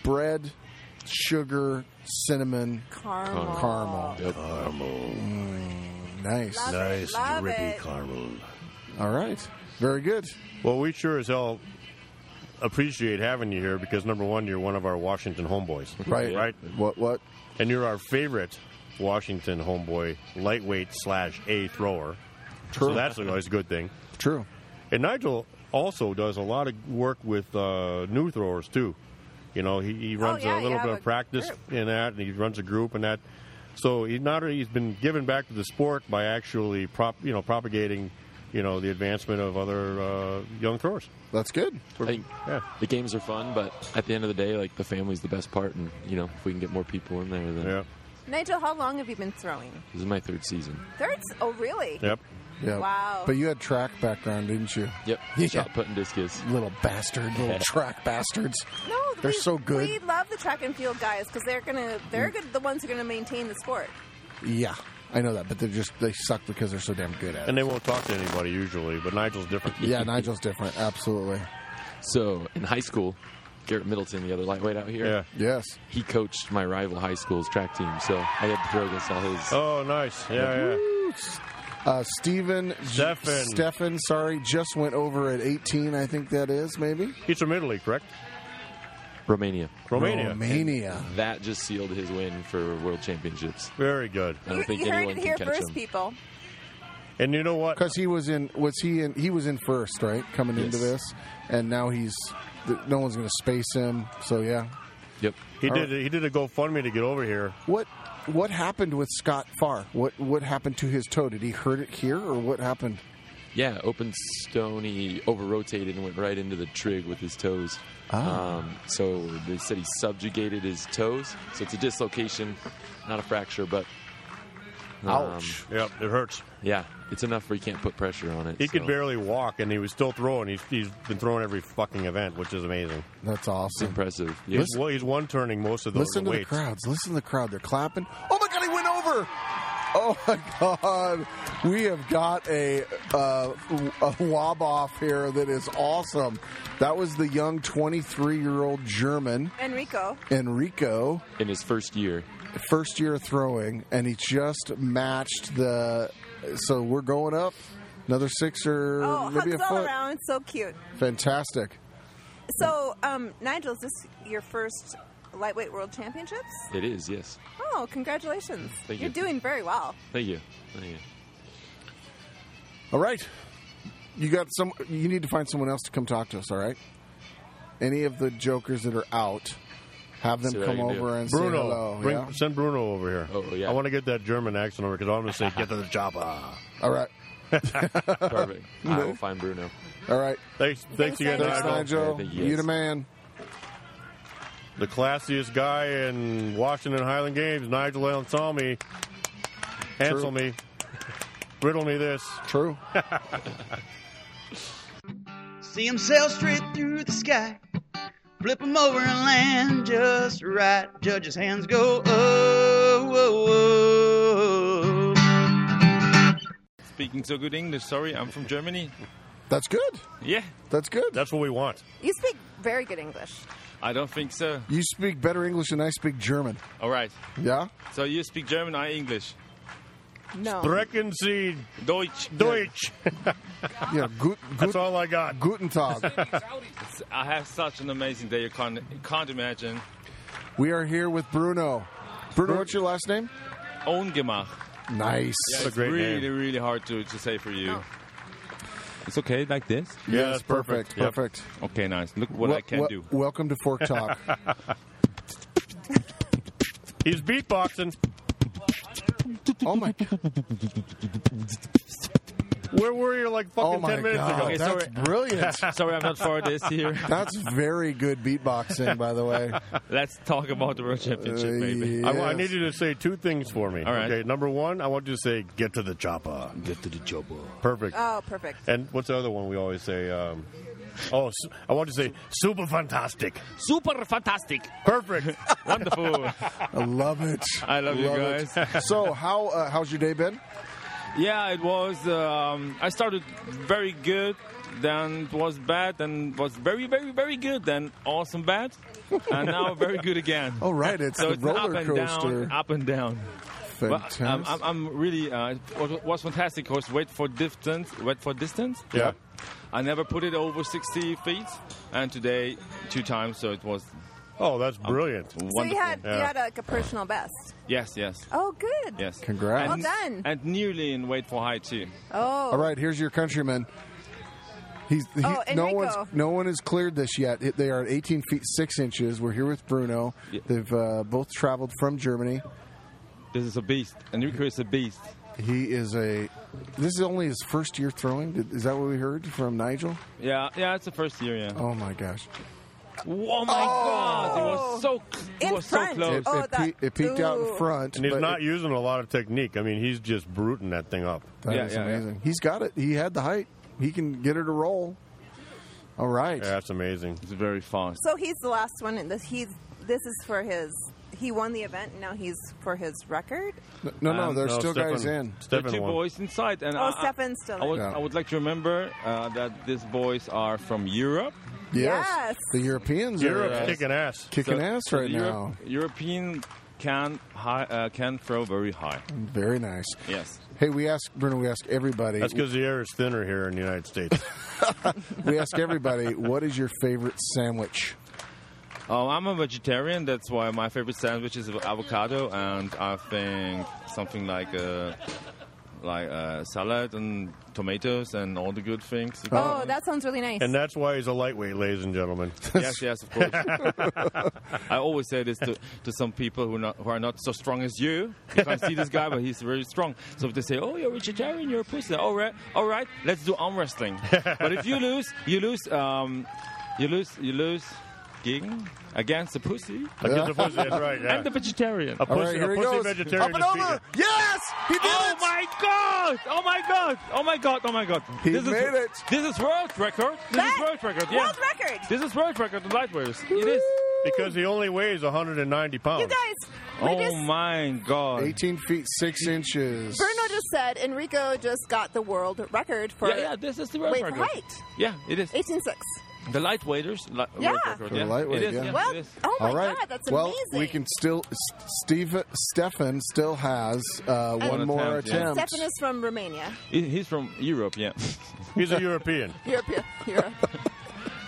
bread, sugar, cinnamon, Caramel. caramel, Mm, caramel. nice, Love it, Nice love drippy it. caramel. All right, very good. Well, we sure as hell appreciate having you here because number one, you're one of our Washington homeboys, Right. right. What? What? And you're our favorite Washington homeboy, lightweight slash a thrower. True. So that's always a good thing. True. And Nigel also does a lot of work with uh, new throwers too. You know, he, he runs Oh, yeah, a you little have bit a of practice in that, and he runs a group in that. So he not only- he's been given back to the sport by actually prop you know propagating you know the advancement of other uh, young throwers. That's good. I think the games are fun, but at the end of the day, like the family's the best part, and you know if we can get more people in there, then Nigel, how long have you been throwing? this is my third season. Third? Oh, really? Yep. Yeah. Wow. But you had track background, didn't you? Yep. Yeah. Shot put and discus. Little bastard, little track bastards. No, they're we- so good. Mm. We love the track and field guys because they're gonna they're good, the ones who are gonna maintain the sport. Yeah, I know that, but they're just they suck because they're so damn good at it. And they won't talk to anybody usually, but Nigel's different. Yeah, Nigel's different. Absolutely. So in high school, Garrett Middleton, the other lightweight out here, yeah. yes, he coached my rival high school's track team, so I had to throw against all his. Oh, nice. Yeah, Uh, Stephen, Stefan. Stefan, sorry, just went over at 18. I think that is maybe. He's from Italy, correct? Romania. Romania. Romania. And that just sealed his win for World Championships. Very good. I don't think you heard anyone it can here catch first, him. people. And you know what? Because he was in, was he in? He was in first, right? Coming into Yes. this, and now he's th- no one's going to space him. So yeah, Yep. He All did. He did a GoFundMe to get over here. what what happened with Scott Farr? What what happened to his toe? Did he hurt it here, or what happened? Yeah, open stone. He over rotated and went right into the trig with his toes. Ah. Um, so they said he subjugated his toes. So it's a dislocation, not a fracture, but. um, Ouch. Yep, it hurts. Yeah, it's enough where you can't put pressure on it. He so. could barely walk, and he was still throwing. He's, he's been throwing every fucking event, which is amazing. That's awesome. impressive. He's, Listen- well, he's one turning most of those Listen to weights. the crowds. Listen to the crowd. They're clapping. Oh my god, he went over. Oh my god, we have got a uh, a wob off here that is awesome. That was the young 23 year old German Enrico. Enrico, In his first year. first year of throwing, and he just matched the. So we're going up another six or Oh, maybe a hugs all foot. around. So cute. Fantastic. So, um, Nigel, is this your first lightweight world championships? It is, yes. Oh, congratulations. Thank You're you. doing very well. Thank you. Thank you. All right. You got some you need to find someone else to come talk to us, all right? Any of the jokers that are out, have them See what come I can do. over and Bruno, say hello. bring- yeah? send Bruno over here. Oh yeah. I want to get that German accent over because I'm going to say get to the job. ah." All right. Perfect. I will find Bruno. All right. Thanks, thanks again, Thanks, Nigel. Thank You the man. The classiest guy in Washington Highland Games, Nigel Anselmi. Ansel me. Riddle me this. True. See him sail straight through the sky. Flip him over and land just right. Judge's hands go, oh, oh, oh. Speaking so good English, sorry, I'm from Germany. That's good. Yeah. That's good. That's what we want. You speak very good English. I don't think so. You speak better English than I speak German. All right. Yeah? So you speak German, I English. No. Sprechen Sie Deutsch. Deutsch. yeah, gut, That's all I got. Guten Tag. I have such an amazing day, you can't, you can't imagine. We are here with Bruno. Bruno, what's your last name? Ohngemach. Nice. Yeah, That's a it's great really, name. really hard to, to say for you. It's okay, like this? Yeah, Yes, that's perfect, perfect. Yep. perfect. Okay, nice. Look what Wel- I can wel- do. Welcome to Fork Talk. He's beatboxing. oh my god. Where were you like fucking Oh my 10 minutes god. ago? That's brilliant. Sorry, I'm not for this here. That's very good beatboxing, by the way. Let's talk about the World Championship, Uh, maybe. yeah. I, wa- I need you to say two things for me. All right. Okay, number one, I want you to say, get to the chopper. Get to the chopper. Perfect. Uh, Oh, perfect. And what's the other one we always say? Um, oh, su- I want to say super fantastic. Super fantastic. Perfect. Wonderful. I love it. I love you it. guys. so, how uh, how's your day been? Yeah, it was. Um, I started very good, then it was bad, then was very, very, very good, then awesome bad, and now very good again. All Oh, right, it's so the it's an roller up and coaster. down, up and down. But Fantastic. um, I'm, I'm really uh, it was, was fantastic. Was wait for distance, wait for distance. Yeah. I never put it over 60 feet, and today two times, so it was. Oh, that's brilliant! So you had you had like a personal best. yes, yes, Oh, good. yes. Congrats. Well done. And nearly in wait for high too. Oh. All right, here's your countryman. He's he, Oh, no Enrico. one's no one has cleared this yet. It- They are at 18 feet six inches. We're here with Bruno. They've uh, both traveled from Germany. This is a beast. Enrico is a beast. He is a. This is only his first year throwing. Did- Is that what we heard from Nigel? Yeah, yeah. It's the first year. Yeah. Oh my gosh! Oh my god! It was so cl- it was so close. It, Oh, it pe- it peeked out in front. and he's but not it- using a lot of technique. I mean, he's just bruting that thing up. That is amazing. He's got it. He had the height. He can get her to roll. All right. Yeah, that's amazing. It's very fast. So he's the last one. In this, he's this is for his. He won the event. and Now he's for his record. No, no, Um, there's still guys in. There are two boys inside, and uh, Oh, I, Uh, I- Stefan's still I would, in. I would like to remember uh, that these boys are from Europe. Yes. Yes. The Europeans Europe's are uh, kicking ass. Kicking So- ass so right the now. Europe- European can high, uh, can throw very high. Very nice. Yes. Hey, we ask Bruno. We ask everybody. That's because the air is thinner here in the United States. we ask everybody. What is your favorite sandwich? Uh, I'm a vegetarian. That's why my favorite sandwich is avocado, and I think something like a like a salad and tomatoes and all the good things. Oh, that sounds really nice. And that's why he's a lightweight, ladies and gentlemen. yes, yes, of course. I always say this to, to some people who, not, who are not so strong as you. You can't see this guy, but he's very strong. So if they say, "Oh, you're a vegetarian, you're a pussy," all right, all right, let's do arm wrestling. but if you lose, you lose, um, you lose, you lose. Gegen, against the pussy. Against the pussy, that's right, yeah. And the vegetarian. A pussy- All right, here a he pussy goes. vegetarian Up and is over. Yes! He did oh my god! Oh my god! Oh my god! Oh my god! He this made is, it. This is world record. This is world record. Yeah. World record. This is world record. The lightweighters. It is. Because he only weighs 190 pounds. You guys, we Oh just my god. 18 feet 6 inches. Bruno just said Enrico just got the world record for Yeah, yeah, this is the world weight for record. height. Yeah, it is. 18.6. The lightweighters. Li- Yeah. World record, For yeah. lightweight, it is, yeah. yeah, Well, it is. oh my All right. god, that's well, amazing. we can still. S- Steve Stefan still has uh, one, more attempt, yeah. attempt. Stefan is from Romania. He- He's from Europe, yeah. He's a European. Europe. Europe.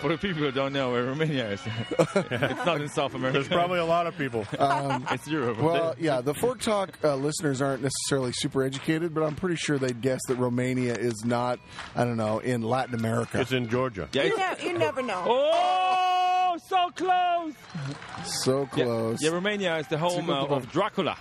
For the people who don't know where Romania is, it's not in South America. There's probably a lot of people. Um, it's Europe. Well, yeah, the Fork Talk uh, listeners aren't necessarily super educated, but I'm pretty sure they'd guess that Romania is not, I don't know, in Latin America. It's in Georgia. Yeah, You, know, you never know. Oh, so close. So close. Yeah, Romania is the home uh, of Dracula.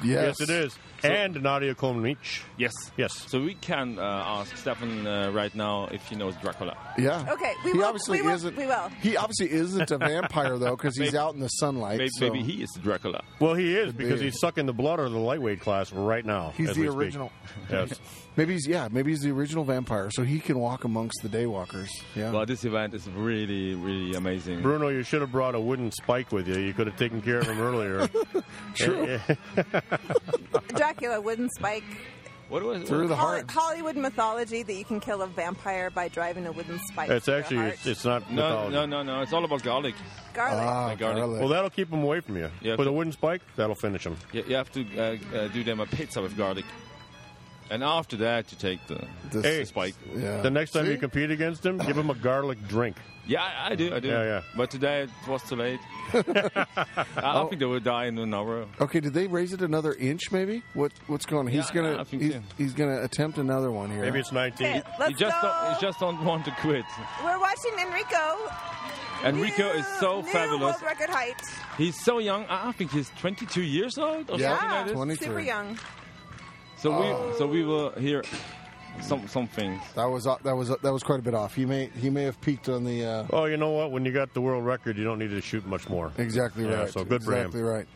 Yes. Yes, it is. And Nadia Comaneci. Yes. Yes. So we can uh, ask Stefan uh, right now if he knows Dracula. Yeah. Okay, we he will- obviously we will- isn't. we will. He obviously isn't a vampire though, because he's Maybe- out in the sunlight. maybe- so- maybe he is Dracula. Well, he is because be. he's sucking the blood out of the lightweight class right now. He's as the we speak. original. Yes. Maybe he's yeah. Maybe he's the original vampire, so he can walk amongst the daywalkers. Yeah. Well, this event is really, really amazing. Bruno, you should have brought a wooden spike with you. You could have taken care of him earlier. True. Dracula, wooden spike. What was Through the Hol- heart. Hollywood mythology that you can kill a vampire by driving a wooden spike. It's through their actually, heart. it's, it's not No, mythology. no, no, no. It's all about garlic. Garlic. Ah, The garlic. Well, that'll keep him away from you. Yeah. With a wooden spike, that'll finish him. You, you have to uh, uh, do them a pizza with garlic. And after that, you take the, This the is- spike. The next time See? you compete against him, give him a garlic drink. Yeah, I, I do, I do. Yeah, yeah. But today it was too late. I, I think they would die in an hour. Okay, did they raise it another inch? Maybe what what's going? on? He's Yeah, gonna I think he's, so. he's gonna attempt another one here. Maybe it's 19. Okay, let's you just go. don't, you just don't want to quit. We're watching Enrico. Enrico is so new fabulous. world record height. He's so young. I I think he's 22 years old or something like yeah, this. super young. So we so we will hear some some things. That was uh, that was uh, that was quite a bit off. He may he may have peaked on the. Uh, Oh, you know what? When you got the world record, you don't need to shoot much more. Exactly Yeah, right. So good for him. exactly right.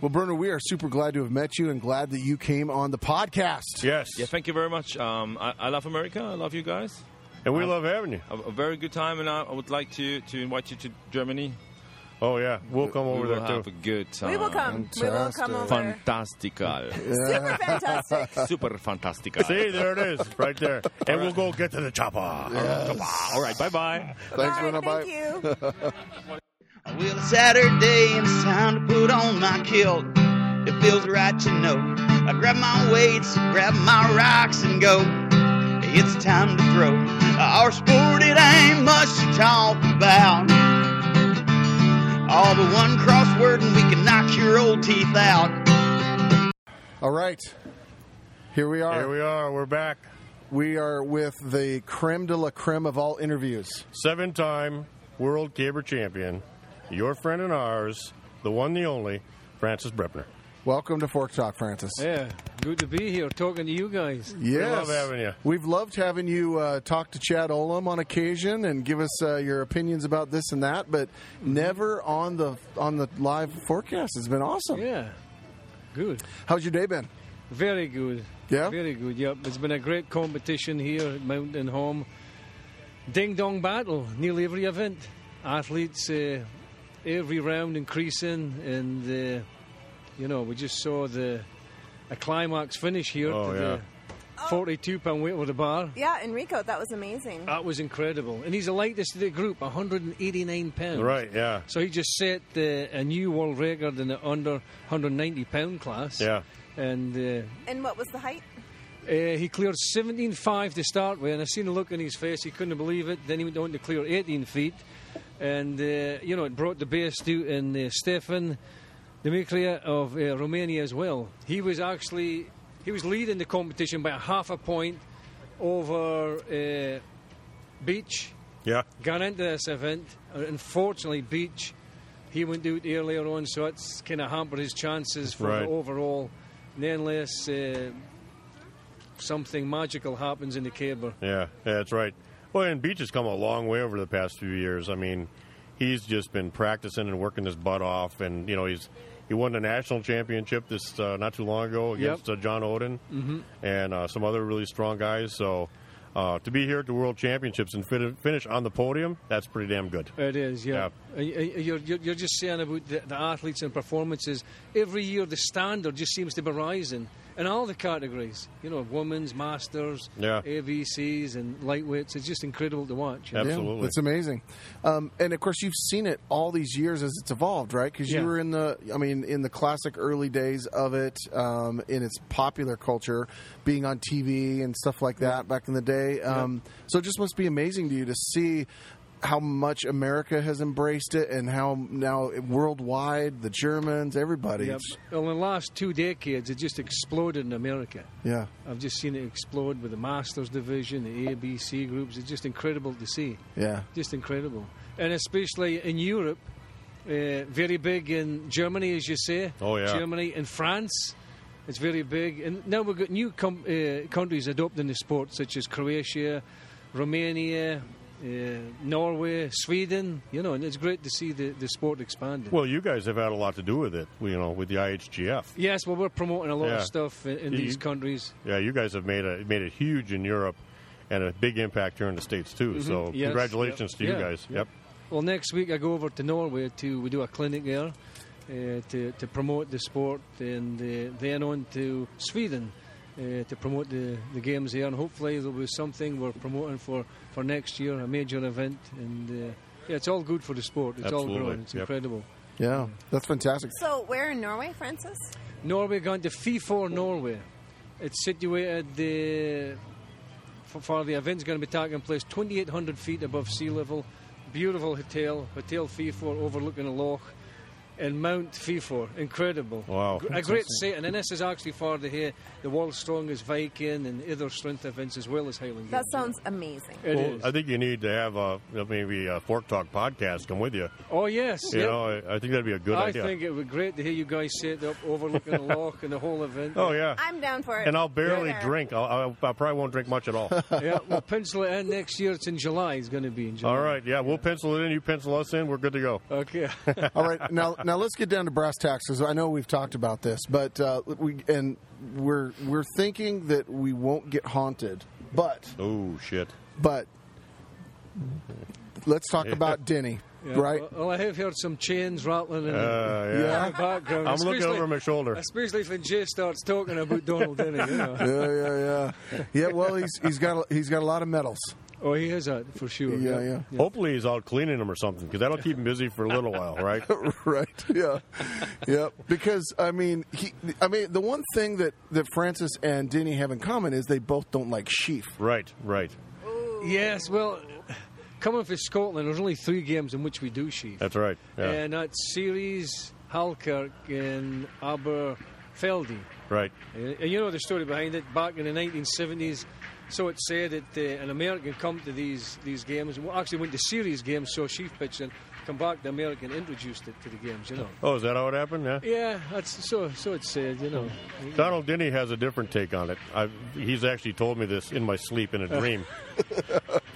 Well, Bruno, we are super glad to have met you and glad that you came on the podcast. Yes. Yeah, thank you very much. Um, I, I love America. I love you guys. And we love having you. A, a very good time, and I, I would like to to invite you to Germany. Oh yeah, we'll come we over will there too. Have a good time. We will come. We will come over. Fantastical. Super fantastic. Super fantastical. See, there it is, right there. And we'll go get to the chopper. All right, bye bye. Thanks, Bruno. Bye. Well, it's Saturday and it's time to put on my kilt. It feels right to know. I grab my weights, grab my rocks, and go. It's time to throw. Our sport, it ain't much to talk about. All but one crossword, and we can knock your old teeth out. All right. Here we are. Here we are. We're back. We are with the creme de la creme of all interviews. Seven-time world caber champion, your friend and ours, the one, the only, Francis Brepner. Welcome to Fork Talk, Francis. Yeah, good to be here talking to you guys. Yes. We've loved having you uh, talk to Chad Olam on occasion and give us uh, your opinions about this and that, but Mm-hmm. never on the on the live forecast. It's been awesome. Yeah. Good. How's your day been? Very good. Yeah? Very good, yep. It's been a great competition here at Mountain Home. Ding dong battle, nearly every event. Athletes uh, every round increasing, and uh, you know, we just saw the a climax finish here Oh, to the 42 pound weight over the bar. Yeah, Enrico, that was amazing. That was incredible. And he's the lightest of the group, 189 pounds. Right, yeah. So he just set uh, a new world record in the under 190 pound class. Yeah. And uh, And what was the height? uh, he cleared 17.5 to start with, and I seen a look on his face. He couldn't believe it. Then he went on to clear 18 feet. And, uh, you know, it brought the best out in uh, Stefan Demetria of uh, Romania as well. He was actually, he was leading the competition by a half a point over uh, Beach. Yeah. Got into this event. Unfortunately, Beach, he went out earlier on, so it's kind of hampered his chances for Right. the overall. And unless uh, something magical happens in the Caber. Yeah, yeah, that's right. Well, and Beach has come a long way over the past few years. I mean, he's just been practicing and working his butt off, and you know he's he won the national championship this uh, not too long ago against uh, John Oden Mm-hmm. Mhm. and uh, some other really strong guys. So uh, to be here at the World Championships and fin- finish on the podium, that's pretty damn good. It is, yeah. Uh, y- y- You're, you're, you're just saying about the, the athletes and performances. Every year, the standard just seems to be rising in all the categories. You know, women's, masters, Yeah. AVCs, and lightweights. It's just incredible to watch. Yeah, it's amazing. Um, and of course, you've seen it all these years as it's evolved, right? Because Yeah. you were in the, I mean, in the classic early days of it, um, in its popular culture, being on TV and stuff like that back in the day. Um, So it just must be amazing to you to see how much America has embraced it and how now worldwide, the Germans, everybody. Yep. it's- Well, in the last two decades, it just exploded in America. Yeah. I've just seen it explode with the Masters division, the ABC groups. It's just incredible to see. Yeah. Just incredible. And especially in Europe, uh, very big in Germany, as you say. Oh, yeah. Germany and France. It's very big. And now we've got new com- uh, countries adopting the sport, such as Croatia, Romania, uh, Norway, Sweden. You know, and it's great to see the, the sport expanding. Well, you guys have had a lot to do with it, you know, with the IHGF. Yes, well, we're promoting a lot Yeah. of stuff in, in You- these countries. Yeah, you guys have made a made it huge in Europe and a big impact here in the states too. Mhm. So Yes. congratulations Yep. to you Yeah. guys. Yep. Well, next week I go over to Norway to we do a clinic there uh, to to promote the sport, and uh, then on to Sweden uh, to promote the, the games there, and hopefully there'll be something we're promoting for, for next year, a major event, and uh, yeah, it's all good for the sport. It's all Absolutely. growing. It's Yep. incredible. Yeah, that's fantastic. So where in Norway, Francis? Norway gone to FIFO Norway. It's situated the for, for the event's going to be taking place 2,800 feet above sea level. Beautiful hotel, Hotel FIFO overlooking a loch and Mount FIFO. Incredible. Wow. Gr- A great setting, and this is actually for the here the world's strongest Viking and other strength events as well as Highland. That Games. sounds amazing. It well, uh, is. I think you need to have a maybe a Fork Talk podcast come with you. Oh yes, You yep. know, I, I think that'd be a good I idea. think it would be great to hear you guys set up overlooking the loch and the whole event. Oh, yeah. I'm down for it. and I'll barely Right there. drink. I'll, I'll, I probably won't drink much at all. yeah, we'll pencil it in next year. It's in July. It's going to be in July. All right. Yeah, we'll pencil it in. You pencil us in. We're good to go. Okay. All right, now now let's get down to brass tacks 'cause I know we've talked about this, but uh, we and we're we're thinking that we won't get haunted, but oh shit, but let's talk about Denny, Yeah, right? Well, well, I have heard some chains rattling in, the- Uh, yeah. in Yeah. the background. I'm looking especially- over my shoulder. Especially when Jay starts talking about Donald Denny. You know. yeah, yeah, yeah. Yeah, well, he's he's got a, he's got a lot of medals. Oh, he has that for sure. Yeah, yeah. Hopefully he's out cleaning them or something because that'll keep him busy for a little while, right? right. Yeah. yeah. Because I mean, he, I mean, the one thing that that Francis and Denny have in common is they both don't like sheep. Right. Right. Yes, well, coming from Scotland, there's only three games in which we do sheaf. That's right. Yeah. And that's Series, Halkirk, and Aberfeldy. right. And and you know the story behind it. Back in the 1970s, so it said that uh, an American come to these these games. Well, actually went to series games, saw sheaf pitch, and come back. The American introduced it to the games. You know. Oh, is that how it happened? Yeah. Yeah, that's so. So it said. You know. Donald Denny has a different take on it. i he's actually told me this in my sleep in a dream.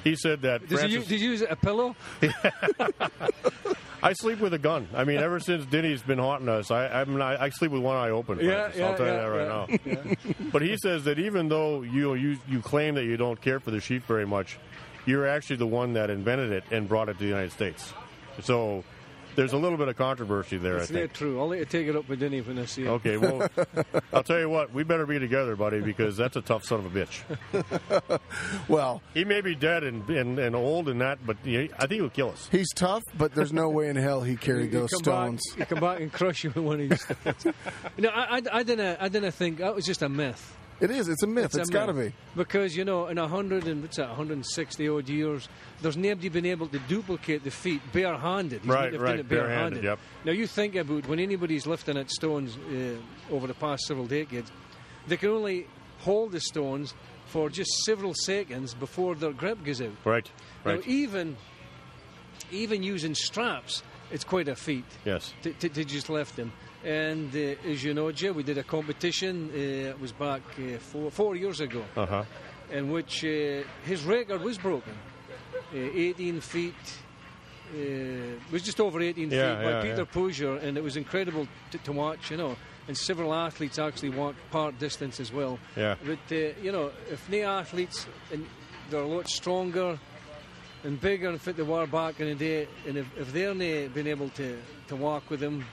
he said that Did you, Francis, did you use a pillow? I sleep with a gun. I mean, ever since Denny's been haunting us, I I'm not, I sleep with one eye open. Yeah, Francis. I'll yeah, tell yeah, you that right now. but he says that even though you you you claim that you don't care for the sheep very much, you're actually the one that invented it and brought it to the United States. So there's a little bit of controversy there. I It's think. not true. I'll let you take it up with Denny when I see it. Okay, well, I'll tell you what, we better be together, buddy, because that's a tough son of a bitch. well, he may be dead and and, and old and that, but he, I think he'll kill us. He's tough, but there's no way in hell he carried You those come stones. Back, you come back and crush you with one of these stones. no, I, I, I didn't. I didn't think that was oh, just a myth. It is. It's a myth. it's a got to myth. be. Because, you know, in 100 and what's that, 160 odd years, there's nobody been able to duplicate the feat barehanded. He's Right, not right, Done it barehanded, barehanded. yep. Now, you think about when anybody's lifting at stones uh, over the past several decades, they can only hold the stones for just several seconds before their grip goes out. Right. Right. Now, even, even using straps, it's quite a feat yes. to, to, to just lift them. And uh, as you know, Jay, we did a competition. Uh, it was back uh, four, four years ago, Uh huh. in which uh, his record was broken. Uh, 18 feet, uh, it was just over 18 Yeah, feet by yeah, Peter yeah. Pooja, and it was incredible to, to watch, you know. And several athletes actually walked part distance as well. Yeah. But uh, you know, if the athletes and they're a lot stronger and bigger and fit they were back in the day, and if, if they're not been able to, to walk with them,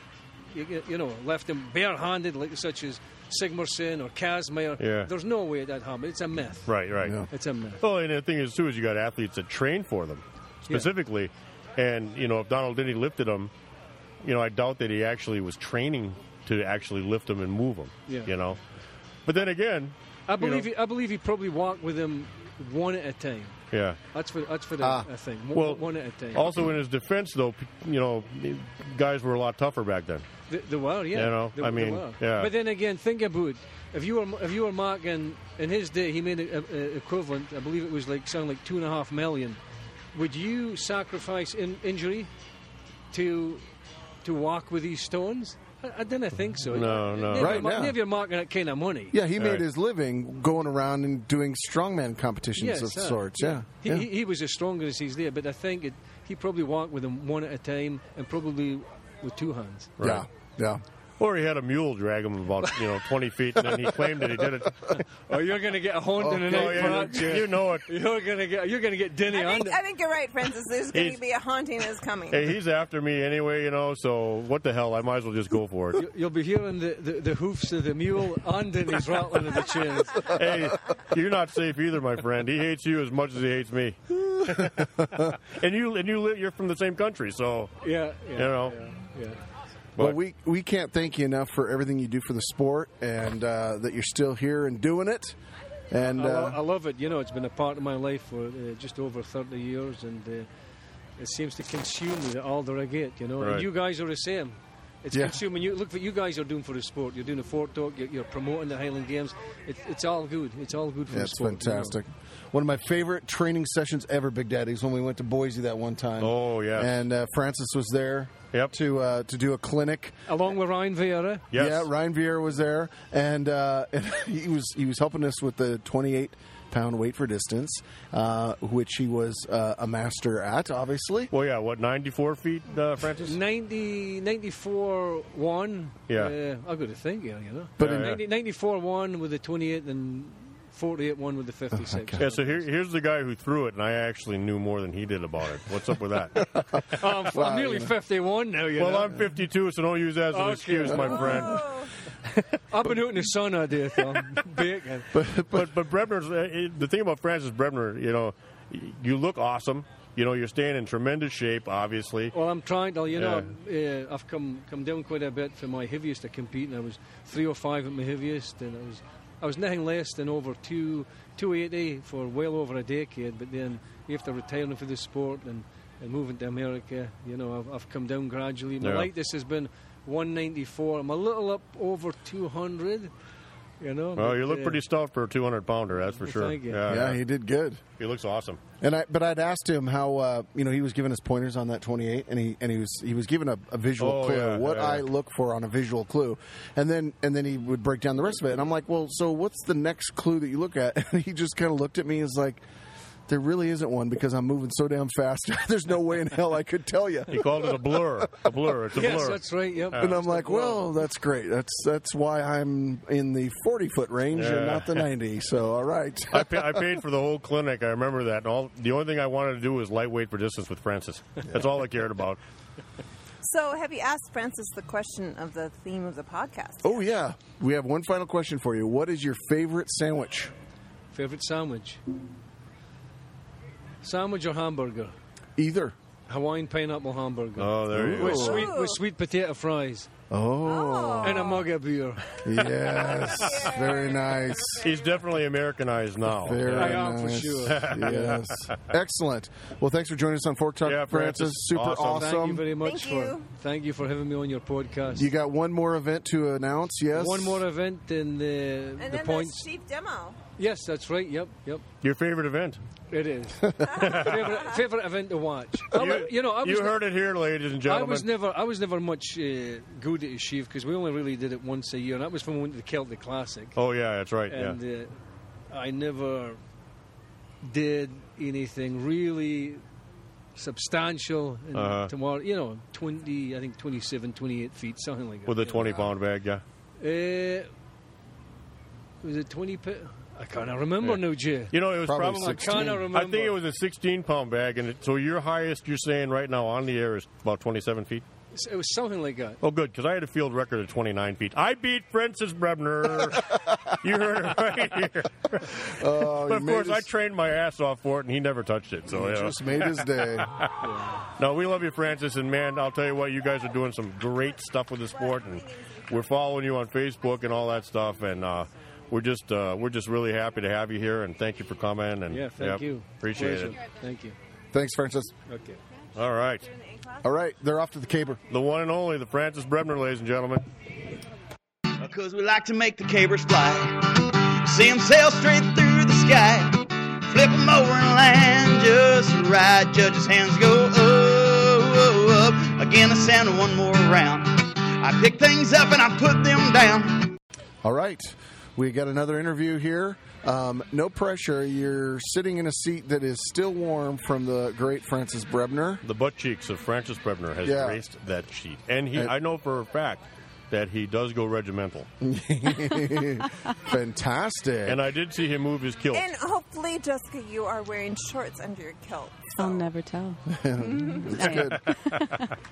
you, get- you know, left them barehanded, like such as Sigmarsson or Kazmaier, Yeah. there's no way that happened. It's a myth. Right, right. It's a myth. Well, and the thing is, too, is you got athletes that train for them specifically. And, you know, if Donald Denny lifted them, you know, I doubt that he actually was training to actually lift them and move them, Yeah. you know. But then again, I you know, believe he, I believe he probably walked with them one at a time. yeah. That's what that's what Ah. I, I think. One, Well, one at a time. Also, in his defense, though, p- you know, guys were a lot tougher back then. The, the world, yeah. You know, the, I the mean, world. yeah. But then again, think about it. if you were if you were Mark in, in his day, he made an equivalent. I believe it was like something like two and a half million. Would you sacrifice in, injury to to walk with these stones? I, I didn't think so. No, no. Never, Right mar- now. never you're marking that kind of money. Yeah, he made his living going around and doing strongman competitions Yes, of uh, sorts. Yeah. He, yeah. He, he was as strong as he's there, but I think it, he probably walked with him one at a time and probably with two hands. Right. Yeah. Or he had a mule drag him about, you know, 20 feet, and then he claimed that he did it. Oh, you're going to get honed in an Oh, eight yeah, part, you- Jay. you know it. You're going to get you're going to get Denny I on. think, I think you're right, Francis. There's going He's- to be a haunting that's coming. Hey, he's after me anyway, you know, so what the hell? I might as well just go for it. You'll be hearing the, the, the hoofs of the mule and Denny's rattling of the chains. hey, you're not safe either, my friend. He hates you as much as he hates me. and you and you li- you're from the same country, so Yeah, yeah, you know. yeah. Well, But- we we can't thank you enough for everything you do for the sport and uh, that you're still here and doing it. And I, lo- I uh, love it. You know, it's been a part of my life for uh, just over 30 years, and uh, it seems to consume me the older I get. You know, Right. and you guys are the same. It's Yeah. consuming you. Look what you guys are doing for the sport. You're doing the Fort Talk. You're, you're promoting the Highland Games. It's it's all good. It's all good for the that's sport. you know. fantastic. One of my favorite training sessions ever, Big Daddy, is when we went to Boise that one time. Oh yeah. And uh, Francis was there. Yep. To uh, to do a clinic. Along with Ryan Vieira. Yeah, Ryan Vieira was there, and, uh, and he was he was helping us with the 28 pound weight for distance, uh, which he was uh, a master at, obviously. Well, yeah, what 94 feet, uh, Francis? 90, 94 1. Yeah. Uh, I've got to think here, you know. But But in- 90, 94 1 with the 28 and 48 1 with the Oh, 56. Yeah, so here, here's the guy who threw it, and I actually knew more than he did about it. What's up with that? Um, I'm, Wow, nearly you know. 51 now, you well, know. I'm 52, so don't use that as an Okay. excuse, my friend. I've been out in the sun all day, so I'm baking. but but but Brebner's uh, it- the thing about Francis Brebner, you know, y- you look awesome. You know, you're staying in tremendous shape, obviously. Well, I'm trying to, you know, uh, I've come come down quite a bit for my heaviest to compete, and I was 305 at my heaviest, and I was I was nothing less than over two 280 for well over a decade. But then after retiring for the sport and, and moving to America, you know, I've, I've come down gradually. My Yeah. lightest has been 194. I'm a little up over 200. You know. Well, but, you look uh, pretty stout for a 200 pounder, that's for sure. thank you. Yeah, he did good. He looks awesome. And I, but I'd asked him how uh, you know he was giving us pointers on that 28, and he and he was he was giving a, a visual Oh, clue yeah, what yeah, I yeah. look for on a visual clue, and then and then he would break down the rest of it, and I'm like, well, so what's the next clue that you look at? And he just kind of looked at me and was like. There really isn't one because I'm moving so damn fast. There's no way in hell I could tell you. He called it a blur. A blur. It's a Yes, blur. that's right. Yep. and I'm like, well, that's great. That's that's why I'm in the 40 foot range Yeah. and not the 90. So all right. I, pa- I paid for the whole clinic. I remember that. And all the only thing I wanted to do was lightweight for distance with Francis. That's all I cared about. So, have you asked Francis the question of the theme of the podcast? Oh yeah, we have one final question for you. What is your favorite sandwich? Favorite sandwich? Sandwich or hamburger? Either. Hawaiian pineapple hamburger. Oh, there you with go. Sweet, with sweet potato fries. Oh. And a mug of beer. Yes, very nice. He's definitely Americanized now. Very Oh, nice. yes. Excellent. Well, thanks for joining us on Fork Talk, Yeah, Francis. Super awesome. Thank you very much for thank you for having me on your podcast. You got one more event to announce, yes? One more event in the And the then the points. Steve demo. Yes, that's right. Yep, yep. Your favorite event? It is favorite, favorite event to watch. I wa- You- know, I was you ne- heard it here, ladies and I was gentlemen. never, I was never much uh, good at Achieve because we only really did it once a year, and that was when we went to the Celtic Classic. Oh yeah, that's right. Yeah. and uh, I never did anything really substantial in- Uh-huh. tomorrow. You know, twenty, I think 27, 28 feet, something like that. With a you know. 20 pound bag, yeah. Uh, was it twenty? P- I can't remember now, Jay. You know, it was probably, I can't remember. I think it was a 16 pound bag, and it, so your highest you're saying right now on the air is about 27 feet. It was something like that. Oh, good, because I had a field record of 29 feet. I beat Francis Brebner. you heard it right here. Oh, but you of made course, I us- trained my ass off for it, and he never touched it. So You yeah. just made his day. no, we love you, Francis, and man, I'll tell you what, you guys are doing some great stuff with the sport, and we're following you on Facebook and all that stuff, and. uh we're just uh, we're just really happy to have you here, and thank you for coming. And Yeah, thank yep, you. appreciate Pleasure. it. Thank you. Thanks, Francis. Okay. All right. All right, they're off to the caber. The one and only, the Francis Brebner, ladies and gentlemen. Because we like to make the cabers fly. See 'em sail straight through the sky. Flip 'em over and land just right. Judge's hands go up. Again, I sound one more round. I pick things up and I put them down. All right. We got another interview here. Um, no pressure. You're sitting in a seat that is still warm from the great Francis Brebner. The butt cheeks of Francis Brebner has Yeah. graced that sheet, and he, And- I know for a fact that he does go regimental. Fantastic. And I did see him move his kilt. And hopefully, Jessica, you are wearing shorts under your kilt. I'll never tell. It's good.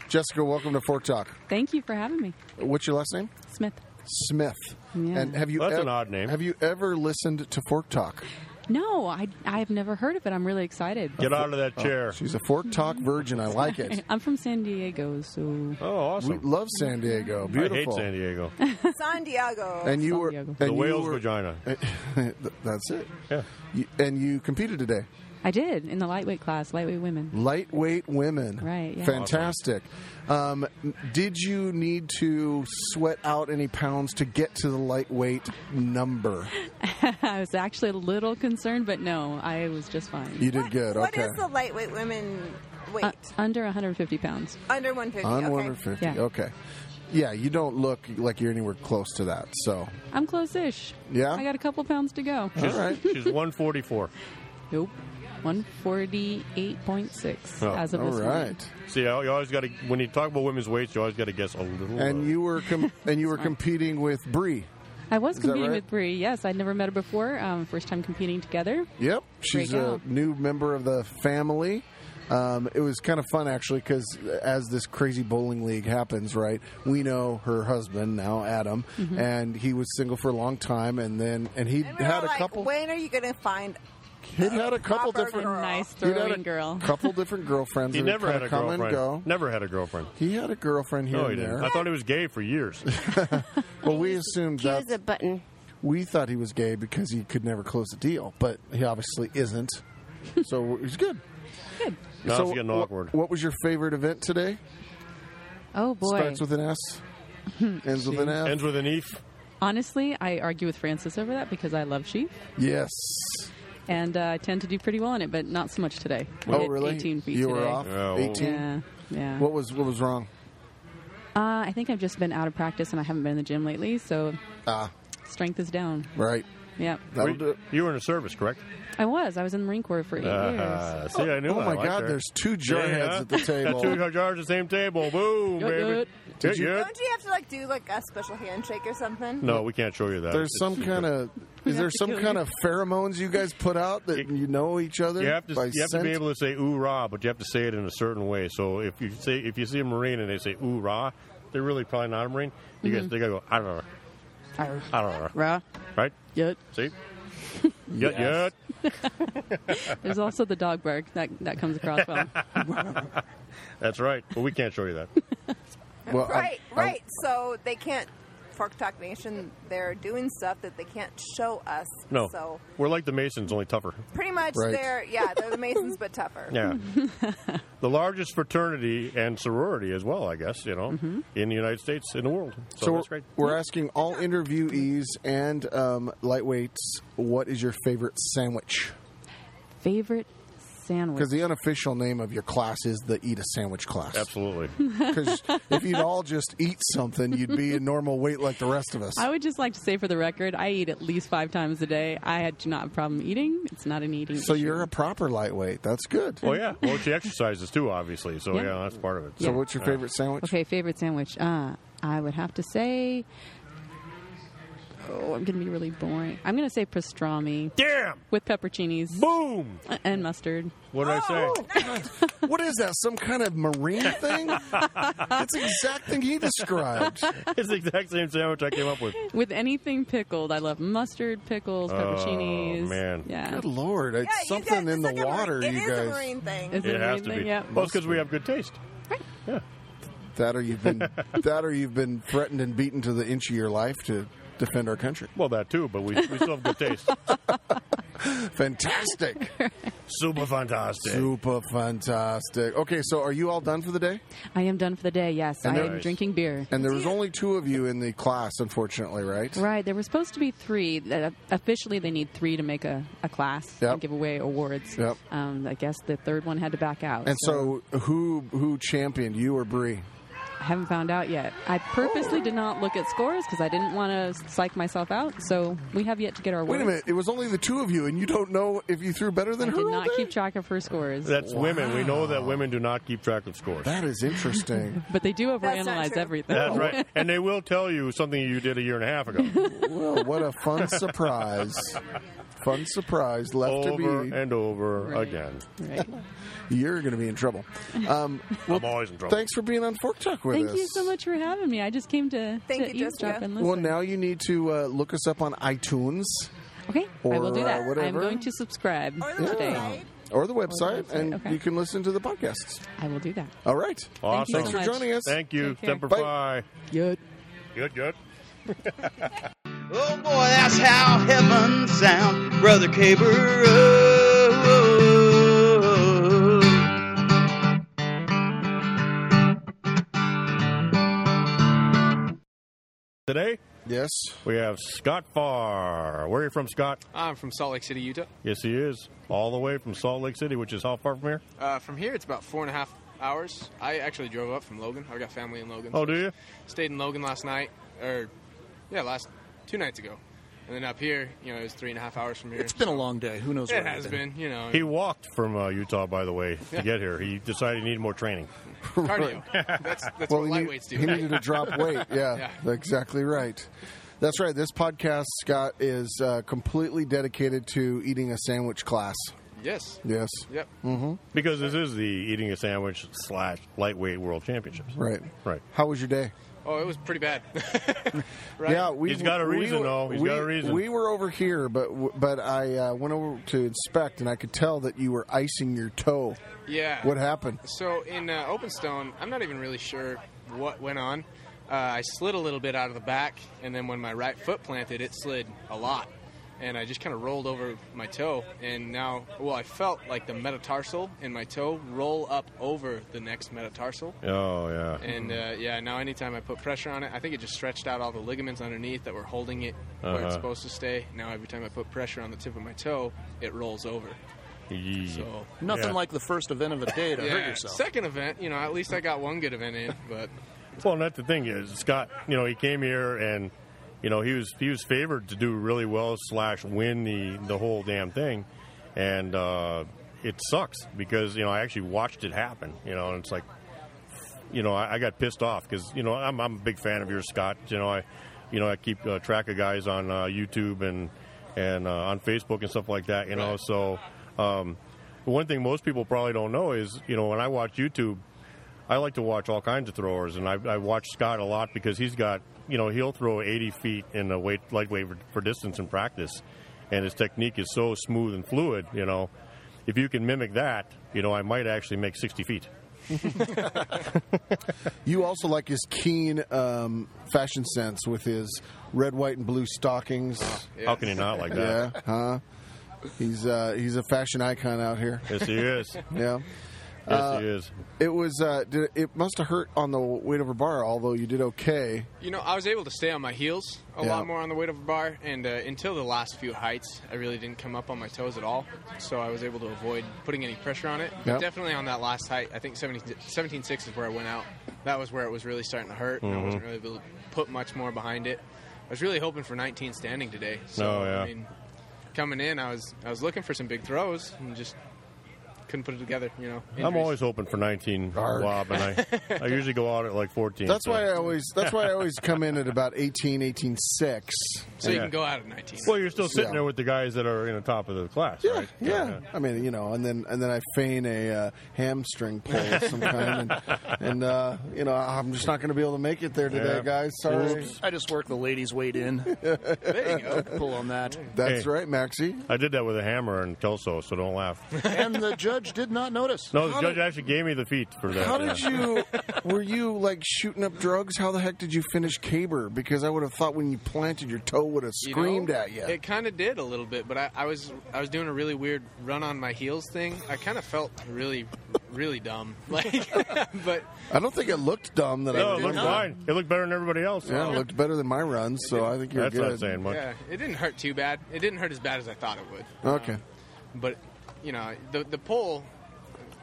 Jessica, welcome to Fort Talk. Thank you for having me. What's your last name? Smith. Smith. Yeah. And have you That's ev- an odd name. Have you ever listened to Fork Talk? No, I, I've never heard of it. I'm really excited. Get out of that Oh, chair. she's a Fork Talk virgin. I like it. I'm from San Diego, so. Oh, awesome. We love San Diego. I hate Beautiful. San Diego. San Diego. And you were and the you whale's were- vagina. That's it. Yeah. You, and you competed today. I did in the lightweight class, lightweight women. Lightweight women. Right, yeah. Fantastic. Um, did you need to sweat out any pounds to get to the lightweight number? I was actually a little concerned, but no, I was just fine. You did good. What okay. is the lightweight women weight? Uh, under 150 pounds. Under 150. On okay. 150. Yeah. Okay. Yeah, you don't look like you're anywhere close to that. So, I'm close-ish. Yeah? I got a couple pounds to go. all right. She's 144. Nope. 148.6 Oh, as of this morning. See, you always got to when you talk about women's weights, you always got to guess a little. And you were com- and you were Sorry. competing with Bree. I was Is that competing right? with Bree. Yes, I'd never met her before. Um, first time competing together. Yep, she's Great a gal. new member of the family. Um, it was kind of fun actually because as this crazy bowling league happens, right? We know her husband now, Adam, Mm-hmm. Mhm. and he was single for a long time, and then and he And we had were a like, couple. When are you going to find He'd had a couple proper different, girl? he'd had a couple different girlfriends. He that never had kinda a come girlfriend. And go. Never had a girlfriend. He had a girlfriend here No, he and didn't. there. I thought he was gay for years. Well, we assumed that a button. we thought he was gay because he could never close a deal, but he obviously isn't. So he's good. Good. Now it's getting awkward. What was your favorite event today? Oh boy. Starts with an S. ends with an F. Ends with an E. Eef. Honestly, I argue with Francis over that because I love sheep Yes. and uh, I tend to do pretty well in it, but not so much today. I Oh, hit really? 18 feet You today. were off. Eighteen. Yeah. yeah. What was what was wrong? Uh, I think I've just been out of practice and I haven't been in the gym lately, so Ah, strength is down. right. Yeah. That'll do it. You were in the service, correct? I was. I was in the Marine Corps for eight Uh, years. see, I knew. Oh, I my liked God, her. there's two jar heads at the table. two jars at the same table. Boom, Yut, baby. yut. Did you- Yut, yut. Don't you have to like do like a special handshake or something? No, we can't show you that. There's some kind of is there some kind of pheromones you guys put out that you know each other? You have to by you have to be scent? able to say ooh rah, but you have to say it in a certain way. So if you say if you see a marine and they say ooh rah, they're really probably not a marine. You guys Mhm. they gotta go I don't know, Arr. I don't know, Rah. right? Yut. See, Yes. yut yut. There's also the dog bark that that comes across well. That's right, but we can't show you that. Well, I- right, I- right. so they can't. Fork Talk Nation, they're doing stuff that they can't show us. No, So we're like the Masons, only tougher. pretty much Right. they're, yeah, they're the Masons, but tougher. Yeah. the largest fraternity and sorority as well, I guess, you know, Mm-hmm. in the United States, in the world. So, So, Oh, that's we're, great. we're asking all interviewees and um, lightweights, what is your favorite sandwich? Favorite sandwich. Because the unofficial name of your class is the Eat a Sandwich class. Absolutely. Because if you'd all just eat something, you'd be in normal weight like the rest of us. I would just like to say for the record, I eat at least five times a day. I do not have a problem eating. It's not an eating. So you're a proper lightweight. That's good. Well, Oh, yeah. Well, she exercises too, obviously. So, Yeah. yeah, that's part of it. So what's your Yeah. favorite sandwich? Okay, favorite sandwich. Uh, I would have to say. Oh, I'm going to be really boring. I'm going to say pastrami. Damn! With pepperoncinis. Boom! And mustard. What did I say? Oh! what is that? Some kind of marine thing? That's the exact thing he described. it's the exact same sandwich I came up with. With anything pickled. I love mustard, pickles, pepperoncinis. Oh, man. Yeah. Good lord. It's something in the water, you guys. thing. It, It's a has marine to thing, be. yeah. Well, because we have good taste. That or you've been that or you've been threatened and beaten to the inch of your life to defend our country. Well, that too, but we, we still have good taste. fantastic. Super fantastic. Super fantastic. Okay, so are you all done for the day? I am done for the day, yes. And I there- am drinking beer. And there was only two of you in the class, unfortunately, right? Right, there were supposed to be three. That uh, officially, they need three to make a, a class and give away awards. Yep. Um, I guess the third one had to back out. And so, who who championed you or Bree? I haven't found out yet. I purposely did not look at scores because I didn't want to psych myself out. So we have yet to get our awards. Wait a minute, it was only the two of you, and you don't know if you threw better than I her. did not keep track of her scores. That's women. We know that women do not keep track of scores. That is interesting. But they do overanalyze everything. That's right. And they will tell you something you did a year and a half ago. well, what a fun surprise! Fun surprise left over to be. and over again. You're going to be in trouble. Um, well, I'm always in trouble. Thanks for being on Fork Talk with Thank us. you so much for having me. I just came to, Thank to you, eavesdrop Jessica. and listen. Well, now you need to uh, look us up on iTunes. Okay, or, I will do uh, that. I'm whatever. going to subscribe Yeah. today. Or the website, and okay. you can listen to the podcasts. I will do that. All right. Awesome. Thanks for joining us. Thank you. Temper Bye. Fi. Good. Good, good. Oh boy, that's how heaven sound, Brother Caber. uh, Oh, Today? Yes. We have Scott Farr. Where are you from, Scott? I'm from Salt Lake City, Utah. Yes, he is. All the way from Salt Lake City, which is how far from here? Uh, from here, it's about four and a half hours. I actually drove up from Logan. I've got family in Logan. Oh, do you? Stayed in Logan last night, or yeah, last two nights ago. And then up here, you know, it was three and a half hours from here. It's been a long day. Who knows? It where I've has been, you know. He walked from uh, Utah, by the way, to Oh, Yeah. get here. He decided he needed more training. Cardio. That's, that's Well, what he, lightweights do. need- he needed to drop weight. Yeah, exactly right. That's right. This podcast, Scott, is uh, completely dedicated to eating a sandwich class. Yes. Yes. Yep. hmm Because this is the eating a sandwich slash lightweight world championships. Right. Right. How was your day? Oh, it was pretty bad. Yeah, we, He's got a we- reason, though. He's we, got a reason. We were over here, but w- but I uh, went over to inspect, and I could tell that you were icing your toe. Yeah. What happened? So in uh, Openstone, I'm not even really sure what went on. Uh, I slid a little bit out of the back, and then when my right foot planted, it slid a lot, and I just kind of rolled over my toe. And now, well, I felt like the metatarsal in my toe roll up over the next metatarsal. Oh, Uh-huh. yeah. And uh, yeah, now anytime I put pressure on it, I think it just stretched out all the ligaments underneath that were holding it where Uh-huh. it's supposed to stay. Now every time I put pressure on the tip of my toe, it rolls over. Yee. So Nothing like the first event of a day to hurt Yeah, yourself. Second event, you know, at least I got one good event in, but Well, and that's the thing is Scott. You know, he came here and you know he was he was favored to do really well slash win the the whole damn thing, and uh, it sucks because you know I actually watched it happen. You know, and it's like you know I, I got pissed off because you know I'm, I'm a big fan of yours, Scott. You know I you know I keep uh, track of guys on uh, YouTube and and uh, on Facebook and stuff like that. You know, so um, the one thing most people probably don't know is you know when I watch YouTube. I like to watch all kinds of throwers, and I, I watch Scott a lot because he's got, you know, he'll throw 80 feet in a weight, lightweight for, for distance in practice, and his technique is so smooth and fluid, you know. If you can mimic that, you know, I might actually make 60 feet. You also like his keen um, fashion sense with his red, white, and blue stockings. yeah. How can you not like that? Yeah, huh? He's uh, he's a fashion icon out here. Yes, he is. Yeah. Yes, Uh, he is. It was. Uh, did, it must have hurt on the weight over bar, although you did okay. You know, I was able to stay on my heels a Yeah. lot more on the weight of a bar, and uh, until the last few heights, I really didn't come up on my toes at all. So I was able to avoid putting any pressure on it. But Yep. definitely on that last height, I think 17, 17.6 is where I went out. That was where it was really starting to hurt, and I Mhm. wasn't really able to put much more behind it. I was really hoping for 19 standing today. So, Oh, yeah. I mean, coming in, I was I was looking for some big throws and just couldn't put it together. You know, I'm Injuries. always hoping for 19 Wob, and I, I usually go out at like 14. That's so- why I always. That's why I always come in at about 18, 18, Yeah. out at 19. Well, you're still sitting Yeah. there with the guys that are in the top of the class. Yeah, right? yeah. I mean, you know, and then and then I feign a uh, hamstring pull of some kind, and, and uh, you know, I'm just not going to be able to make it there today, guys. Sorry. Oops. I just work the ladies' weight in. there you go. Pull on that. That's right, Maxie. I did that with a hammer in Kelso, so don't laugh. and the judge did not notice. No, the How judge did- actually gave me the feet for that. How did you? Were you like shooting up drugs? How the heck did you finish Caber? Because I would have thought when you planted, your toe would have You know, screamed at you. It kind of did a little bit, but I, I was I was doing a really weird run on my heels thing. I kind of felt really, really dumb. Like, um, but I don't think it looked dumb that No, I it looked fine. It looked better than everybody else. Yeah, it looked better than my runs, so I think you're That's good. not saying much. yeah, it didn't hurt too bad. It didn't hurt as bad as I thought it would. Okay. But you know, the the pull,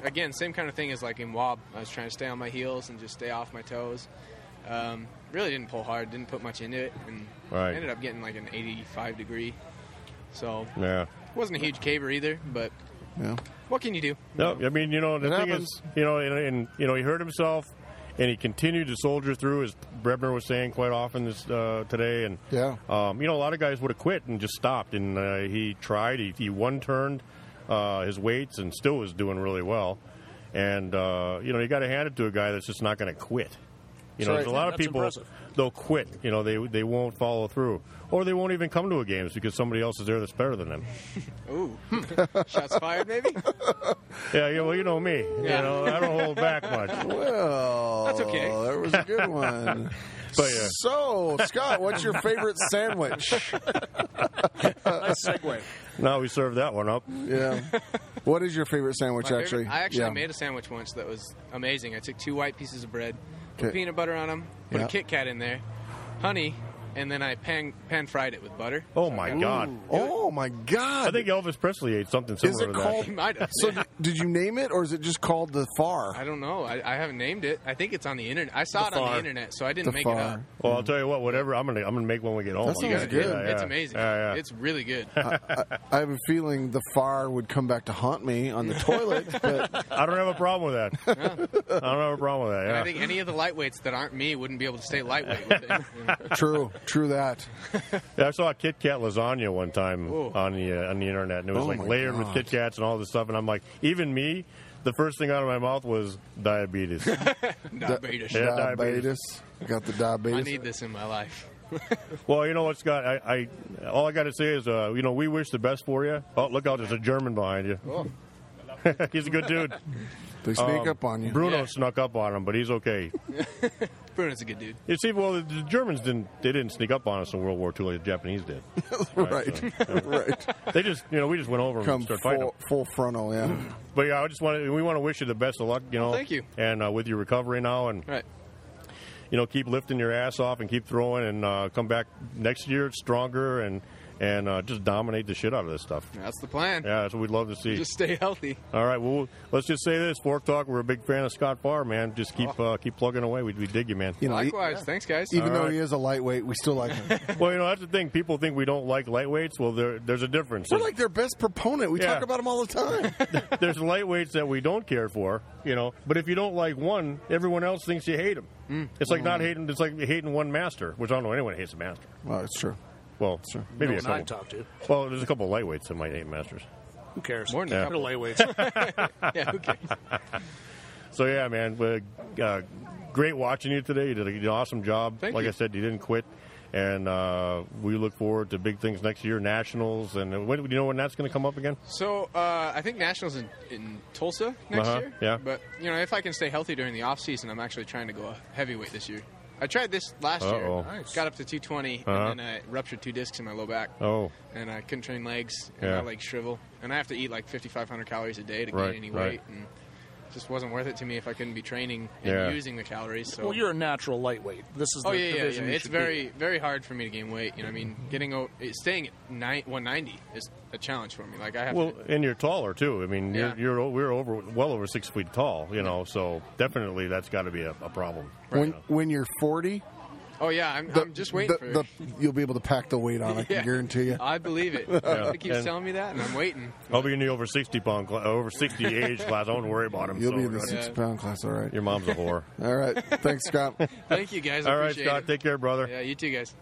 again, same kind of thing as like in Wob. I was trying to stay on my heels and just stay off my toes. Um, really didn't pull hard. Didn't put much into it, and Right. ended up getting like an 85 degree. So Yeah. wasn't a huge caver either, but Yeah. what can you do? No, I mean, you know, the It thing happens. is, you know, and, and you know, he hurt himself, and he continued to soldier through, as Brebner was saying quite often this uh, today. And yeah, um, you know, a lot of guys would have quit and just stopped. And uh, he tried. He, he one turned uh, his weights and still was doing really well. And uh, you know, you got to hand it to a guy that's just not going to quit. You know, That's there's a right. lot of That's people impressive. they'll quit. You know, they they won't follow through, or they won't even come to a games because somebody else is there that's better than them. Ooh, shots fired, maybe. Yeah, yeah, well, you know me. You know, I don't hold back much. Well, That's okay. Oh, That was a good one. But yeah. So, Scott, what's your favorite sandwich? nice segue. Now we serve that one up. Yeah. What is your favorite sandwich? My actually, favorite- I actually Yeah. made a sandwich once that was amazing. I took two white pieces of bread, put Okay. peanut butter on them, put Yeah. a Kit Kat in there, honey, and then I pan pan fried it with butter. Oh my God! Oh my God! I think Elvis Presley ate something Is similar it to called? that. might have, so, yeah. d- did you name it, or is it just called the Far? I don't know. I, I haven't named it. I think it's on the internet. I saw The it on far. the internet, so I didn't The make far. it up. Well, I'll tell you what. Whatever, I'm gonna I'm gonna make one when we get home. That sounds good. Yeah, yeah. It's amazing. Yeah, yeah. It's really good. I have a feeling the Far would come back to haunt me on the toilet. But I don't have a problem with that. I don't have a problem with that. And Yeah. I think any of the lightweights that aren't me wouldn't be able to stay lightweight with it. true, true that. Yeah, I saw a Kit Kat lasagna one time Ooh. on the uh, on the internet, and it was Oh like my layered with God. Kit Kats and all this stuff. And I'm like, even me, the first thing out of my mouth was diabetes. Diabetes. Yeah, diabetes. Got the diabetes. I need this in my life. well, you know what, Scott? I, I all I got to say is, uh, you know, we wish the best for you. Oh, look out! There's a German behind you. he's a good dude. They sneak up on you. Um, Bruno Yeah. snuck up on him, but he's okay. Bruno's a good dude. You see, well, the, the Germans didn't. They didn't sneak up on us in World War II like the Japanese did. Right, right. They just, you know, we just went over Come and started fighting. full, them. full frontal. Yeah. But yeah, I just want to. We want to wish you the best of luck. You know, Well, thank you. and uh, with your recovery now, and right. You know, keep lifting your ass off and keep throwing, and uh, come back next year stronger and and uh, just dominate the shit out of this stuff. That's the plan. Yeah, that's what we'd love to see. Just stay healthy. All right. Well, let's just say this, Fork Talk. We're a big fan of Scott Barr, man. Just keep uh, keep plugging away. We, we dig you, man. You know, Oh. Likewise. Thanks, guys. Even All though right. he is a lightweight, we still like him. well, you know, that's the thing. People think we don't like lightweights. Well, there, there's a difference. We're like their best proponent. We Yeah. talk about him all the time. there's lightweights that we don't care for, you know. But if you don't like one, everyone else thinks you hate him. Mm. It's like Mm-hmm. not hating. It's like hating one master, which I don't know anyone hates a master. Well, it's true. Well, maybe No a one I couple. talk to. Well, there's a couple of lightweights that might hate masters. Who cares? More than a yeah. couple. lightweights. yeah, who cares? So yeah, man. but, Uh, great watching you today. You did an awesome job. Thank like you. I said, you didn't quit. And uh, we look forward to big things next year, nationals, and when, do you know when that's going to come up again? So uh, I think nationals in, in Tulsa next Uh-huh, year. yeah. But you know, if I can stay healthy during the off season, I'm actually trying to go heavyweight this year. I tried this last Uh-oh. year. Nice. Got up to 220, Uh-huh. and then I ruptured two discs in my low back. Oh. And I couldn't train legs, and Yeah. my legs shrivel. And I have to eat like 5,500 calories a day to Right, gain any right. weight. And it just wasn't worth it to me if I couldn't be training and Yeah. using the calories. So Well, you're a natural lightweight. This is oh the yeah, yeah, yeah. division you It's should be in. very, very hard for me to gain weight. You know, I mean, getting o- staying at nine, 190 is a challenge for me. Like I have Well, to and you're taller too. I mean, Yeah. you're, you're we're over well over six feet tall. You know, so definitely that's got to be a, a problem. When when you're 40, Oh yeah, I'm, the- I'm just waiting the- for. the- you'll be able to pack the weight on. I Yeah. can guarantee you. I believe it. Yeah. He keeps And- telling me that, and I'm waiting. I'll be in the over sixty pound, cla- over sixty age class. I don't worry about him. You'll so be in the we're good. six pound class, all right. Your mom's a whore. All right. Thanks, Scott. Thank you guys. I All right, appreciate Scott, it. take care, brother. Yeah, you too, guys.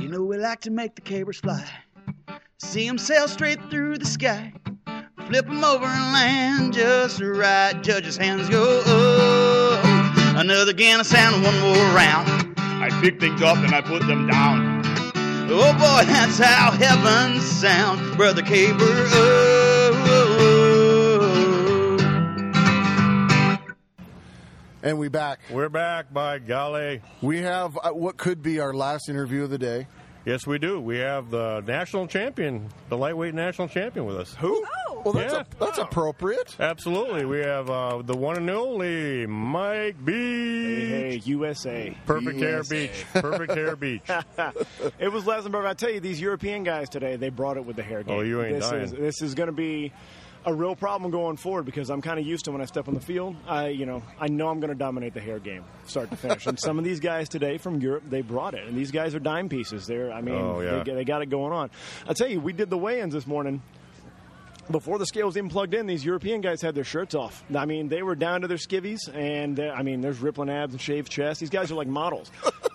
You know we like to make the cabers fly. See 'em sail straight through the sky. Flip 'em over and land just right. Judge's hands go up. Another Guinness and one more round. I pick things up and I put them down. Oh boy, that's how heaven sounds. Brother Caber, oh. And we back. We're back, by golly. We have uh, what could be our last interview of the day. Yes, we do. We have the national champion, the lightweight national champion, with us. Who? Oh. Well, that's, a, that's appropriate. Absolutely. We have uh, the one and only Mike Beach. Hey, USA. Perfect Hair Beach. Perfect Hair Beach. it was Lazenberg. I tell you, these European guys today, they brought it with the hair game. Oh, you ain't this dying. Is, this is going to be a real problem going forward because I'm kind of used to when I step on the field, I you know I know I'm going to dominate the hair game, start to finish. and some of these guys today from Europe, they brought it, and these guys are dime pieces. They're I mean, Oh, yeah. they, they got it going on. I tell you, we did the weigh-ins this morning before the scale was even plugged in, these European guys had their shirts off. I mean, they were down to their skivvies, and they- I mean, there's rippling abs and shaved chests. These guys are like models.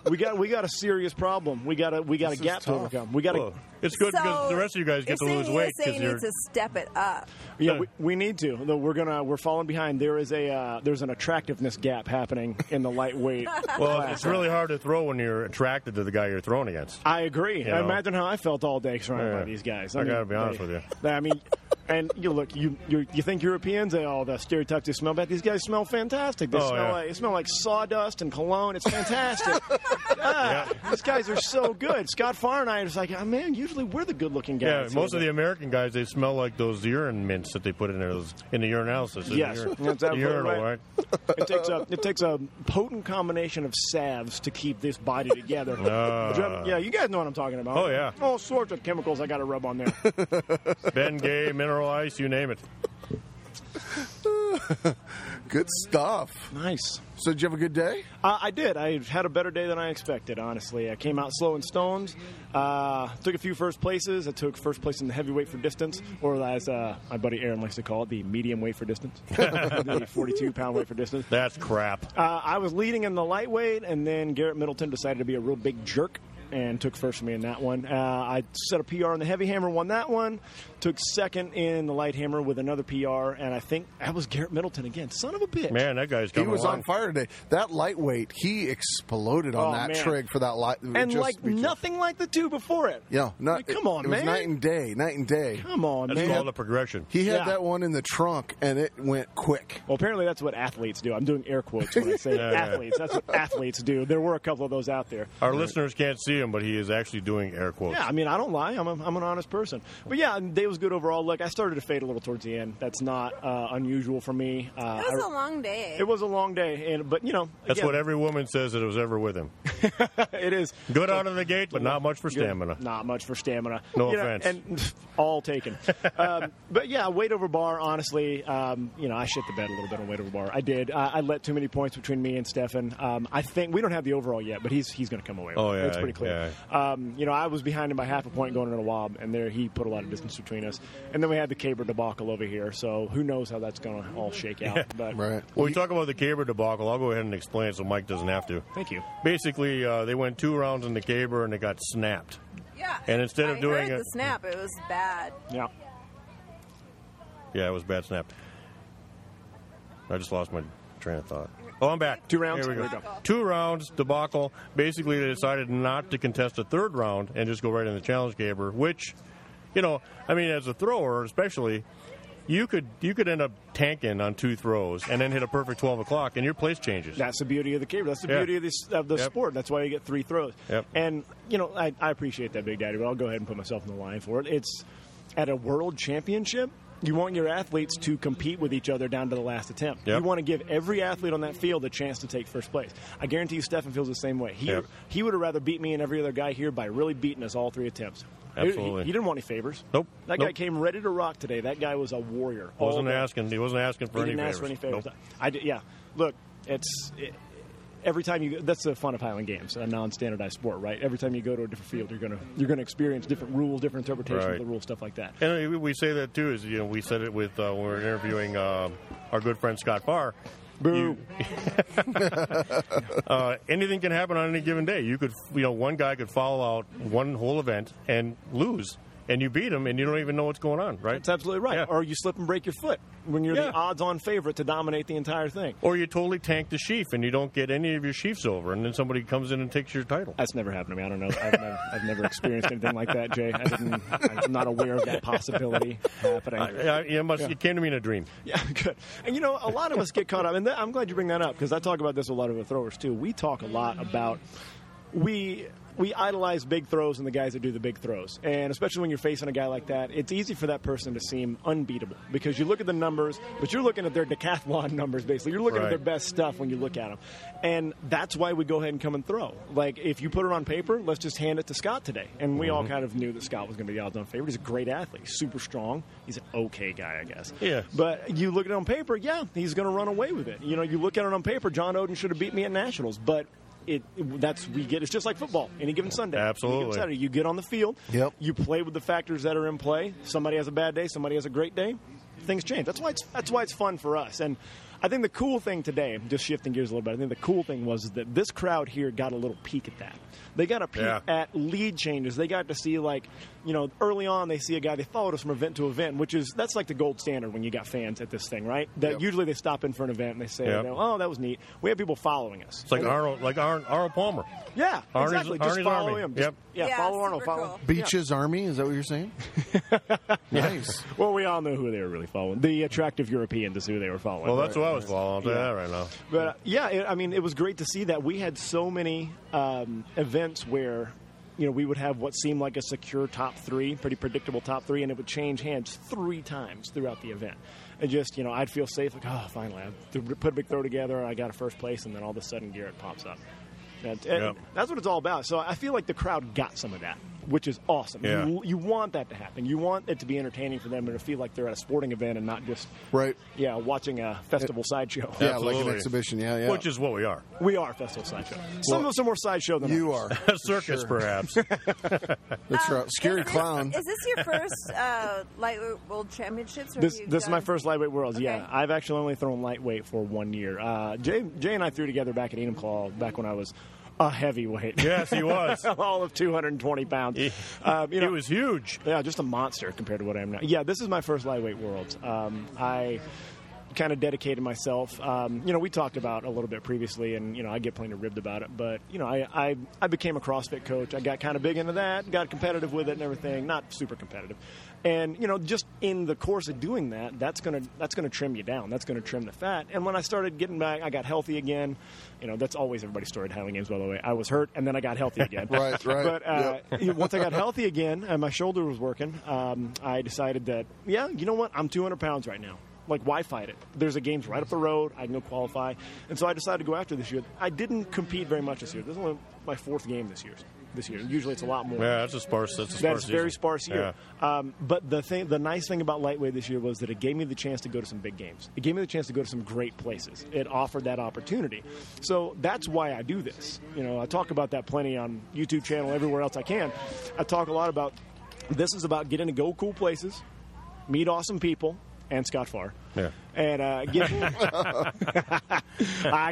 we got we got a serious problem. We got a we got This a is gap to tough. overcome. We got a, Well, it's good because the rest of you guys get to lose weight because Saying you're. needs to step it up. yeah, we, we need to. Though we're gonna we're falling behind. There is a uh, there's an attractiveness gap happening in the lightweight. Well, class. it's really hard to throw when you're attracted to the guy you're throwing against. I agree. You know? Imagine how I felt all day surrounded Yeah. by these guys. I gotta be honest they- with you. they- I mean, and you look, you you you think Europeans, they all the stereotypes they smell bad. These guys smell fantastic. They Oh, smell yeah. like they smell like sawdust and cologne. It's fantastic. Ah, These guys are so good. Scott Farr and I was like, oh, man, usually we're the good-looking Yeah, guys. most here, of the but- American guys they smell like those urine mints that they put in there those, in the urinalysis. in the Yes, urine- that's the absolutely urinal, right. it takes a it takes a potent combination of salves to keep this body together. Ah. yeah, you guys know what I'm talking about. Oh, yeah. all sorts of chemicals I got to rub on there. Ben Gay, Mineral Ice, you name it. Good stuff. Nice. So, did you have a good day? Uh, I did. I had a better day than I expected, honestly. I came out slow in stones, uh, took a few first places. I took first place in the heavyweight for distance, or as uh, my buddy Aaron likes to call it, the medium weight for distance, the 42 pound weight for distance. That's crap. Uh, I was leading in the lightweight, and then Garrett Middleton decided to be a real big jerk and took first for me in that one. Uh, I set a PR in the heavy hammer, won that one, took second in the light hammer with another PR, and I think that was Garrett Middleton again. Son of a bitch. Man, that guy's He coming was along. on fire today. That lightweight, he exploded on Oh, that man. trig for that light. and just like because- nothing like the two before it. Yeah, not, Like, come on, it, man. It was night and day, night and day. Come on, That's Oh, man. called a progression. He had Yeah. that one in the trunk, and it went quick. Well, apparently that's what athletes do. I'm doing air quotes when I say Yeah, yeah. athletes. That's what athletes do. There were a couple of those out there. Our listeners can't see him, but he is actually doing air quotes. Yeah, I mean, I don't lie. I'm, a, I'm an honest person. But yeah, and day was good overall. Look, I started to fade a little towards the end. That's not uh, unusual for me. Uh, It was I- a long day. it was a long day, and but you know, That's again, what every woman says that was ever with him. it is. Good out of the gate, but not much for Good. stamina. Not much for stamina. No You know, offense. and all taken. um, but yeah, weight over bar. Honestly, um, you know, I shit the bed a little bit on weight over bar. I did. I, I let too many points between me and Stefan. Um, I think we don't have the overall yet, but he's he's going to come away. with Oh, it. yeah, it's pretty clear. Um, you know, I was behind him by half a point going into the lob, and there he put a lot of distance between us. And then we had the Caber debacle over here. So who knows how that's going to all shake out? But right. When we talk about the Caber debacle, I'll go ahead and explain it so Mike doesn't have to. Thank you. Basically, uh, they went two rounds in the Caber and it got snapped. Yeah. And instead I of doing heard it, the snap, it was bad. yeah. Yeah, it was a bad snap. I just lost my train of thought. Oh, I'm back. Two rounds. Here we go. There we go. Two rounds debacle. Basically, they decided not to contest the third round and just go right in the challenge gamer, which, you know, I mean, as a thrower, especially, you could you could end up tanking on two throws and then hit a perfect 12 o'clock, and your place changes. That's the beauty of the cable. That's the Yeah. beauty of this of the Yep. sport. That's why you get three throws. Yep. And you know, I, I appreciate that, Big Daddy, but I'll go ahead and put myself in the line for it. It's at a world championship. You want your athletes to compete with each other down to the last attempt. Yep. You want to give every athlete on that field a chance to take first place. I guarantee you, Stefan feels the same way. He Yep. he would have rather beat me and every other guy here by really beating us all three attempts. He- he- Absolutely. He, didn't want any favors. Nope. That guy Nope. came ready to rock today. That guy was a warrior. all Wasn't day. asking. He wasn't asking for He any didn't ask for any favors. favors. Nope. I did, yeah. Look, it's it, every time you. That's the fun of Highland Games, a non-standardized sport, right? Every time you go to a different field, you're gonna you're gonna experience different rules, different interpretations Right. of the rules, stuff like that. And we- we say that too. Is you know we said it with uh, when we were interviewing uh, our good friend Scott Farr. Boo. uh, anything can happen on any given day. You could you know one guy could follow out one whole event and lose, and you beat him, and you don't even know what's going on, right? That's absolutely right. Or you slip and break your foot when you're the odds-on favorite to dominate the entire thing. Or you totally tank the sheaf and you don't get any of your sheafs over, and then somebody comes in and takes your title. That's never happened to me. I don't know. I've never, I've never experienced anything like that, Jay. I didn't, I'm not aware of that possibility happening. I, I, it, must, it came to me in a dream. Yeah, good. And you know, a lot of us get caught up, and th- I'm glad you bring that up because I talk about this with a lot of the throwers too. We talk a lot about we we idolize big throws and the guys that do the big throws, and especially when you're facing a guy like that, it's easy for that person to seem unbeatable because you look at the numbers, but you're looking at their decathlon numbers basically. You're looking at Right. their best stuff when you look at them, and that's why we go ahead and come and throw. Like if you put it on paper, let's just hand it to Scott today, and we all Mhm. kind of knew that Scott was going to be the odds-on favorite. He's a great athlete, He's super strong. He's an okay guy, I guess. Yeah. But you look at it on paper, yeah, he's going to run away with it. You know, you look at it on paper, John Oden should have beat me at Nationals, but it that's we get. It's just like football, any given Sunday. any given Absolutely. Saturday, you get on the field. Yep. You play with the factors that are in play. Somebody has a bad day. Somebody has a great day. Things change. That's why it's that's why it's fun for us. And I think the cool thing today, just shifting gears a little bit. I think the cool thing was that this crowd here got a little peek at that. They got a peek Yeah. at lead changes. They got to see like, you know, early on they see a guy they followed us from event to event, which is that's like the gold standard when you got fans at this thing, right? That Yep. usually they stop in for an event and they say, Yep. you know, oh, that was neat. We have people following us. It's like And- Arnold, like Arnold, Arnold Palmer. yeah, Arnie's- exactly. Just Arnie's follow Army. him. Just- Yep. Yeah, Yeah, follow Arnold. Follow Beaches Army, is that what you're saying? nice. Well, we all know who they were really following. The attractive Europeans is who they were following. Well, that's who I was following. I'll tell you that right now. But uh, yeah, it, I mean, it was great to see that we had so many um, events where. You know, we would have what seemed like a secure top three, pretty predictable top three, and it would change hands three times throughout the event. And just, you know, I'd feel safe, like, oh, finally, I th- put a big throw together, and I got a first place, and then all of a sudden, Garrett pops up. And, and Yep. that's what it's all about. So I feel like the crowd got some of that, which is awesome. Yeah. You, you want that to happen. You want it to be entertaining for them and to feel like they're at a sporting event and not just right. Yeah, watching a festival sideshow. Yeah, like an exhibition. Yeah, yeah. Which is what we are. We are a festival sideshow. Some of us are more sideshow than you others. are. Circus, Sure. perhaps. That's right. Scary Um, clown. Is this your first uh, lightweight world championships? Or This, have you this is my done- first lightweight worlds. Yeah, I've actually only thrown lightweight for one year. Uh, Jay, Jay and I threw together back at Enumclaw back when I was a heavyweight. Yes, he was. all of 220 pounds. Um, you know, he was huge. Yeah, just a monster compared to what I am now. Yeah, this is my first lightweight worlds. Um, I kind of dedicated myself. Um, you know, we talked about a little bit previously, and you know, I get plenty ribbed about it, but you know, I, I I became a CrossFit coach. I got kind of big into that, got competitive with it and everything. Not super competitive, and you know, just in the course of doing that, that's gonna that's gonna trim you down. That's gonna trim the fat. And when I started getting back, I got healthy again. You know, that's always everybody's story at Highland Games, by the way. I was hurt, and then I got healthy again. Right, right. But uh, Yep. you know, once I got healthy again and my shoulder was working, um, I decided that, yeah, you know what? I'm 200 pounds right now. Like, why fight it? There's a games right up the road. I can go qualify. And so I decided to go after this year. I didn't compete very much this year. This is only my fourth game this year. This year, usually it's a lot more. Yeah, that's a sparse. That's a sparse. That's very season. sparse year. Yeah. Um, but the thing, the nice thing about lightweight this year was that it gave me the chance to go to some big games. It gave me the chance to go to some great places. It offered that opportunity. So that's why I do this. You know, I talk about that plenty on YouTube channel, everywhere else I can. I talk a lot about this is about getting to go cool places, meet awesome people, and Scott Farr. Yeah. And uh, get, I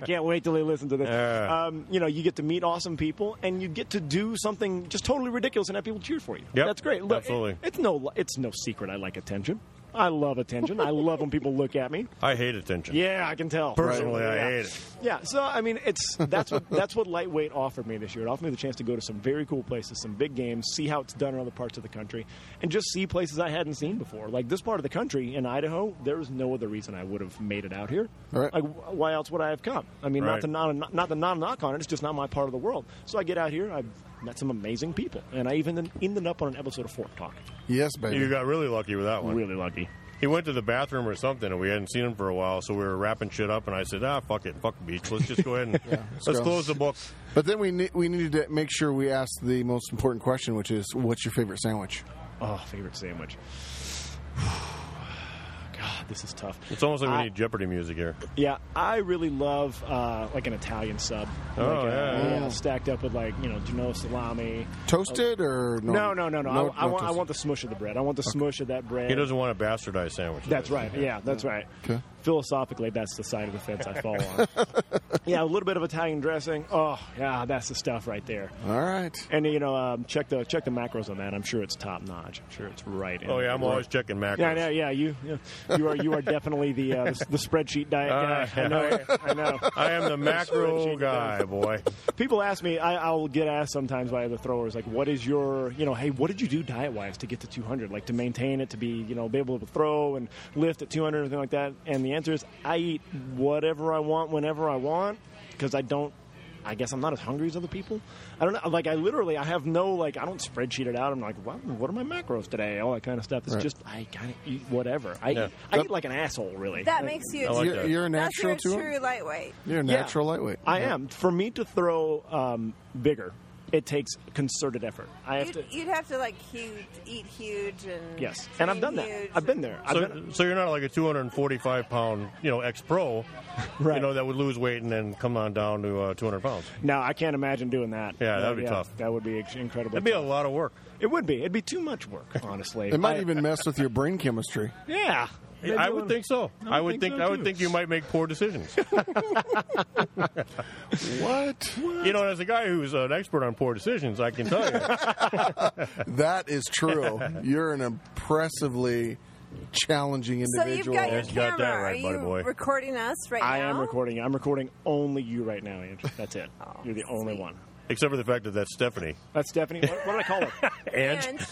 can't wait till they listen to this. Yeah. Um, you know, you get to meet awesome people, and you get to do something just totally ridiculous and have people cheer for you. Yep. That's great. Look, Absolutely. it- it's no, it's no secret. I like attention. I love attention. I love when people look at me. I hate attention. Yeah, I can tell. Personally, I yeah. hate it. Yeah, so I mean, it's that's what that's what lightweight offered me this year. It offered me the chance to go to some very cool places, some big games, see how it's done in other parts of the country, and just see places I hadn't seen before. Like this part of the country in Idaho, there was no other reason I would have made it out here. Right. Like, wh- why else would I have come? I mean, Right. not to not not to not knock on it. It's just not my part of the world. So I get out here. I met some amazing people, and I even ended up on an episode of Fork Talk. Yes, baby. You got really lucky with that one. Really lucky. He went to the bathroom or something, and we hadn't seen him for a while, so we were wrapping shit up, and I said, ah, fuck it, fuck beach. Let's just go ahead and let's, go. close the book. But then we ne- we needed to make sure we asked the most important question, which is, what's your favorite sandwich? Oh, favorite sandwich. God, this is tough. It's almost like we I- need Jeopardy music here. Yeah, I really love uh, like an Italian sub. Oh, Like, uh, yeah, yeah. stacked up with like you know Geno salami, Oh, Toasted or no? No, no, no, no. I, I No- no want I toasted. want the smush of the bread. I want the smush of that bread. He doesn't want a bastardized sandwich. That's right. Yeah, that's right. Philosophically, that's the side of the fence I fall on. yeah, a little bit of Italian dressing. Oh, yeah, that's the stuff right there. All right. And you know, um, check the check the macros on that. I'm sure it's top notch. I'm sure it's right. in Oh, yeah, I'm there. always checking macros. Yeah, I know. Yeah, you yeah. you are you are definitely the uh, the, the spreadsheet diet Uh, guy. I know. it. I know. I am the macro Spreadsheet diet. guy, boy. People ask me, I, I'll get asked sometimes by the throwers, like, what is your, you know, hey, what did you do diet wise to get to 200? Like, to maintain it, to be, you know, be able to throw and lift at 200, everything like that. And the answer is, I eat whatever I want, whenever I want, because I don't. I guess I'm not as hungry as other people. I don't know. Like I literally, I have no like. I don't spreadsheet it out. I'm like, wow, what are my macros today? All that kind of stuff. It's Right. just I kind of eat whatever. I Yeah. eat, I eat like an asshole, really. That makes you. a true- you're, you're a that's natural your too. true lightweight. You're a Yeah. natural lightweight. I am. For me to throw um, bigger, it takes concerted effort. I have You'd, to. you'd have to like huge, eat huge, and Yes, and I've done that. I've been there. I've So, been, so you're not like a 245 pound, you know, ex pro, you know, that would lose weight and then come on down to uh, 200 pounds. no, I can't imagine doing that. Yeah, that'd Uh, be tough. That would be ex- incredible. That'd be a lot of work. It would be. It'd be too much work, honestly. It might I- even mess with your brain chemistry. Yeah. Maybe I one- would think so. I would think, so, I would too. think you might make poor decisions. what? You know, as a guy who's an expert on poor decisions, I can tell you. That is true. You're an impressively challenging So you've individual. got your camera. Are you recording us right I now? Oh, am recording. you. I'm recording only you right now, Andrew. That's it. You're the only one. Except for the fact that that's Stephanie. That's Stephanie. What, what did I call her? And,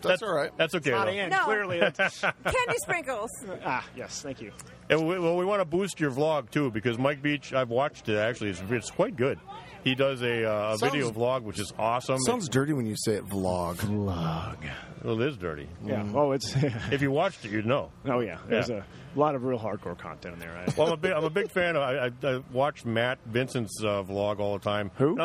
that's all right. That's okay. Not though. Ann. No. Clearly, that's, Candy sprinkles. ah, yes. Thank you. And we, well, we want to boost your vlog too because Mike Beach. I've watched it actually. It's, it's quite good. He does a, uh, a Sounds- video vlog, which is awesome. Sounds dirty when you say it vlog. Vlog. well, it is dirty. Mm-hmm. Yeah. Oh, it's. If you watched it, you'd know. Oh yeah, there's a lot of real hardcore content in there. I, Well, I'm a big, I'm a big fan. Of, I, I, I watch Matt Vincent's uh, vlog all the time. Who?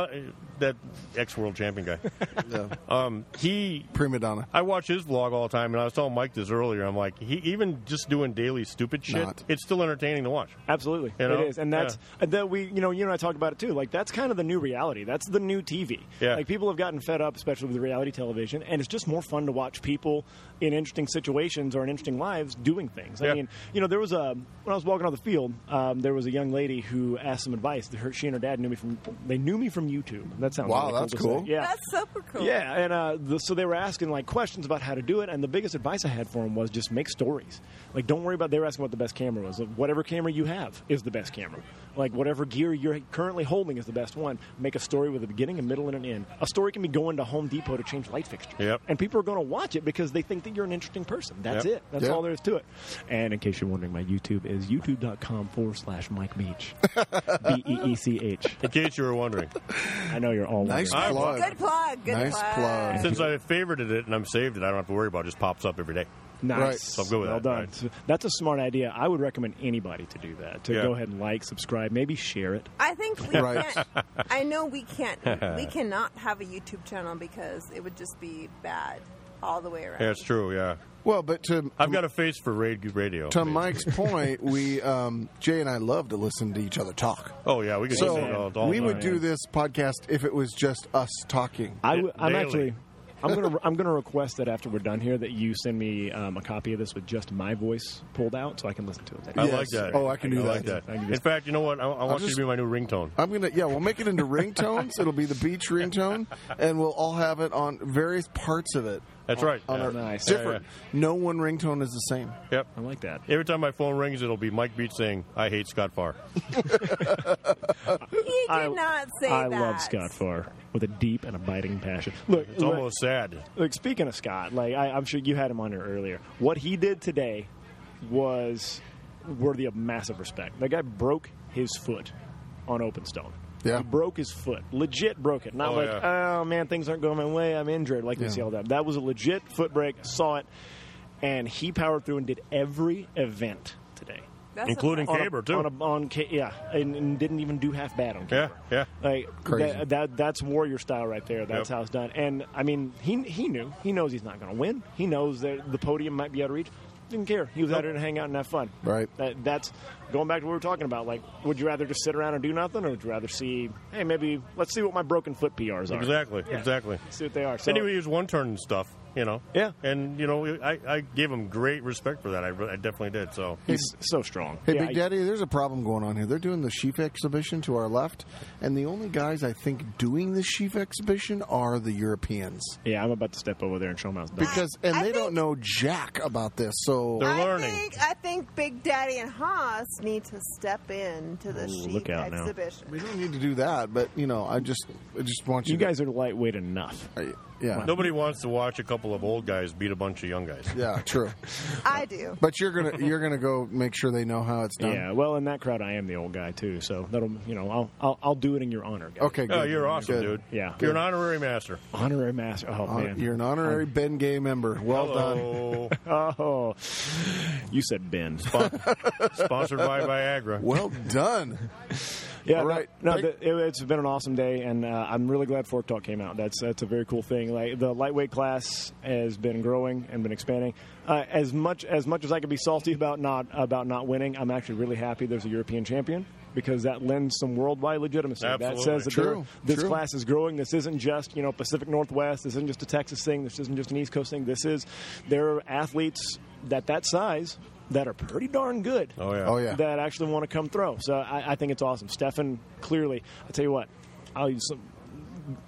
that ex world champion guy. Um, he prima donna. I watch his vlog all the time, and I was telling Mike this earlier. I'm like, he even just doing daily stupid shit. Not. It's still entertaining to watch. Absolutely, You know? it is, and that's Yeah. and that we, you know, you and I talked about it too. Like that's kind of the new reality. That's the new TV. Yeah. Like people have gotten fed up, especially with reality television, and it's just more fun to watch people in interesting situations or in interesting lives doing things. Yeah. I mean, you know, there was a when I was walking on the field, um, there was a young lady who asked some advice. Her, she and her dad knew me from they knew me from YouTube. That sounds Wow, really cool that's to say. cool. Yeah, That's super cool. yeah, and uh, the, so they were asking like questions about how to do it, and the biggest advice I had for them was just make stories. Like, don't worry about. They were asking what the best camera was. Like, whatever camera you have is the best camera. Like, whatever gear you're currently holding is the best one. Make a story with a beginning, a middle, and an end. A story can be going to Home Depot to change light fixtures, Yep. and people are going to watch it because they think that you're an interesting person. That's Yep. it. That's Yep. all there is to it. And in case you're wondering, my YouTube is youtube.com forward slash Mike Beach, B E E C H. In case you were wondering, I know you're all Nice wondering. plug. Good plug. Good plug. Since I favorited it and I'm saved it, I don't have to worry about. it. It just pops up every day. Nice. So I'm good with well that. done. Right. So That's a smart idea. I would recommend anybody to do that. To Yeah. go ahead and like, subscribe, maybe share it. I think we Right. can't. I know we can't. We cannot have a YouTube channel because it would just be bad all the way around. Yeah, it's true. Yeah. Well, but to I've got a face for raid radio. to Mike's point, we um, Jay and I love to listen to each other talk. Oh yeah, we could so do that all, all we would night. do this podcast if it was just us talking. I w- I'm actually I'm gonna I'm gonna request that after we're done here that you send me um, a copy of this with just my voice pulled out so I can listen to it. later. I like that. like that. I can In just- fact, you know what? I, I want just- you to be my new ringtone. I'm gonna yeah, we'll make it into ringtones. It'll be the beach ringtone, and we'll all have it on various parts of it. That's on- right. On Yeah. our, Nice. Different. Yeah, No one ringtone is the same. Yep. I like that. Every time my phone rings, it'll be Mike Beach saying, "I hate Scott Farr." He did I- not say I that. love Scott Farr with a deep and abiding passion. Look, It's almost sad. Look, speaking of Scott, like I, I'm sure you had him on here earlier. What he did today was worthy of massive respect. That guy broke his foot on open stone. Yeah. He broke his foot. Legit broke it. Not Oh, like, yeah. oh man, things aren't going my way. I'm injured. Like we Yeah. see all that. That was a legit foot break. Saw it. And he powered through and did every event today. That's Including On a- Kaber, too. On, a, on Ka- yeah, and, and didn't even do half bad on Kaber. Yeah, yeah. Like Crazy. That, that that's warrior style right there. That's Yep. how it's done. And I mean, he he knew. He knows he's not going to win. He knows that the podium might be out of reach. Didn't care. He was out there to hang out and have fun. Right. That, that's going back to what we were talking about. Like, would you rather just sit around and do nothing, or would you rather see? Hey, maybe let's see what my broken foot PRs are. Exactly, Yeah. exactly. See what they are. So, and he was one turn and stuff, you know. Yeah. And you know, I, I gave him great respect for that. I, re- I definitely did. So he's so strong. Hey, Yeah, Big Daddy, there's a problem going on here. They're doing the sheep exhibition to our left, and the only guys I think doing the sheep exhibition are the Europeans. Yeah, I'm about to step over there and show him how it's done. Because and they don't know jack about this, I so Think, I think Big Daddy and Haas need to step in to the sheep exhibition. We don't need to do that, but you know, I just I just want you. You guys are lightweight enough. yeah. Nobody wants to watch a couple of old guys beat a bunch of young guys. Yeah, true. I do. But you're gonna you're gonna go make sure they know how it's done. Yeah, well, in that crowd, I am the old guy too. So that'll, you know, I'll, I'll, I'll do it in your honor. Guys. Okay, Oh, you're awesome, dude. Yeah, You're an honorary master. honorary master. Oh Hon- man, you're an honorary Ben Gay member. Well Hello. done. Oh, you said Ben. Sponsored by Viagra. Well done. Yeah, All no- right. No, th- Big- it, it's been an awesome day, and uh, I'm really glad Fork Talk came out. That's that's a very cool thing. Like the lightweight class has been growing and been expanding. Uh, as much as much as I could be salty about not about not winning, I'm actually really happy there's a European champion because that lends some worldwide legitimacy. That Absolutely. says that there- True, this true. class is growing. This isn't just you know Pacific Northwest. This isn't just a Texas thing. This isn't just an East Coast thing. This is there are athletes that that size. That are pretty darn good Oh, yeah. Oh, yeah. that actually want to come throw. So I, I think it's awesome. Stefan, clearly, I'll tell you what, I'll use some.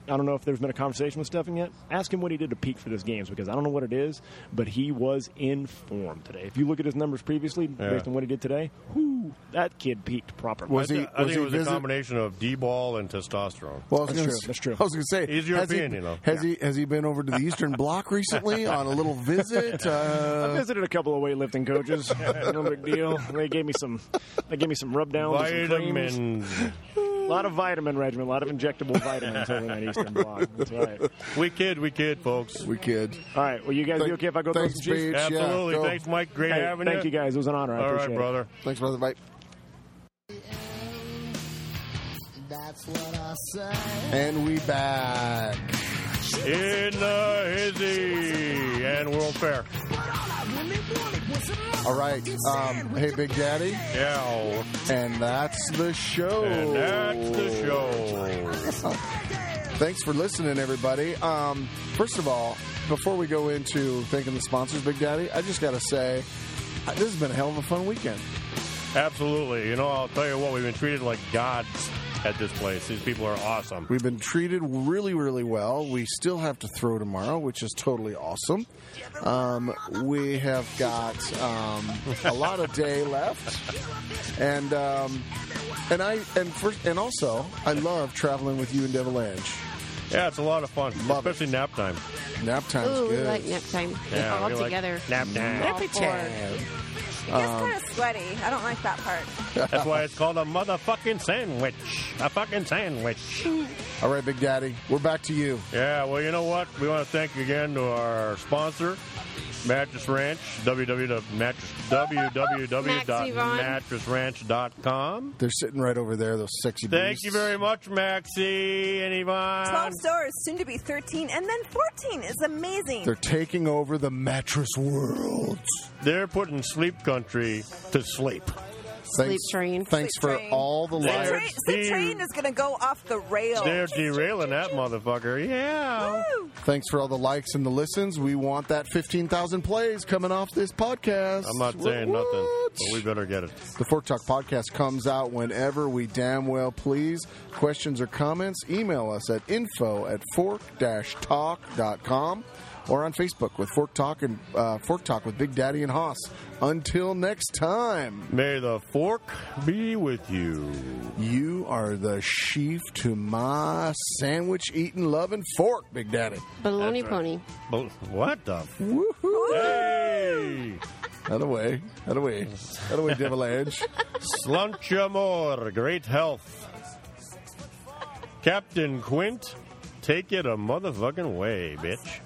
I don't know if there's been a conversation with Stefan yet. Ask him what he did to peak for this games because I don't know what it is, but he was in form today. If you look at his numbers previously, Yeah. based on what he did today, whoo, that kid peaked properly. I, thi- I think it was a combination of D-ball and testosterone. Well, I was gonna s- I was going to say, he's has he- European, you know. Has he has he been over to the Eastern Bloc recently on a little visit? I Uh, visited a couple of weightlifting coaches. no big deal. They gave me some. They gave me some rub downs. Vitamins. A lot of vitamin regimen. A lot of injectable vitamins over in that Eastern Bloc. That's right. We kid, we kid, folks. We kid. All right. Well, you guys Thank- be okay if I go throw thanks, some cheese? Beach. Yeah, Absolutely. go. Thanks, Mike. Great Hey, having Thank you. you guys. It was an honor. I All right, appreciate it. brother. Thanks, brother. Bye. That's what I say. and we back. In the hizzy and World Fair. All right. Um, hey, Big Daddy. Yeah. And that's the show. And that's the show. Thanks for listening, everybody. Um, first of all, before we go into thanking the sponsors, Big Daddy, I just got to say, uh, this has been a hell of a fun weekend. Absolutely. You know, I'll tell you what, we've been treated like gods at this place. These people are awesome. We've been treated really, really well. We still have to throw tomorrow, which is totally awesome. Um, we have got um, a lot of day left, and um, and I and first and also I love traveling with you in Devil Edge. Yeah, it's a lot of fun, especially nap time. Nap time's Ooh, we good. like nap time. Yeah, all we like together. nap time. All Nappy four. time. It gets Um, kind of sweaty. I don't like that part. That's why it's called a motherfucking sandwich. A fucking sandwich. All right, Big Daddy, we're back to you. Yeah, well, you know what? We want to thank again to our sponsor, Mattress Ranch, www.mattressranch.com. They're sitting right over there, those sexy. Thank beasts. you very much, Maxie and Yvonne. 12 stores, soon to be 13, and then 14 is amazing. They're taking over the mattress world. They're putting sleep country to sleep. Thanks- Sleep Train. Thanks for all the The liars. train, the train is going to go off the rails. They're derailing that motherfucker. Yeah. Thanks for all the likes and the listens. We want that 15,000 plays coming off this podcast. I'm not saying What? nothing, but we better get it. The Fork Talk podcast comes out whenever we damn well please. Questions or comments, email us at info at fork-talk.com or on Facebook with Fork Talk and uh, Fork Talk with Big Daddy and Hoss. Until next time. May the fork be with you. You are the sheaf to my sandwich eating loving fork, Big Daddy. Baloney pony. Bo- What the? F- Woohoo! Hey! Out of way. Out of way. Out of way, Devil Edge. Slunch more. Great health. Captain Quint, take it a motherfucking way, bitch.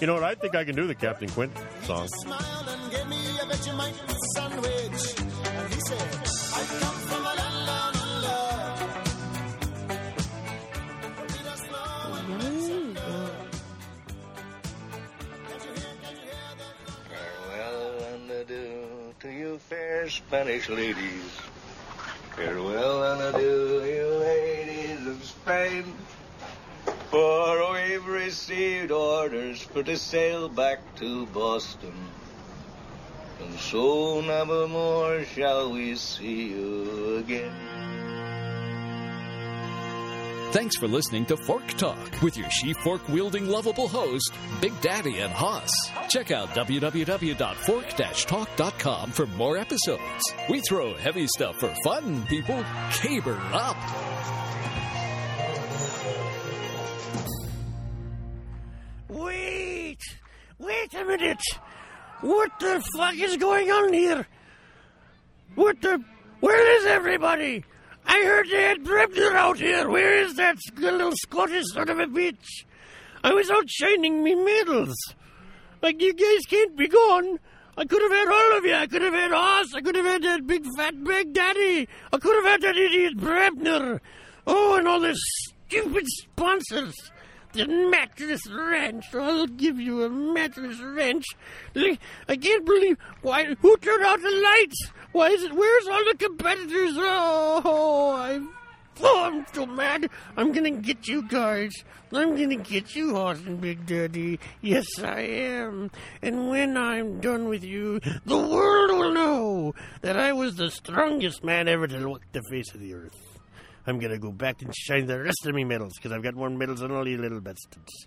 You know what? I think I can do the Captain Quint song. smiled and gave me a Vegemite sandwich. And he said, I come from a land down under. Feet are slow and Mm. Farewell and adieu to you, fair Spanish ladies. Farewell and adieu, you ladies of Spain. For we've received orders for to sail back to Boston. And so nevermore shall we see you again. Thanks for listening to Fork Talk with your she fork wielding lovable host, Big Daddy and Hoss. Check out www.fork talk.com for more episodes. We throw heavy stuff for fun, people. Caber up. Wait! Wait a minute! What the fuck is going on here? What the. Where is everybody? I heard they had Bremner out here. Where is that little Scottish son of a bitch? I was out shining me medals. Like, you guys can't be gone. I could have had all of you. I could have had Oz. I could have had that big fat big daddy. I could have had that idiot Bremner. Oh, and all the stupid sponsors. The mattress wrench. I'll give you a mattress wrench. Like, I can't believe why. Who turned out the lights? Why is it? Where's all the competitors? Oh, I'm, oh, I'm so mad. I'm gonna get you guys. I'm gonna get you, Austin Big Daddy. Yes, I am. And when I'm done with you, the world will know that I was the strongest man ever to walk the face of the earth. I'm gonna go back and shine the rest of me medals because I've got more medals than all you little bastards.